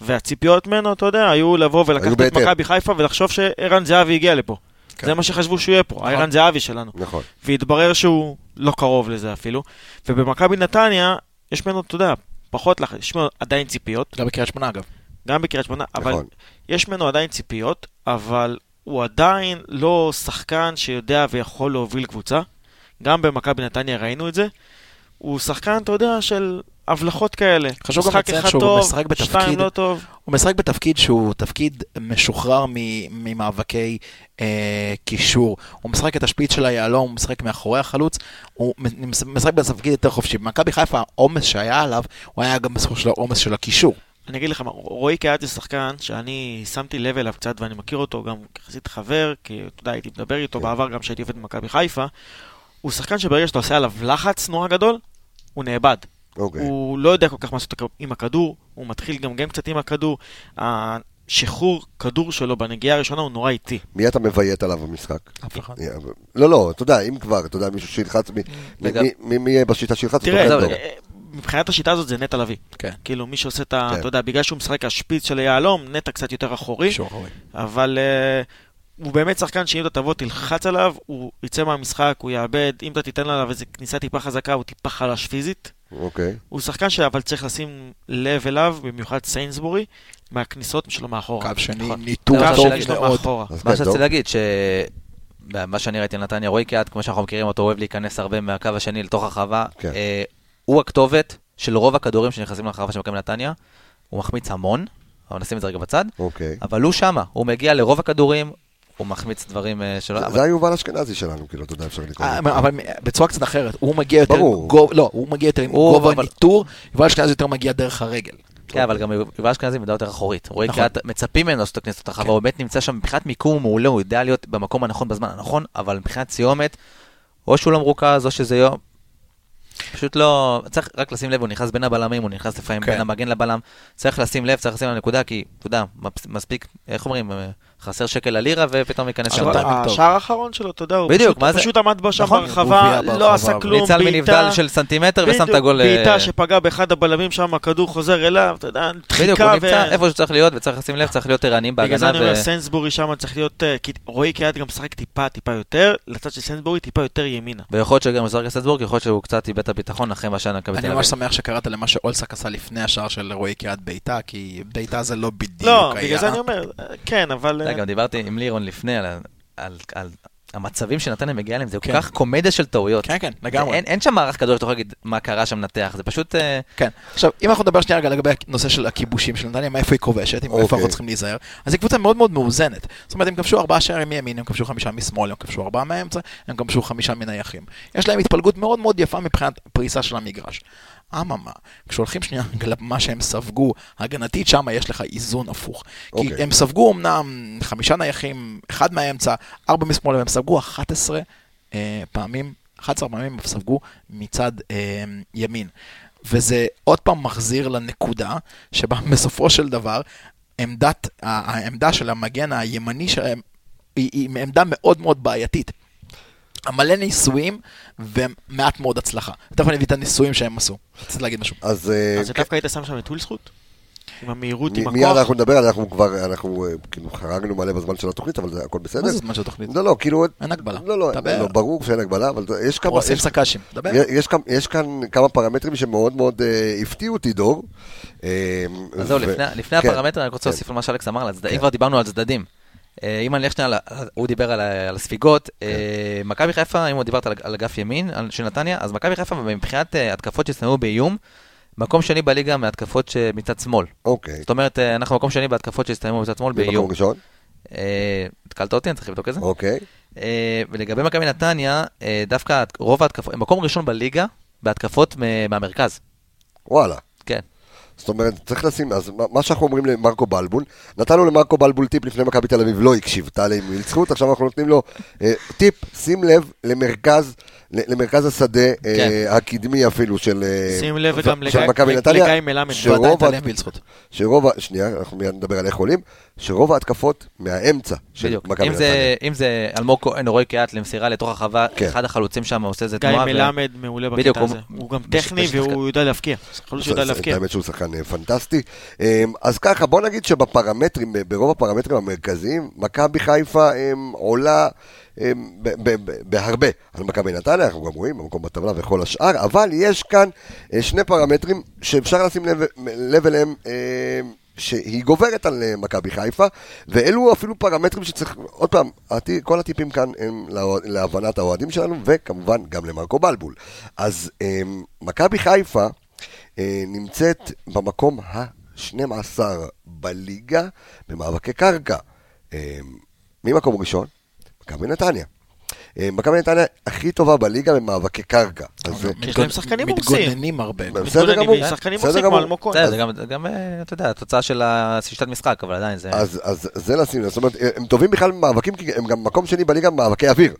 E: והציפיות ממנו, אתה יודע, היו לבוא
A: היו
E: ולקחת את
A: בהתאם.
E: מכבי חיפה ולחשוב שערן זהבי הגיע לפה.
C: כן.
E: זה מה שחשבו שהוא יהיה פה, הערן זהבי שלנו.
A: נכון.
E: והתברר שהוא לא קרוב לזה אפילו. ובמכבי נתניה, יש ממנו, אתה יודע, פחות לחץ, יש ממנו עדיין ציפיות,
C: גם בקריית שמונה אגב.
E: גם בקריית שמונה, אבל
A: נכון.
E: יש ממנו עדיין ציפיות, אבל הוא עדיין לא שחקן שיודע ויכול להוביל קבוצה. גם במכבי נתניה ראינו את זה. הוא שחקן, אתה יודע, של הבלחות כאלה.
C: חשוב גם
E: משחק
C: לציין
E: אחד
C: שהוא
E: טוב,
C: משחק בתפקיד-
E: שתיים לא טוב.
C: הוא משחק בתפקיד שהוא תפקיד משוחרר מ- ממאבקי אה, קישור. הוא משחק את השפיץ של היהלום, הוא משחק מאחורי החלוץ, הוא מ- משחק בתפקיד יותר חופשי. במכבי חיפה העומס שהיה עליו, הוא היה גם בסופו של העומס של הקישור.
E: אני אגיד לך מה, רועי קהת זה שחקן שאני שמתי לב אליו קצת ואני מכיר אותו גם כחסיד חבר, כי אתה יודע, הייתי מדבר
C: כן.
E: איתו בעבר גם כשהייתי עובד במכבי חיפה. הוא שחקן שברגע שאתה עושה עליו לחץ נורא גדול, הוא נאבד.
A: אוקיי.
E: הוא לא יודע כל כך מה לעשות עם הכדור, הוא מתחיל גם גם קצת עם הכדור. השחרור כדור שלו בנגיעה הראשונה הוא נורא איטי.
A: מי אתה מביית עליו במשחק?
C: אף
E: נכון.
C: אחד.
A: לא, לא, אתה יודע, אם כבר, אתה יודע, מישהו שילחץ, מי-
D: וגם-
A: מי- מי- מי יהיה בשיטה שילחץ? לא.
E: תראה,
A: אותו
E: עזוב,
A: כדור.
E: אה, מבחינת השיטה הזאת זה נטע לביא.
C: כן.
E: כאילו, מי שעושה את ה...
A: כן.
E: אתה יודע, בגלל שהוא משחק השפיץ של היהלום, נטע קצת יותר אחורי.
C: קישור אחורי.
E: אבל uh, הוא באמת שחקן שאם אתה תבוא תלחץ עליו, הוא יצא מהמשחק, הוא יאבד, אם אתה תיתן עליו איזו כניסה טיפה חזקה, הוא טיפה חלש פיזית.
A: אוקיי.
E: הוא שחקן שאבל צריך לשים לב אליו, במיוחד סיינסבורי, מהכניסות שלו מאחורה.
C: קו שני,
E: נכון.
C: ניטור
E: הקו
C: טוב
E: השני שלו
C: מאוד.
E: מאחורה.
A: אז
D: מה
A: כן, דור.
D: שרציתי להגיד, ש... מה שאני ראיתי לנתניה, רועי קיאט, כמו שאנחנו מכירים אותו, אוהב להיכנס הרבה מהקו השני לתוך הרחבה.
A: כן.
D: אה, הוא הכתובת של רוב הכדורים שנכנסים לרחבה של מכבי נתניה. הוא מחמיץ המון, אבל נשים את זה רגע בצד.
A: אוקיי.
D: אבל הוא שמה, הוא מגיע לרוב הכדורים, הוא מחמיץ דברים אה, שלו.
A: זה-
D: אבל-
A: זה היה יובל אשכנזי שלנו, כאילו, אתה יודע, אפשר לקרוא
C: אה,
A: לזה.
C: אבל בצורה קצת אחרת, הוא מגיע יותר,
A: ברור.
C: גוב- לא, הוא מגיע יותר עם
D: הוא-
C: גובה
D: אבל-
C: ניטור, יובל אשכנזי יותר מגיע דרך הרגל.
D: כן, אבל
E: אוקיי.
D: גם יובל אשכנזי מדבר יותר אחורית. רועי
E: נכון.
D: קהת, מצפים ממנו לעשות את הכנסת
E: כן.
D: הרחבה, הוא באמת נמצא שם, מבחינת מיקום הוא מעולה, הוא יודע להיות במקום הנכון בזמן הנכון, אבל מבחינת סיומת, או שהוא לא מרוכז, או שזה יום. פשוט לא, צריך רק לשים לב, הוא נכנס בין הבלמים, הוא נכנס לפעמים
C: כן.
D: בין המגן לבלם. צריך לשים לב, צריך לשים לב לנקודה, כי, אתה יודע, מפס- מספיק, איך אומרים, אה, חסר שקל ללירה, ופתאום ייכנס שם.
E: אבל
C: טיימינג טוב.
E: השער האחרון שלו, אתה יודע, הוא
D: בדיוק,
E: פשוט-
D: מה זה?
E: פשוט עמד בשם
D: נכון,
E: ברחבה,
C: הוא
E: לא
C: בעיטה
E: עשה כלום,
D: ניצל מנבדל של סנטימטר ושם את
E: בדיוק,
D: הגול. אה,
E: בעיטה שפגע באחד הבלמים שם, הכדור חוזר אליו, אתה יודע,
D: בדיוק, הוא
E: דחיקה.
D: נמצא
E: ו-
D: איפה שצריך להיות, וצריך לשים לב, צריך להיות ערניים
E: בגלל זה
D: בהגנה.
E: אני אומר,
D: ו-
E: סנסבורי שם צריך להיות... אה, כי רועי קיאט גם משחק טיפה, טיפה יותר, לצד של סנסבורי טיפה יותר ימינה.
D: ויכול להיות שגם מזרק אסטבורג, יכול להיות שהוא קצת איבד את הביטחון אחרי מה שהיה נקבל
C: אני
D: תל
C: ממש
D: אביב.
C: שמח שקראת למה שאולסק עשה לפני השער של רועי קריאת בעיטה, כי בעיטה זה לא בדיוק היה.
E: לא, בגלל זה אני אומר, אה, כן, אבל...
D: אתה
E: אה,
D: יודע, גם דיברתי עם לירון לפני על ה- על- על המצבים שנתן להם מגיע להם, זה כל
C: כן.
D: כך קומדיה של טעויות.
C: כן, כן,
D: זה-
C: לגמרי.
D: אין אין שם מערך כדור שאתה יכול להגיד מה קרה שם נתח, זה פשוט... אה,
C: כן. עכשיו, אם אנחנו נדבר שנייה רגע לגבי הנושא של הכיבושים של נתניה, מאיפה היא כובשת, עם איפה
A: אוקיי.
C: אנחנו צריכים להיזהר, אז היא קבוצה מאוד מאוד מאוזנת. זאת אומרת, הם כבשו ארבעה שערים מימין, הם כבשו חמישה משמאל, הם כבשו ארבעה מהאמצע, הם כבשו חמישה מנייחים. יש להם התפלגות מאוד מאוד יפה מבחינת פריסה של המגרש. אממה, כשהולכים שנייה למה שהם ספגו, הגנתית שם יש לך איזון הפוך. כי
A: אוקיי.
C: הם ספגו אמנם חמישה נייחים, אחד מהאמצע, ארבע משמאל, אבל הם ספגו 11 אה, פעמים, 11 פעמים הם ספגו מצד אה, ימין. וזה עוד פעם מחזיר לנקודה שבה בסופו של דבר עמדת, ה- העמדה של המגן הימני שלהם היא, היא עמדה מאוד מאוד בעייתית. מלא ניסויים ומעט מאוד הצלחה. תכף אני אביא את הניסויים שהם עשו. רציתי להגיד משהו.
A: אז אה,
E: אז דווקא היית שם שם את טולסחוט? עם המהירות, עם
A: מ- מיד
E: הכוח?
A: אנחנו נדבר, אנחנו כבר, אנחנו אה, כאילו חרגנו מלא בזמן של התוכנית, אבל זה הכל בסדר.
C: מה זה זמן של תוכנית?
A: לא, לא, כאילו...
C: אין הגבלה.
A: לא, לא,
C: דבר.
A: לא, ברור שאין הגבלה, אבל זה- יש כמה...
C: עושים
A: יש-
C: סק"שים. דבר.
A: יש כאן- יש כאן כמה פרמטרים שמאוד מאוד אה, הפתיעו אותי, דור. אה,
D: אז זהו,
A: ו-
D: לפני- לפני
A: כן.
D: הפרמטר אני
A: כן.
D: רוצה להוסיף על מה שאלכס אמר, על הצד- אם כבר דיברנו על צדדים. אה, אם אני אלך שנייה, על- הוא דיבר על ה- על הספיגות, אה,
A: כן.
D: מכבי חיפה, אם הוא דיברת על- על אגף ימין על- של נתניה, אז מכבי חיפה מבחינת אה, התקפות שהסתיימו באיום, מקום שני בליגה מהתקפות שמצד שמאל.
A: אוקיי.
D: זאת אומרת, אה, אנחנו מקום שני בהתקפות שהסתיימו מצד שמאל
A: במקום
D: באיום.
A: ראשון?
D: אה, התקלת אותי, אני צריך לבדוק את זה.
A: אוקיי.
D: אה, ולגבי מכבי נתניה, אה, דווקא הת- רוב ההתקפות, הם מקום ראשון בליגה בהתקפות מ- מהמרכז.
A: וואלה.
D: כן.
A: זאת אומרת, צריך לשים, אז מה- מה שאנחנו אומרים למרקו בלבול, נתנו למרקו בלבול טיפ לפני מכבי תל אביב, לא הקשיב, טלי עם מילצחוט, עכשיו אנחנו נותנים לו אה, טיפ, שים לב למרכז, ל- למרכז השדה אה,
D: כן.
A: הקדמי אפילו של אה,
E: שים לב
A: ו-
E: גם
A: של
E: לגיא-
A: מכבי נתניה,
E: לגיא מלמד.
A: שרוב
C: ועדיין
A: ה-
C: תעלה בילסקוט.
A: שרוב, ה- שנייה, אנחנו מיד נדבר על איך עולים, שרוב ההתקפות מהאמצע של
D: בדיוק.
A: מכבי
D: אם
A: נתניה.
D: זה, אם זה אלמוג כהן או רועי קיאט למסירה לתוך הרחבה,
A: כן.
D: אחד החלוצים שם עושה איזה
E: גיא
D: תנועה. ו-
E: מלמד מעולה
D: אה, בדיוק,
E: בקטע
D: הוא-
E: הזה. הוא גם
D: בש-
E: טכני
D: בשטח-
E: והוא יודע להבקיע. יכול להיות שהוא יודע
A: אז- אז-
E: להבקיע.
A: האמת שהוא שחקן אה, פנטסטי. אה, אז ככה, בוא נגיד שבפרמטרים, ב- ברוב הפרמטרים המרכזיים, מכבי חיפה אה, עולה אה, ב- ב- ב- בהרבה על מכבי נתניה, אנחנו גם רואים במקום בטבלה וכל השאר, אבל יש כאן אה, שני פרמטרים שאפשר לשים לב- לב אליהם. אה, שהיא גוברת על אה, מכבי חיפה, ואלו אפילו פרמטרים שצריך, עוד פעם, הטי- כל הטיפים כאן הם לאוה- להבנת האוהדים שלנו, וכמובן גם למרקו בלבול. אז אה, מכבי חיפה, אה, נמצאת במקום ה-12 בליגה במאבקי קרקע. אה, ממקום ראשון, מכבי נתניה. אה, מכבי נתניה הכי טובה בליגה במאבקי קרקע. אז זה-
E: יש להם שחקנים
C: אוקיי. מתגוננים הרבה.
A: בסדר גמור.
E: מתגוננים, שחקנים
A: בסדר
E: עושים
A: גמור.
E: כמו אלמוג כהן.
D: זה, זה גם, גם, אה, אתה יודע, התוצאה של השיטת משחק, אבל עדיין זה...
A: אז, אז זה לשים, לב. זאת אומרת, אה, הם טובים בכלל במאבקים, כי הם גם מקום שני בליגה במאבקי אוויר.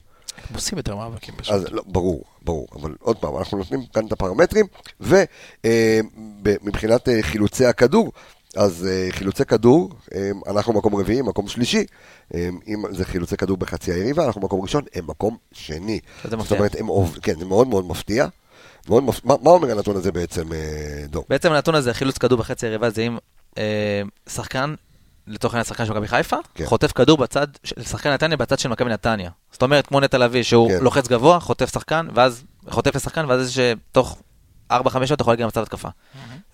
C: הם עושים יותר מאבקים פשוט.
A: אז לא, ברור, ברור, אבל עוד פעם, אנחנו נותנים כאן את הפרמטרים, ומבחינת אה, חילוצי הכדור, אז אה, חילוצי כדור, אה, אנחנו מקום רביעי, מקום שלישי, אה, אם זה חילוצי כדור בחצי היריבה, אנחנו מקום ראשון, הם מקום שני.
D: זה מפתיע.
A: זאת אומרת, הם עוב... כן, זה מאוד מאוד מפתיע. מאוד מפ... מה, מה אומר הנתון הזה בעצם, אה, דור?
D: בעצם הנתון הזה, חילוץ כדור בחצי היריבה, זה אם אה, שחקן, לצורך העניין שחקן של מכבי חיפה,
A: כן.
D: חוטף כדור בצד של שחקן נתניה, בצד של מכבי נתניה. זאת אומרת, כמו נטע לביא, שהוא
A: כן.
D: לוחץ גבוה, חוטף שחקן, ואז חוטף לשחקן, ואז אה, איזה שתוך 4-5 שעות אתה יכול להגיע למצב התקפה.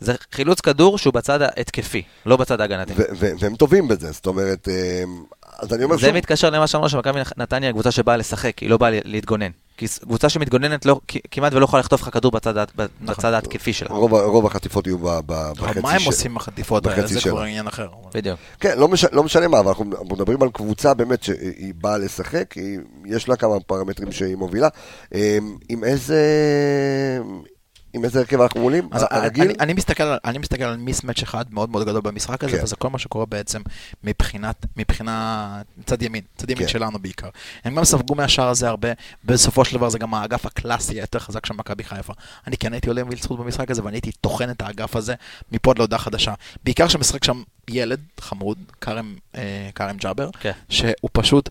D: זה חילוץ כדור שהוא בצד ההתקפי, לא בצד ההגנתי.
A: ו- ו- והם טובים בזה, זאת אומרת, אה, אז אני אומר
D: זה מתקשר למה שאמרנו שמכבי נתניה היא קבוצה שבאה לשחק, היא לא באה להתגונן. כי ס- קבוצה שמתגוננת לא- כ- כמעט ולא יכולה לחטוף לך כדור בצד ה- בצד ההתקפי שלה.
A: נכון. רוב, ה- רוב החטיפות יהיו ב- ב- בחצי
C: אבל מה הם
A: של-
C: עושים עם החטיפות האלה?
A: בחצי
C: זה
A: שלה.
C: כבר עניין אחר.
D: בדיוק.
A: כן, לא, מש... לא משנה מה, אבל אנחנו אנחנו מדברים על קבוצה באמת שהיא באה לשחק, היא... יש לה כמה פרמטרים שהיא מובילה. אמ, עם איזה... עם איזה הרכב אנחנו עולים?
C: אז
A: הרגיל?
C: אה, אני, אני, מסתכל, על- אני מסתכל על מיסמץ' אחד מאוד מאוד גדול במשחק הזה,
A: כן.
C: וזה כל מה שקורה בעצם מבחינת, מבחינה צד ימין, צד ימין
A: כן.
C: שלנו בעיקר. הם גם ספגו מהשער הזה הרבה, בסופו של דבר זה גם האגף הקלאסי היותר חזק של מכבי חיפה. אני כן הייתי עולה עם וילצחוט במשחק הזה, ואני הייתי טוחן את האגף הזה מפה עד להודעה חדשה. בעיקר שמשחק שם ילד חמוד, כרם אה, כרם ג'אבר,
D: כן.
C: שהוא פשוט...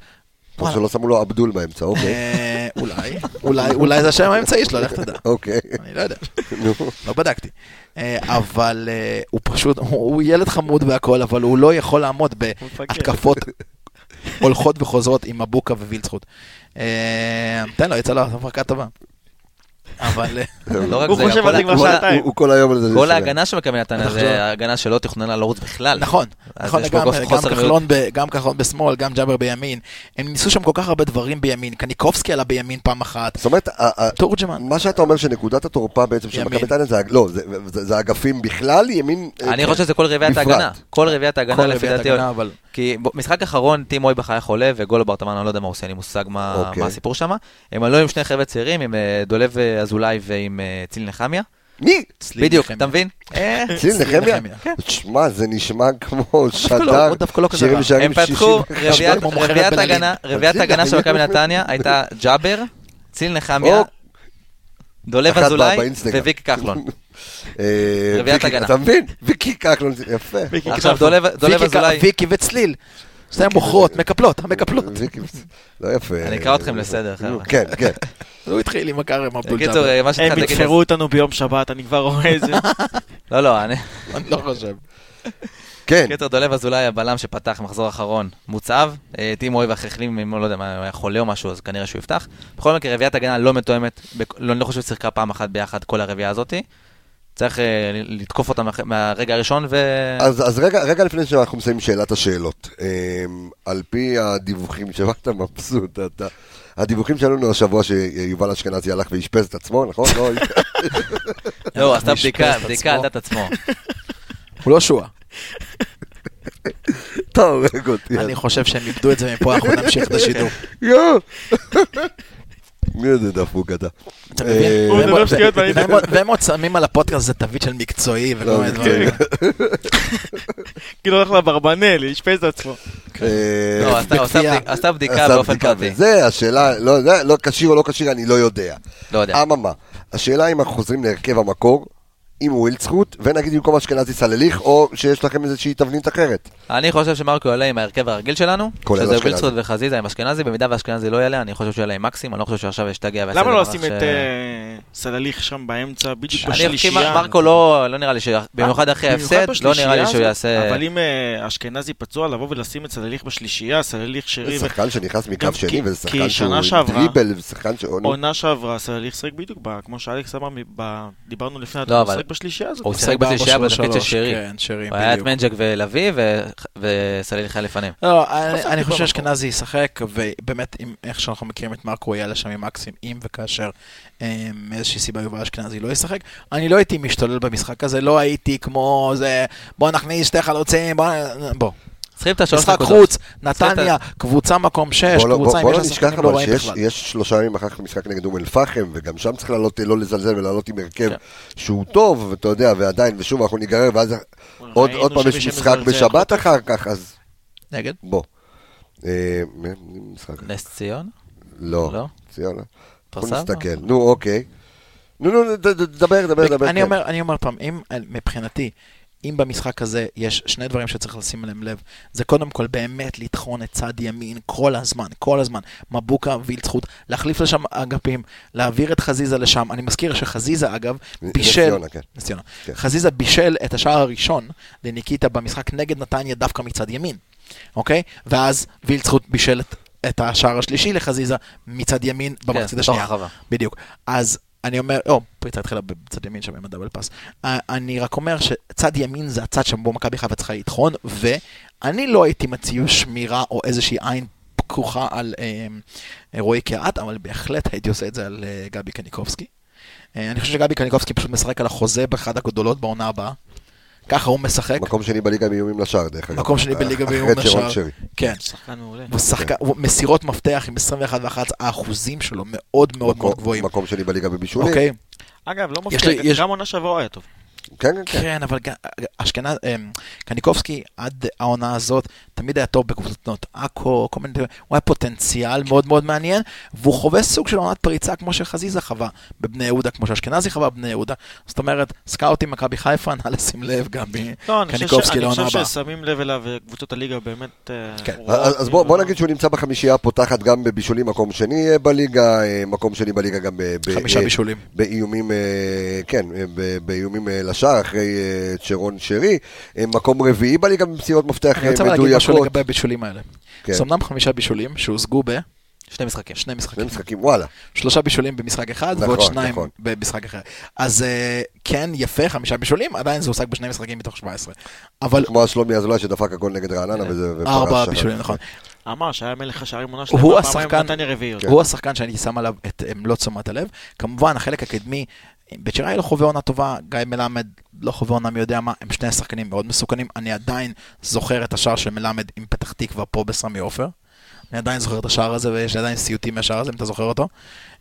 A: כמו שלא שמו לו עבדול באמצע, לא אוקיי.
C: אה, אולי, אולי, אולי זה השם האמצעי שלו, לך תדע.
A: אוקיי,
C: אני לא יודע.
A: נו.
C: לא בדקתי. אה, אבל אה, הוא פשוט, הוא- הוא ילד חמוד והכל, אבל הוא לא יכול לעמוד בהתקפות הולכות וחוזרות עם מבוקה ווילצחוט. אה, תן לו, יצא לו הפרקה טובה. אבל אה,
D: לא רק
E: הוא
D: זה,
E: חושב
D: כל
E: על
D: ה-
E: זה כבר
D: כל ה-
E: שעתיים.
A: הוא- הוא כל היום על זה.
D: כל
A: שלהם.
D: ההגנה שמכבי נתניה זה הגנה שלא תכננה לרוץ בכלל.
C: נכון,
D: אז
C: נכון
D: יש פה
C: לגמרי, גם
D: חוסר
C: כחלון ב- גם כחלון בשמאל, גם ג'אבר בימין. הם ניסו שם כל כך הרבה דברים בימין, קניקובסקי עלה בימין פעם אחת,
A: זאת אומרת, ה- ה-
C: תורג'מן.
A: מה שאתה אומר שנקודת התורפה בעצם של
C: ימין.
A: מכבי נתניה זה, לא, זה- זה זה אגפים בכלל, ימין... אה,
D: אני
A: כן.
D: חושב שזה כל רביעיית
A: בפרט.
D: ההגנה. כל רביעיית ההגנה
C: כל
D: לפי
C: רביעיית
D: דעתי.
C: הגנה, אבל...
D: כי ב- משחק אחרון, טים אויבך היה חולה, וגולו ברטמן, אני לא יודע מה הוא עושה, אין לי מושג מה
A: אוקיי.
D: מה הסיפור שם. הם עלו עם שני חבר'ה צעירים, עם אה, דולב אה, אזולאי ועם אה, ציל נחמיה.
A: מי?
C: צליל
D: בדיוק,
C: נחמיה.
D: אתה מבין? אה,
A: ציל כן, נחמיה?
C: נחמיה,
A: שמע, זה נשמע כמו
C: כן. דווקא לא,
A: שדר
C: הוא דווקא לא כזה
A: שירים
C: רע.
A: שערים
D: הם פתחו,
A: 60.
D: רביעיית-
C: כמו מוכרת
D: רביעיית
C: בנעלים.
D: הגנה, רביעיית
A: תמשיך,
D: הגנה של
A: תמשיך.
D: מכבי נתניה הייתה ג'אבר, ציל נחמיה,
A: או.
D: דולב
A: אחת
D: אזולאי
A: באינסטגרם.
D: וויקי כחלון.
A: אה,
D: רביעיית
A: ויקי-
D: הגנה.
A: אתה מבין? ויקי קקלון, זה- יפה.
E: ויקי
D: עכשיו
E: כחלון.
D: דולב דולב
C: כן. ויקי-
D: אזולאי,
C: ויקי וצליל. שתיים מוכרות, מקפלות, המקפלות.
A: ויקי- לא יפה.
D: אני אקרא אתכם לסדר, חבר'ה.
A: כן, כן.
C: הוא התחיל עם הכרם אבדול
D: בקיצור,
C: ג'אבר.
D: אה, מה שהתחלתי
E: הם
D: להגיד,
E: יתפרו אותנו ביום שבת, אני כבר רואה את זה.
D: לא, לא, אני...
C: אני לא חושב.
A: כן,
D: קטר דולב אזולאי, הבלם שפתח מחזור אחרון, מוצב. אה, טים אויבך החלים, אם לא יודע מה, הוא היה חולה או משהו, אז כנראה שהוא יפתח. בכל מקרה, רביעיית הגנה לא מתואמת, בכ- לא- אני לא חושב ששיחקה פעם אחת ביחד כל הרביעייה הזאתי. צריך אה, ל- לתקוף אותה מהח- מהרגע הראשון, ו...
A: אז, אז רגע, רגע לפני שאנחנו מסיימים שאלת השאלות, אמ, על פי הדיווחים, שבאת מבסוט, אתה... הדיווחים שהיו לנו השבוע שיובל אשכנזי הלך ואשפז את עצמו, נכון? לא,
D: לא, הוא עשתה
C: הוא
D: בדיקה,
C: אשפז את
D: בדיקה על
C: עצמו.
D: דעת עצמו.
C: הוא לא שועה.
A: אתה הורג אותי.
C: אני חושב שהם איבדו את זה מפה, אנחנו נמשיך את השידור.
A: יואו! מי איזה דפוק אתה?
C: אתה מבין?
A: אה,
E: הוא
C: והם
E: מדבר
C: עוד-
E: שטויות
C: והם
E: באינטרנט.
C: עוד- והם עוד שמים על הפודקאסט הזה תווית של מקצועי וכל מיני
A: כן.
E: אוקיי.
C: דברים.
E: כאילו הולך לאברבנל, אשפז את עצמו.
A: אה,
D: לא, עשתה- עשתה
C: בכפייה.
D: בדיק- עשתה בדיקה
A: עשה
D: באופן
A: בדיקה
D: פרטי.
A: וזה, השאלה, לא, זה, לא כשיר או לא כשיר, אני לא יודע.
D: לא יודע.
A: אממה, השאלה אם אנחנו חוזרים להרכב המקור, עם ווילדסחוט, ונגיד במקום אשכנזי סלליך, או שיש לכם איזושהי תבנית אחרת.
D: אני חושב שמרקו יעלה עם ההרכב הרגיל שלנו,
A: כולל
D: שזה
A: אשכנזי.
D: וילצחוט וחזיזה עם אשכנזי, במידה ואשכנזי לא יעלה, אני חושב שהוא יעלה עם מקסים, אני לא חושב שעכשיו ישתגע ויעשה
E: למה לא
D: דבר
E: עושים
D: ש-
E: את אה, סלליך שם באמצע, בדיוק
D: אני חושב
E: בשלישייה? אה,
D: שמרקו לא לא נראה לי ש... במיוחד אחרי
E: במיוחד
D: ההפסד, לא
E: בשלישייה
D: נראה לי שהוא
E: הזאת.
D: יעשה...
E: אבל אם אה, אשכנזי פצוע, לבוא ולשים את סלליך בשלישייה, סלליך שרי,
A: זה שחקן שנכנס מקו
E: גם
A: שני,
E: כי-
A: וזה
E: כי
A: שחקן שהוא
E: שנה
A: עם
E: שעברה-
A: דריבל, וזה שחקן ש...
E: עונה שעברה, סלליך שיחק בדיוק, ב- כמו שאלכס אמר, מ- ב- דיברנו לפני,
D: לא,
E: הוא
D: אבל-
E: שיחק בשלישייה הזאת.
D: הוא שיחק בשלישייה בתפקיד של
C: 4-3-3,
D: שרי.
C: כן, שרי,
D: הוא היה את
C: בדיוק.
D: מנג'ק ולביא, ו- וסליליך היה לפניהם.
C: לא, אני אני
E: במקום.
C: חושב שאשכנזי ישחק, ובאמת, עם- איך שאנחנו מכירים את מרקו, הוא יעלה שם עם מקסים, אם וכאשר אה, מאיזושהי סיבה יובל אשכנזי לא ישחק. אני לא הייתי משתולל במשחק הזה, לא הייתי כמו זה, בוא נכניס שתי חלוצים, בוא... בוא.
D: צריכים את השלוש
C: משחק
D: נקודות.
C: חוץ,
D: עשית
C: נתניה, קבוצה מקום 6,
A: בוא לא-
C: קבוצה
A: בוא-
C: עם
A: בוא לא
C: יש
A: נשכח
C: שחקנים לא
A: אבל
C: רעים
A: שיש
C: בכלל.
A: יש שלושה ימים אחר כך משחק נגד אום אל-פחם, וגם שם צריך לעלות, לא לזלזל ולעלות עם הרכב
C: כן.
A: שהוא טוב, ואתה יודע, ועדיין, ושוב אנחנו ניגרר, ואז עוד
E: ראינו
A: עוד פעם
E: שמי
A: יש משחק
E: שמזלזל-
A: בשבת אחר כך, אז
C: נגד?
A: בוא. אה, מי- מי משחק?
D: נס ציון? לא?
A: לא. ציונה.
D: כפר
A: בוא
D: סבא?
A: נסתכל. נו, אוקיי. נו, נו, ד- ד- דבר, דבר, דבר.
C: אני
A: כן.
C: אומר, אני אומר פעם, אם מבחינתי, אם במשחק הזה יש שני דברים שצריך לשים אליהם לב, זה קודם כל באמת לטחון את צד ימין כל הזמן, כל הזמן. מבוקה וילצחוט, להחליף לשם אגפים, להעביר את חזיזה לשם. אני מזכיר שחזיזה, אגב,
A: נס
C: בישל...
A: ציונה, כן.
C: נס ציונה.
A: כן.
C: חזיזה בישל את השער הראשון לניקיטה במשחק נגד נתניה דווקא מצד ימין, אוקיי? ואז וילצחוט בישל את... את השער השלישי לחזיזה מצד ימין במחצית
D: בתוך
C: השנייה.
D: הרחבה.
C: בדיוק. אז אני אומר, או, פריצה התחילה בצד ימין שם עם הדאבל פאס. אה, אני רק אומר שצד ימין זה הצד שבו מכבי חיפה צריכה לטחון, ואני לא הייתי מציע שמירה או איזושהי עין פקוחה על אה, רועי קהת, אבל בהחלט הייתי עושה את זה על אה, גבי קניקובסקי. אה, אני חושב שגבי קניקובסקי פשוט משחק על החוזה באחד הגדולות בעונה הבאה. ככה הוא משחק.
A: מקום שני בליגה באיומים לשער, דרך אגב.
C: מקום שני בליגה באיומים
A: אחרי שרון
C: לשער.
A: שרי.
C: כן.
E: שחקן מעולה.
C: הוא
A: כן.
C: שחקן, הוא מסירות מפתח עם 21 ו-11, האחוזים שלו מאוד מאוד מאוד
A: מקום-
C: גבוהים.
A: מקום שני בליגה בבישולים.
C: אוקיי?
E: אגב, לא
C: יש לי-
E: מפתיע,
C: יש-
E: גם עונה שעברה הוא היה טוב.
A: כן, כן, כן.
C: כן, אבל גם- אשכנז, אמ, קניקובסקי עד העונה הזאת תמיד היה טוב בקבוצות בנות עכו, כל מיני, הוא היה
A: כן.
C: פוטנציאל מאוד מאוד מעניין, והוא חווה סוג של עונת פריצה כמו שחזיזה חווה בבני יהודה, כמו שאשכנזי חווה בבני יהודה. זאת אומרת, סקאוטים מכבי חיפה, נא לשים לב גם
A: כן.
E: לא, אני חושב ש-
C: בקניקובסקי
E: אני
C: לעונה
E: חושב
C: הבאה.
E: ששמים לב אליו אה, קבוצות הליגה באמת... אה,
C: כן.
E: רואות,
A: אז אז בוא בוא נגיד שהוא נמצא בחמישייה הפותחת גם בבישולים מקום שני אה, בליגה, אה, מקום שני בליגה גם ב- ב-
C: חמישה
A: אה,
C: בישולים.
A: באיומים, אה, כן, אה, ב- באיומים אה, לשער אחרי אה, צ'רון שרי, אה, מקום רביעי בליגה במציאות מפתח
C: אני
A: אה,
C: רוצה אבל להגיד משהו
A: מדויקות,
C: לגבי הבישולים האלה.
A: כן.
C: זה אומנם חמישה בישולים שהושגו
D: שני משחקים.
C: בשני
A: שני
C: משחקים.
A: משחקים, וואלה,
C: שלושה בישולים במשחק אחד,
A: נכון,
C: נכון, ועוד
A: נכון.
C: שניים נכון. במשחק אחר. אז אה, כן, יפה, חמישה בישולים, עדיין זה הושג בשני משחקים מתוך 17. אבל
A: כמו השלומי אזולאי שדפק הגול נגד רעננה וזה, ופרש כן.
C: ארבע
A: שם.
C: אה, בישולים, נכון.
E: אמר שהיה אה, מלך השערים עונה
C: הוא
E: שלמה, פעמיים
C: השחקן-
E: נתניה
A: כן.
E: רביעיות.
C: הוא השחקן שאני שם עליו את מלוא תשומת הלב. כמובן, החלק הקדמי, בית שיראי לא חווה עונה טובה, גיא מלמד לא חווה עונה מי יודע מה, הם שני שחקנים מאוד מסוכנים. אני עדיין זוכר את השער של מלמד עם פתח תקווה פה בסמי עופר. אני עדיין זוכר את השער הזה, ויש לי עדיין סיוטים מהשער הזה, אם אתה זוכר אותו.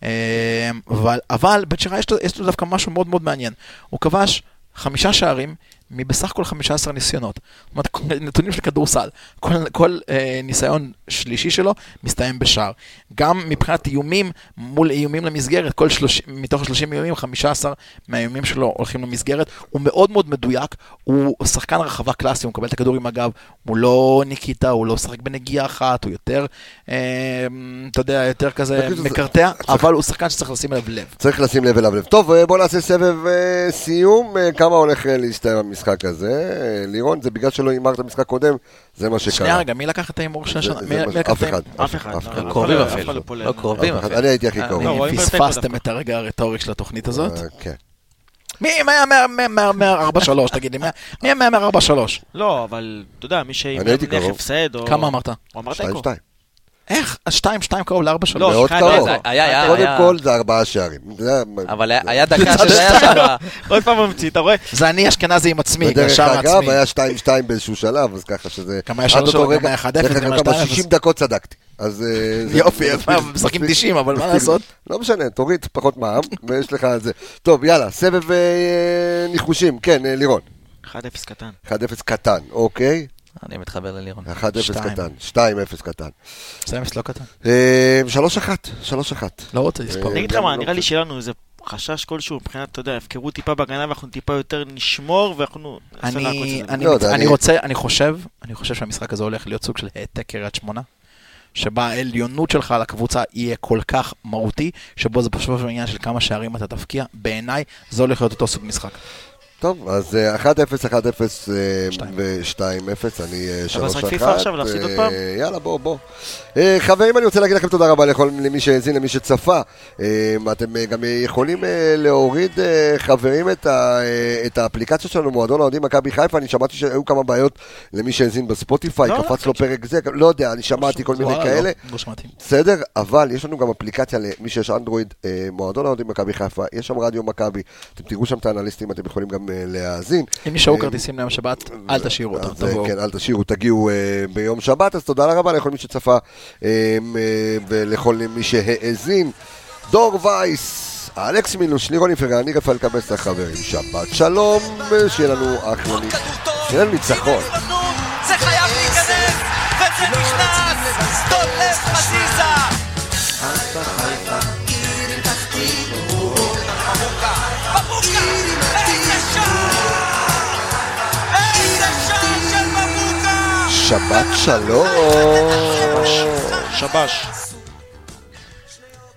C: אה, אבל, אבל בית שיראי יש, לו- יש לו דווקא משהו מאוד מאוד מעניין. הוא כבש חמישה שערים מבסך הכל 15 ניסיונות. זאת אומרת, כל- נתונים של כדורסל. כל, כל אה, ניסיון שלישי שלו מסתיים בשער. גם מבחינת איומים מול איומים למסגרת, כל 30, מתוך 30 איומים, 15 מהאיומים שלו הולכים למסגרת. הוא מאוד מאוד מדויק, הוא שחקן רחבה קלאסי, הוא מקבל את הכדור עם הגב, הוא לא ניקיטה, הוא לא משחק בנגיעה אחת, הוא יותר, אה, אתה יודע, יותר כזה
A: בקיצור, זה-
C: מקרטע, אבל הוא שחקן שצריך לשים אליו לב.
A: צריך לשים לב אליו לב. טוב, אה, בוא נעשה סבב אה, סיום, אה, כמה הולך אה, להסתיים המשחק הזה, אה, לירון, זה בגלל שלא הימרת משחק קודם, זה מה שקרה.
C: שנייה רגע, מי לקח את ההימור של השנה?
A: כן. זה-
C: לא מי-
A: זה
C: מי
A: מה-
C: לקח
A: אף
C: את ההימור?
A: אחד,
E: אף אחד.
A: אף אחד.
E: לא,
D: לא קרובים
E: אף אחד
D: אפילו.
E: לא פולט.
D: לא קרובים
A: אף אחד.
D: אפילו.
A: אני הייתי הכי קרוב.
D: אני-
E: רואים
C: פספסתם
E: בתיקו
C: את הרגע הרטורי של התוכנית הזאת?
A: אה, כן.
C: מי מה-143, תגיד לי, מי מה-143?
E: לא, אבל אתה יודע, מי שאם
A: אני הייתי
E: נניח
A: קרוב.
E: הפסד או...
C: כמה אמרת?
E: הוא אמר
A: שתיים,
E: תיקו.
A: שתיים.
C: איך? 2, 2 קרוב ל-4-3.
E: לא,
A: מאוד
E: אחד,
A: קרוב.
E: לא,
D: היה, היה,
A: קודם
D: היה.
A: כל זה ארבעה שערים. זה היה-
D: אבל היה- היה דקה שזה היה שם.
E: עוד פעם ממציא, אתה רואה?
C: זה אני אשכנזי עם עצמי,
A: בדרך
C: ישר
A: אגב,
C: מעצמי.
A: היה 2-2 באיזשהו שלב, אז ככה שזה...
C: גם היה 3-3,
A: עד אותו
C: גם
A: רגע-
C: היה 1-0,
A: דרך
C: גם
A: אגב,
C: היה 2-0.
A: 60 דקות צדקתי. אז... אה, זה-
C: יופי,
A: זה
C: יפה,
A: מספיק-
C: משחקים
A: מספיק-
C: 90, אבל מה
A: מספיק.
C: לעשות?
A: לא משנה, תוריד פחות מע"מ, ויש לך את זה. טוב, יאללה, סבב אה, ניחושים. כן, אה, לירון.
E: 1-0 קטן.
A: 1-0 קטן, אוקיי?
D: אני מתחבר ללירון.
A: 1-0
C: שתיים.
A: קטן, 2-0 קטן.
C: זה לא קטן.
A: אה, 3-1, 3-1.
C: לא רוצה לספור.
E: אני אגיד לך
A: גם
E: מה,
A: לא
E: נראה לי
A: בסדר.
E: שלנו איזה חשש כלשהו מבחינת, אתה יודע, הפקרות טיפה בהגנה ואנחנו טיפה יותר נשמור ואנחנו... ננסה
C: אני,
E: לעקוץ את זה.
C: אני,
A: לא יודע,
C: אני
A: אני-
C: רוצה, אני חושב, אני חושב שהמשחק הזה הולך להיות סוג של העתק קריית שמונה, שבה העליונות שלך על הקבוצה יהיה כל כך מהותי, שבו זה פשוט עניין של כמה שערים אתה תבקיע, בעיניי זה הולך להיות אותו סוג משחק.
A: טוב, אז אה, 1-0, 1-0 אה,
C: שתיים.
A: ו-2-0, אני אה, 3-1.
E: אבל זה רק פיפ"א עכשיו, להפסיד עוד פעם?
A: אה, יאללה, בוא, בוא. אה, חברים, אני רוצה להגיד לכם תודה רבה לכל, למי שהאזין, למי שצפה. אה, אתם אה, גם יכולים אה, להוריד, אה, חברים, את, ה, אה, את האפליקציה שלנו, מועדון האוהדים מכבי חיפה. אני שמעתי שהיו כמה בעיות למי שהאזין בספוטיפיי,
E: לא, לא,
A: קפץ לו פרק זה, לא יודע, אני שמעתי כל מיני
C: וואלה, לא,
A: כאלה.
C: לא שמעתי.
A: בסדר, אבל יש לנו גם אפליקציה למי שיש אנדרואיד, אה, מועדון האוהדים מכבי חיפה, יש שם רדיו מכבי, אתם תראו שם את האנליסטים, אתם יכולים גם אה, להאזין.
C: אם נשארו
A: אה,
C: כרטיסים ליום שבת, אל תשאירו אותם,
A: אז, אה,
C: תבואו.
A: כן, אל תשאירו, תגיעו אה, ביום שבת, אז תודה רבה לכל מי שצפה אה, אה, ולכל מי שהאזין. דור וייס, אלכס מילוש, לירון יפרע, אני רפאל קבס החברים, שבת שלום, אה, שיהיה לנו אחלה
B: עוד
A: ניצחון.
B: כדור טוב,
A: שיהיה לנו ניצחון.
B: הנה הזדמנות, זה חייב להיכנס, וזה נכנס, דולף חזיזה. מבוקה, איזה שער! איזה שער של מבוקה!
A: שבת שלום.
E: שבש.